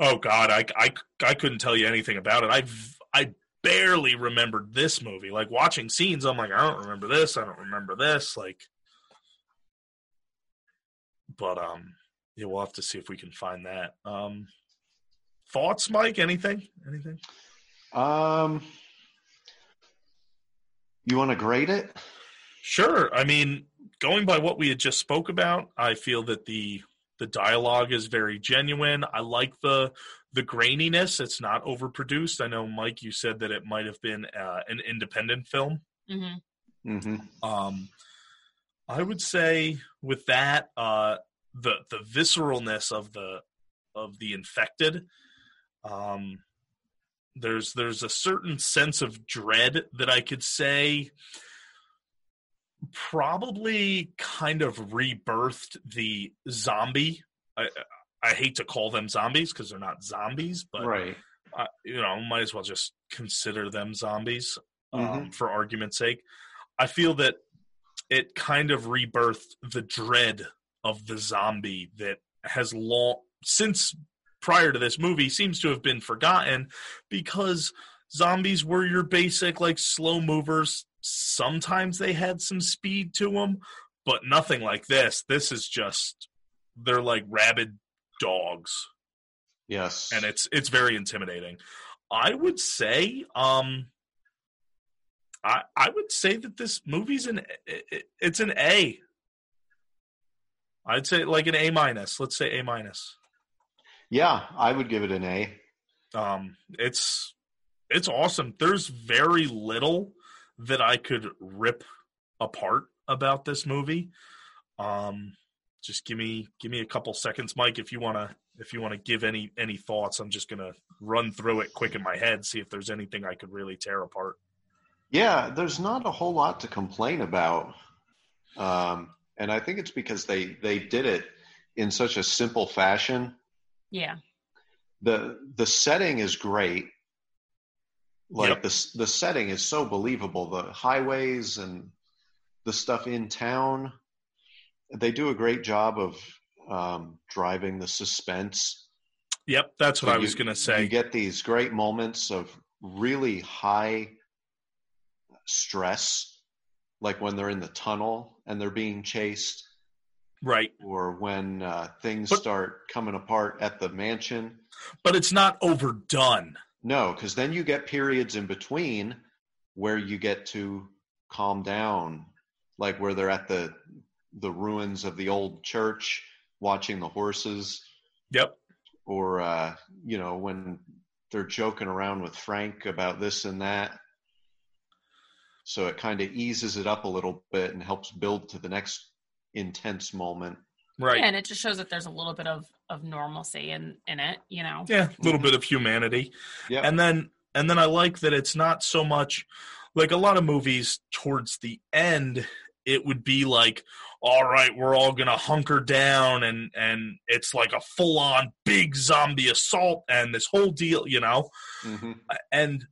S1: Oh God, I, I, I couldn't tell you anything about it. I I barely remembered this movie. Like watching scenes, I'm like, I don't remember this. I don't remember this. Like, but um, yeah, we'll have to see if we can find that. Um, thoughts, Mike? Anything? Anything?
S3: Um, you want to grade it?
S1: Sure. I mean, going by what we had just spoke about, I feel that the the dialogue is very genuine. I like the the graininess. It's not overproduced. I know, Mike, you said that it might have been uh, an independent film.
S5: hmm
S3: hmm
S1: Um, I would say with that, uh, the the visceralness of the of the infected. Um, there's there's a certain sense of dread that I could say probably kind of rebirthed the zombie. I, I hate to call them zombies because they're not zombies, but
S3: Right.
S1: I, you know, might as well just consider them zombies um,
S3: Mhm.
S1: for argument's sake. I feel that it kind of rebirthed the dread of the zombie that has long since prior to this movie seems to have been forgotten because zombies were your basic like slow movers. Sometimes they had some speed to them, but nothing like this. This is just they're like rabid dogs
S3: Yes.
S1: and it's it's very intimidating. I would say, um, I I would say that this movie's an it- it- it's an A. I'd say like an A minus. Let's say A minus.
S3: yeah, I would give it an A.
S1: Um, it's it's awesome. There's very little that I could rip apart about this movie. Um, just give me give me a couple seconds, Mike, if you wanna if you wanna give any any thoughts. I'm just gonna run through it quick in my head, see if there's anything I could really tear apart.
S3: Yeah, there's not a whole lot to complain about. Um, and I think it's because they, they did it in such a simple fashion.
S5: Yeah.
S3: The the setting is great. Like
S1: Yep.
S3: the s- the setting is so believable. The highways and the stuff in town. They do a great job of um, driving the suspense.
S1: Yep, that's what
S3: So
S1: I was
S3: you-
S1: gonna
S3: You
S1: say.
S3: get these great moments of really high stress, like when they're in the tunnel and they're being chased,
S1: right.
S3: or when uh, things
S1: But-
S3: start coming apart at the mansion.
S1: But it's not overdone.
S3: No, because then you get periods in between where you get to calm down, like where they're at the the ruins of the old church, watching the horses,
S1: Yep.
S3: or uh, you know when they're joking around with Frank about this and that. So it kind of eases it up a little bit and helps build to the next intense moment.
S1: Right.
S5: Yeah,
S1: Yeah,
S5: and it just shows that there's a little bit of of normalcy in in it, you know.
S1: a little bit of humanity.
S3: Yeah.
S1: and then and then i like that it's not so much like a lot of movies towards the end it would be like all right we're all gonna hunker down and and it's like a full on big zombie assault and this whole deal you know
S3: Mhm.
S1: and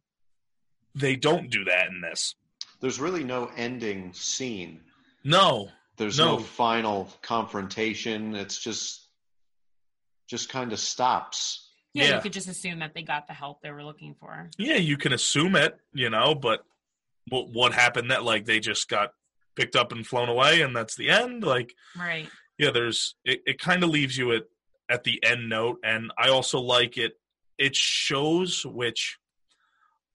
S1: they don't do that in this
S3: There's really no ending scene.
S1: no
S3: There's no,
S1: No.
S3: final confrontation. It's just just kind of stops.
S5: Yeah,
S1: Yeah.
S5: you could just assume that they got the help they were looking for.
S1: yeah you can assume it you know but what what happened that like they just got picked up and flown away and that's the end like
S5: Right.
S1: yeah there's it, it kind of leaves you at at the end note and i also like it it shows which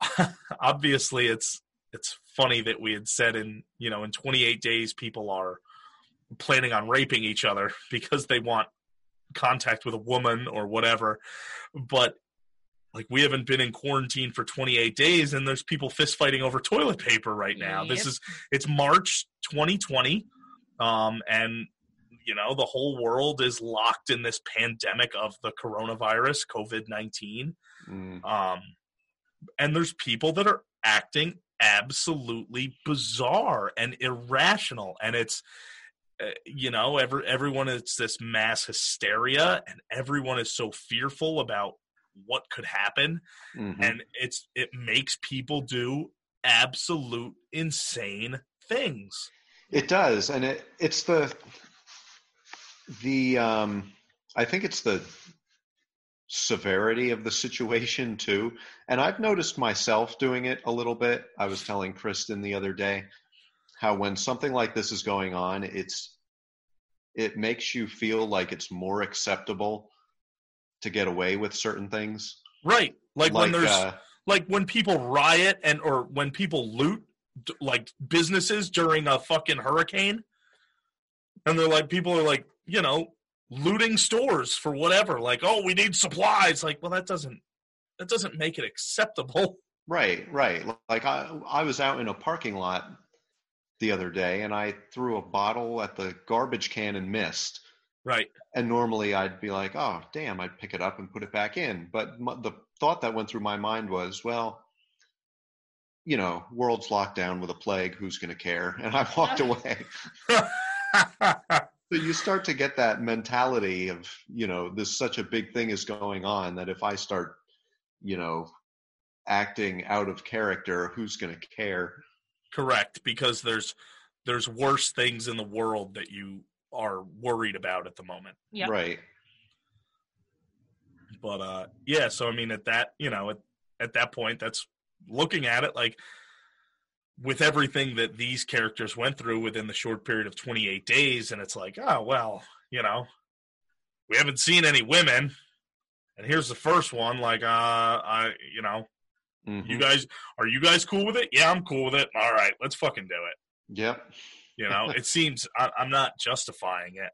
S1: obviously it's it's funny that we had said in you know in 28 days people are planning on raping each other because they want contact with a woman or whatever but like we haven't been in quarantine for 28 days and there's people fist fighting over toilet paper right now this
S5: Yep.
S1: is it's march 2020 um and you know the whole world is locked in this pandemic of the coronavirus covid-19
S3: Mm.
S1: um and there's people that are acting absolutely bizarre and irrational and it's uh, you know every everyone it's this mass hysteria and everyone is so fearful about what could happen
S3: Mhm.
S1: and it's it makes people do absolute insane things
S3: It does, and it it's the the um, I think it's the severity of the situation too. And I've noticed myself doing it a little bit. I was telling Kristen the other day how when something like this is going on, it's it makes you feel like it's more acceptable to get away with certain things.
S1: right like, when there's
S3: uh,
S1: like when people riot and or when people loot d- like businesses during a fucking hurricane and they're like people are like you know looting stores for whatever like oh we need supplies like well that doesn't that doesn't make it acceptable
S3: Right, right. Like I, I was out in a parking lot the other day, and I threw a bottle at the garbage can and missed.
S1: right
S3: And normally I'd be like, "Oh, damn!" I'd pick it up and put it back in. But m- the thought that went through my mind was, "Well, you know, world's locked down with a plague. Who's going to care?" And I walked away. So you start to get that mentality of, you know, this such a big thing is going on that if I start, you know, acting out of character, who's going to care?
S1: correct because there's there's worse things in the world that you are worried about at the moment
S5: Yep.
S3: Right.
S1: but uh yeah so i mean at that you know at, at that point that's looking at it like with everything that these characters went through within the short period of 28 days and it's like oh well you know we haven't seen any women and here's the first one like uh i you know
S3: Mhm.
S1: you guys are you guys cool with it yeah i'm cool with it all right let's fucking do it
S3: Yep.
S1: you know it seems I, i'm not justifying it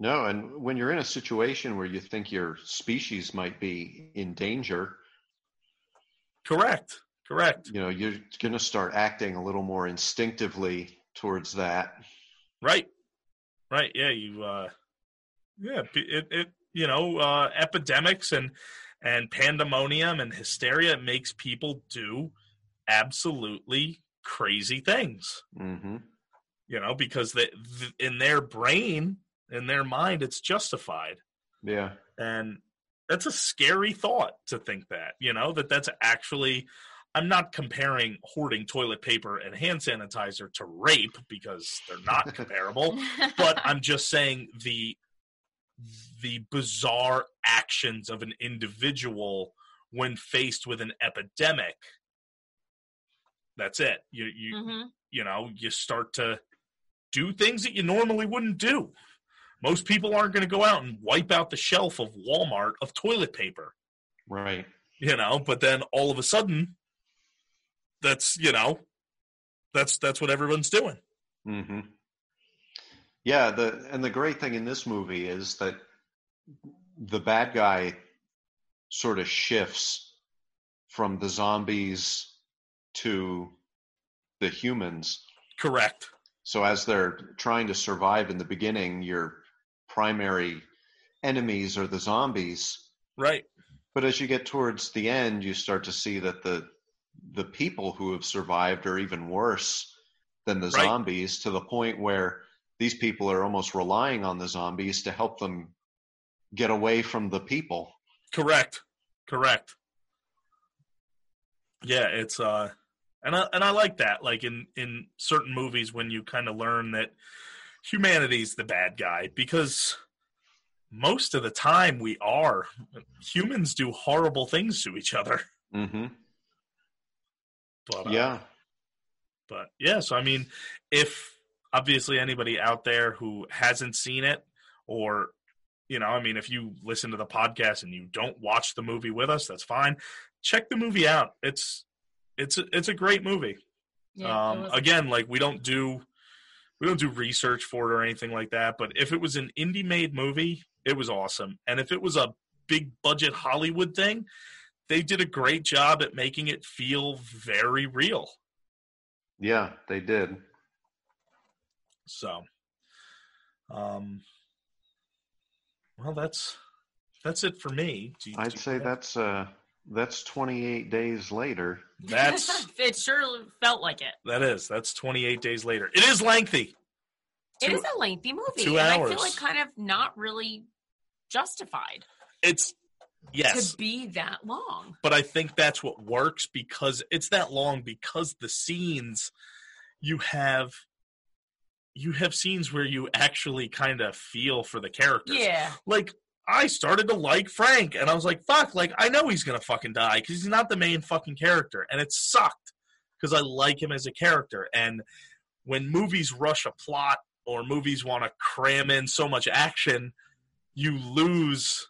S3: No, and when you're in a situation where you think your species might be in danger,
S1: correct correct
S3: you know, you're going to start acting a little more instinctively towards that.
S1: Right. Right. Yeah. You. Uh, yeah. p- It. It. You know, uh, epidemics and and pandemonium and hysteria makes people do absolutely crazy things.
S3: hmm
S1: You know, because they, th- in their brain, in their mind, it's justified,
S3: Yeah.
S1: and that's a scary thought to think that. You know, that that's actually. I'm not comparing hoarding toilet paper and hand sanitizer to rape because they're not comparable but I'm just saying the the bizarre actions of an individual when faced with an epidemic. That's it. You you
S5: hmm
S1: you know you start to do things that you normally wouldn't do. Most people aren't going to go out and wipe out the shelf of Walmart of toilet paper,
S3: Right.
S1: you know. But then all of a sudden, that's you know, that's that's what everyone's doing.
S3: hmm Yeah, the and the great thing in this movie is that the bad guy sort of shifts from the zombies to the humans.
S1: Correct.
S3: So as they're trying to survive in the beginning, your primary enemies are the zombies.
S1: Right.
S3: But as you get towards the end, you start to see that the the people who have survived are even worse than the
S1: Right.
S3: zombies to the point where these people are almost relying on the zombies to help them get away from the people.
S1: Correct. Correct. Yeah, it's uh and I and I like that. Like in in certain movies when you kind of learn that humanity's the bad guy because most of the time we are humans do horrible things to each other.
S3: hmm
S1: But, uh,
S3: Yeah.
S1: but yeah so i mean if obviously anybody out there who hasn't seen it or you know i mean if you listen to the podcast and you don't watch the movie with us that's fine check the movie out it's it's a, it's a great movie
S5: Yeah, it
S1: um
S5: was-
S1: again like we don't do we don't do research for it or anything like that but if it was an indie made movie it was awesome and if it was a big budget hollywood thing they did a great job at making it feel very real
S3: Yeah, they did.
S1: So, um, well, that's that's it for me. Do you- do
S3: I'd
S1: you
S3: say
S1: have-
S3: that's uh that's 28 days later.
S1: that's
S5: it. Sure felt like it.
S1: that is that's twenty eight days later. It is lengthy.
S5: it
S1: Two-
S5: is a lengthy movie,
S1: two
S5: and I feel like
S1: hours.
S5: kind of not really justified
S1: It's yes,
S5: to be that long.
S1: but I think that's what works because it's that long because the scenes you have you have scenes where you actually kind of feel for the characters.
S5: Yeah,
S1: like I started to like Frank, and I was like, "Fuck!" Like I know he's gonna fucking die because he's not the main fucking character, and it sucked because I like him as a character. And when movies rush a plot or movies want to cram in so much action, you lose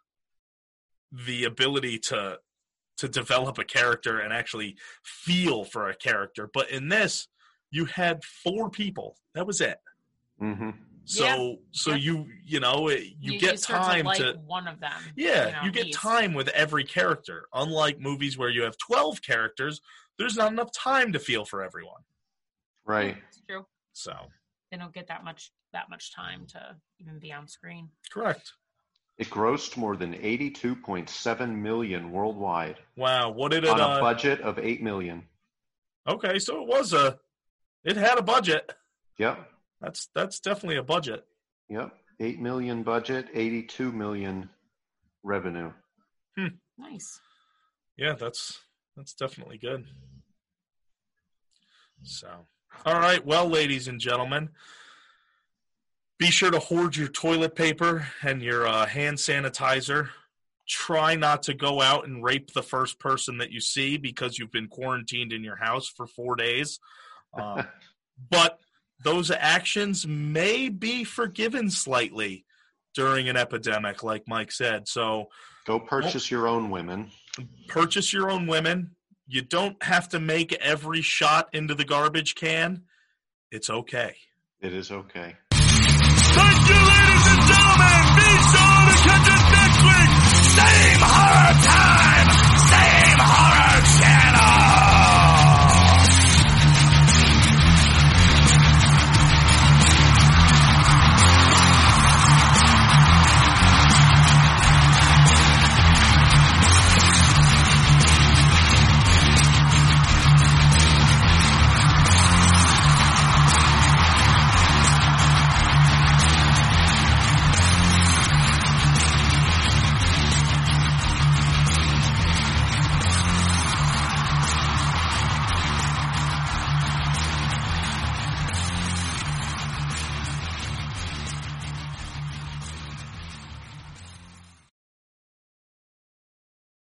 S1: the ability to to develop a character and actually feel for a character. But in this, you had four people. That was it.
S3: hmm
S1: So
S5: Yeah.
S1: so
S5: Yeah.
S1: you you know it, you, get
S5: start
S1: time
S5: to, like
S1: to
S5: one of them.
S1: yeah,
S5: know,
S1: you get
S5: he's-
S1: time with every character. Unlike movies where you have 12 characters, there's not enough time to feel for everyone.
S3: Right.
S5: It's true.
S1: So,
S5: They don't get that much that much time to even be on screen.
S1: correct.
S3: It grossed more than 82.7 million worldwide
S1: Wow, what did it
S3: on a
S1: uh,
S3: budget of 8 million.
S1: Okay, so it was a it had a budget.
S3: Yep.
S1: That's that's definitely a budget.
S3: Yep. 8 million budget, 82 million revenue.
S5: Nice.
S1: Yeah, that's that's definitely good. So, all right, well, ladies and gentlemen, be sure to hoard your toilet paper and your uh, hand sanitizer. Try not to go out and rape the first person that you see because you've been quarantined in your house for four days. Um, but those actions may be forgiven slightly during an epidemic, like Mike said. So,
S3: Go purchase your own women.
S1: purchase your own women. You don't have to make every shot into the garbage can. It's okay.
S3: It is okay.